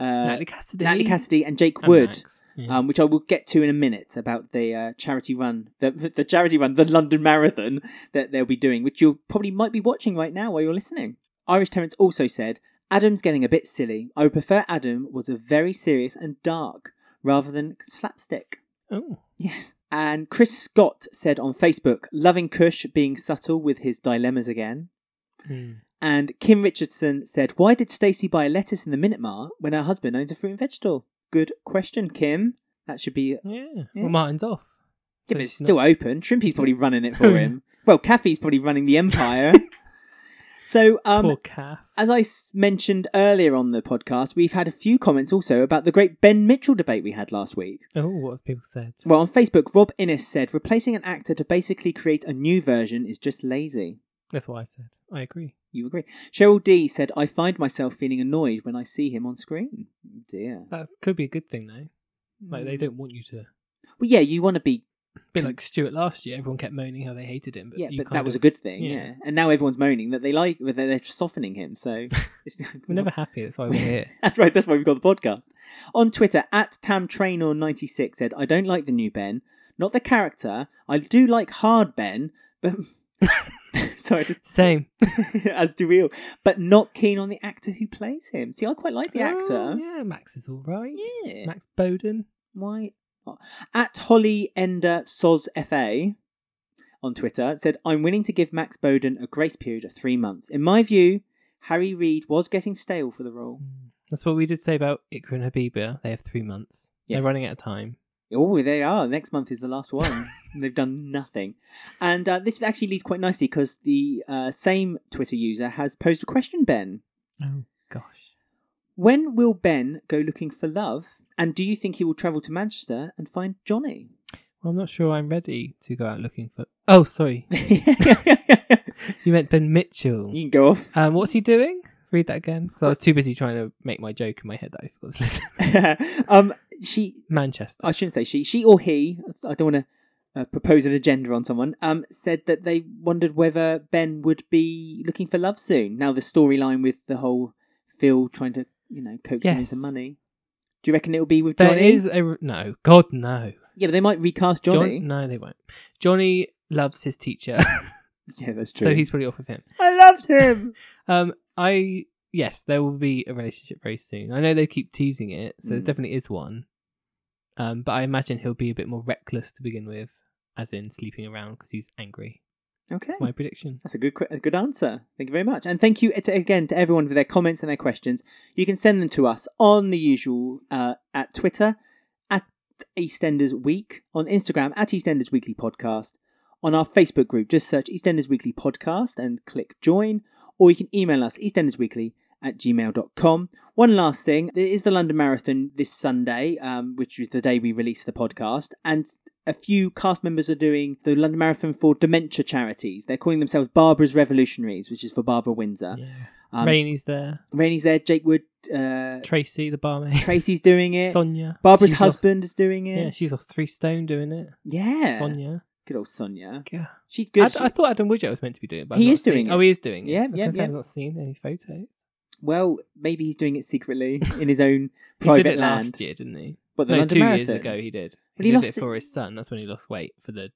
Speaker 2: uh,
Speaker 1: Natalie Cassidy. Oh,
Speaker 2: Natalie Cassidy and Jake
Speaker 1: and
Speaker 2: Wood.
Speaker 1: Max. Yeah.
Speaker 2: um, which I will get to in a minute about the uh, charity run, the, the charity run, the London Marathon that they'll be doing, which you probably might be watching right now while you're listening. Irish Terence also said, Adam's getting a bit silly. I would prefer Adam was a very serious and dark rather than slapstick.
Speaker 1: oh,
Speaker 2: Yes. And Chris Scott said on Facebook, loving Kush being subtle with his dilemmas again.
Speaker 1: Hmm.
Speaker 2: And Kim Richardson said, Why did Stacey buy lettuce in the Minute Mart when her husband owns a fruit and vegetable? Good question, Kim. That should be
Speaker 1: yeah.
Speaker 2: Yeah.
Speaker 1: Well, Martin's off. So
Speaker 2: yeah, but
Speaker 1: it's
Speaker 2: it's still
Speaker 1: not-
Speaker 2: open. Trimpy's probably running it
Speaker 1: Oh,
Speaker 2: for
Speaker 1: yeah.
Speaker 2: him. Well, Kathy's probably running the empire. so, um,
Speaker 1: Poor calf.
Speaker 2: as I s- mentioned earlier on the podcast, we've had a few comments also about the great Ben Mitchell debate we had last week.
Speaker 1: Oh, what have people said?
Speaker 2: Well, on Facebook, Rob Innes said replacing an actor to basically create a new version is just lazy.
Speaker 1: That's what I said. I agree.
Speaker 2: You agree? Cheryl D said, "I find myself feeling annoyed when I see him on screen." Dear.
Speaker 1: That could be a good thing, though. Like,
Speaker 2: Hmm.
Speaker 1: they don't want you to.
Speaker 2: Well, yeah, you want to be
Speaker 1: bit like Stuart last year, everyone kept moaning how they hated him. But
Speaker 2: yeah,
Speaker 1: you
Speaker 2: but
Speaker 1: kind
Speaker 2: that was a
Speaker 1: of-
Speaker 2: good thing. Yeah.
Speaker 1: yeah.
Speaker 2: And now everyone's moaning that they like that they're softening him. So it's
Speaker 1: We're never happy. That's why we're here.
Speaker 2: That's right. That's why we've got the podcast. On Twitter, at TamTrainor96 said, I don't like the new Ben. Not the character. I do like hard Ben, but. Sorry, just
Speaker 1: Same.
Speaker 2: as do we all. But not keen on the actor who plays him. See, I quite like the
Speaker 1: Oh,
Speaker 2: actor.
Speaker 1: yeah, Max is all right.
Speaker 2: Yeah.
Speaker 1: Max Bowden.
Speaker 2: Why? not? At Holly Ender Soz FA on Twitter said, I'm willing to give Max Bowden a grace period of three months. In my view, Harry Reid was getting stale for the role.
Speaker 1: That's what we did say about Ikra and Habiba. They have three months.
Speaker 2: Yes.
Speaker 1: They're running out of time.
Speaker 2: Oh, they are. Next month is the last one. And They've done nothing. And uh, this actually leads quite nicely because the uh, same Twitter user has posed a question, Ben.
Speaker 1: Oh gosh.
Speaker 2: When will Ben go looking for love? And do you think he will travel to Manchester and find Johnny?
Speaker 1: Well, I'm not sure I'm ready to go out looking for. Oh, sorry.
Speaker 2: you
Speaker 1: You meant Ben Mitchell.
Speaker 2: can go off.
Speaker 1: Um, what's he doing? Read that again. 'Cause I was too busy trying to make my joke in my head that I forgot to listen.
Speaker 2: um, she
Speaker 1: Manchester.
Speaker 2: I shouldn't say she, she or he, I don't want to uh, propose an agenda on someone, um, said that they wondered whether Ben would be looking for love soon. Now, the storyline with the whole Phil trying to, you know, coax him
Speaker 1: Yes.
Speaker 2: into money. Do you reckon it'll be with
Speaker 1: There
Speaker 2: Johnny?
Speaker 1: is a re- no. God no.
Speaker 2: Yeah, but they might recast
Speaker 1: John-
Speaker 2: Johnny.
Speaker 1: no, they won't. Johnny loves his teacher,
Speaker 2: Yeah, that's true.
Speaker 1: so he's probably off with him.
Speaker 2: I loved him!
Speaker 1: Um, I yes, there will be a relationship very soon. I know they keep teasing it, so there
Speaker 2: Mm.
Speaker 1: definitely is one. Um, but I imagine he'll be a bit more reckless to begin with, as in sleeping around because he's angry.
Speaker 2: okay.
Speaker 1: That's my prediction.
Speaker 2: That's a good que- a good answer. Thank you very much, and thank you to, again to everyone for their comments and their questions. You can send them to us on the usual uh, at Twitter at EastEnders Week, on Instagram at EastEnders Weekly Podcast, on our Facebook group. Just search EastEnders Weekly Podcast and click join, or you can email us EastEndersWeekly at gmail.com. One last thing: there is the London Marathon this Sunday, um, which is the day we release the podcast, and a few cast members are doing the London Marathon for dementia charities. They're calling themselves Barbara's Revolutionaries, which is for Barbara Windsor.
Speaker 1: Yeah.
Speaker 2: Um,
Speaker 1: Rainey's there.
Speaker 2: Rainey's there, Jake Wood, uh,
Speaker 1: Tracy, the barmaid.
Speaker 2: Tracy's doing it,
Speaker 1: Sonia.
Speaker 2: Barbara's
Speaker 1: She's lost-
Speaker 2: husband is doing
Speaker 1: yeah,
Speaker 2: it.
Speaker 1: she's off three stone doing it.
Speaker 2: Yeah,
Speaker 1: Sonia.
Speaker 2: good old Sonia.
Speaker 1: Yeah.
Speaker 2: She's good.
Speaker 1: I,
Speaker 2: She-
Speaker 1: I thought Adam Widger was meant to be doing it, but
Speaker 2: He
Speaker 1: I've not
Speaker 2: is doing
Speaker 1: seen-
Speaker 2: it.
Speaker 1: Oh, he is doing it. I
Speaker 2: Yeah, yeah,
Speaker 1: confess
Speaker 2: yeah.
Speaker 1: I've not seen any photos.
Speaker 2: well, maybe he's doing it secretly in his own
Speaker 1: he
Speaker 2: private
Speaker 1: did it
Speaker 2: land.
Speaker 1: last year, didn't he?
Speaker 2: But the
Speaker 1: no,
Speaker 2: London
Speaker 1: two
Speaker 2: Marathon.
Speaker 1: years ago he did.
Speaker 2: But
Speaker 1: He,
Speaker 2: he
Speaker 1: did
Speaker 2: lost
Speaker 1: it
Speaker 2: it-
Speaker 1: for his son. That's when he lost weight for the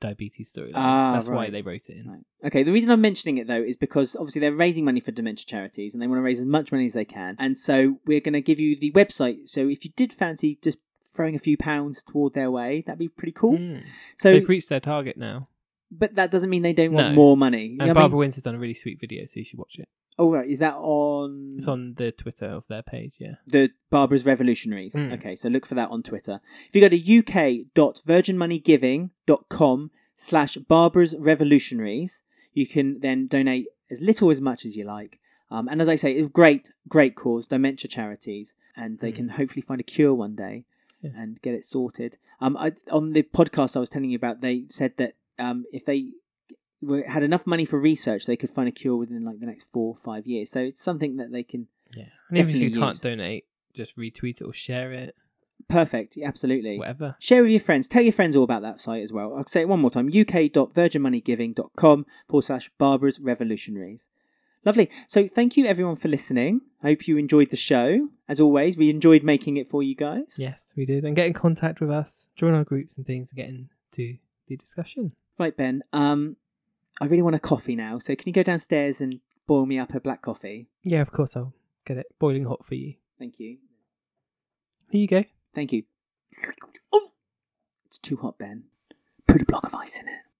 Speaker 1: diabetes storyline.
Speaker 2: Ah,
Speaker 1: That's why
Speaker 2: right.
Speaker 1: they wrote it in.
Speaker 2: Right. Okay, the reason I'm mentioning it though is because obviously they're raising money for dementia charities and they want to raise as much money as they can. And so we're going to give you the website. So if you did fancy just throwing a few pounds toward their way, that'd be pretty cool.
Speaker 1: Mm.
Speaker 2: So,
Speaker 1: They've reached their target now.
Speaker 2: but that doesn't mean they don't want
Speaker 1: No.
Speaker 2: more money. You know
Speaker 1: And
Speaker 2: what I mean?
Speaker 1: Barbara Wins has done a really sweet video, so you should watch it.
Speaker 2: Oh, right. Is that on?
Speaker 1: It's on the Twitter of their page, yeah.
Speaker 2: the Barbara's Revolutionaries.
Speaker 1: Mm.
Speaker 2: Okay, so look for that on Twitter. If you go to uk.virginmoneygiving.com slash Barbara's Revolutionaries, you can then donate as little as much as you like. Um, and as I say, it's great, great cause, Dementia Charities, and they
Speaker 1: Mm.
Speaker 2: can hopefully find a cure one day
Speaker 1: Yeah.
Speaker 2: and get it sorted. Um, I, on the podcast I was telling you about, they said that um, if they were, had enough money for research, they could find a cure within like the next four or five years. So it's something that they can
Speaker 1: Yeah. And even if you
Speaker 2: Definitely
Speaker 1: can't
Speaker 2: use.
Speaker 1: donate, just retweet it or share it,
Speaker 2: perfect, absolutely.
Speaker 1: whatever.
Speaker 2: Share with your friends. Tell your friends all about that site as well. I'll say it one more time uk.virginmoneygiving.com forward slash Barbara's Revolutionaries. Lovely. So thank you everyone for listening. Hope you enjoyed the show. As always, we enjoyed making it for you guys.
Speaker 1: Yes, we did. And get in contact with us, join our groups and things, and get into the discussion.
Speaker 2: Right, Ben. Um, I really want a coffee now. So can you go downstairs and boil me up a black coffee?
Speaker 1: Yeah, of course, I'll get it boiling hot for you.
Speaker 2: Thank you.
Speaker 1: Here you go.
Speaker 2: Thank you. Oh, it's too hot, Ben. Put a block of ice in it.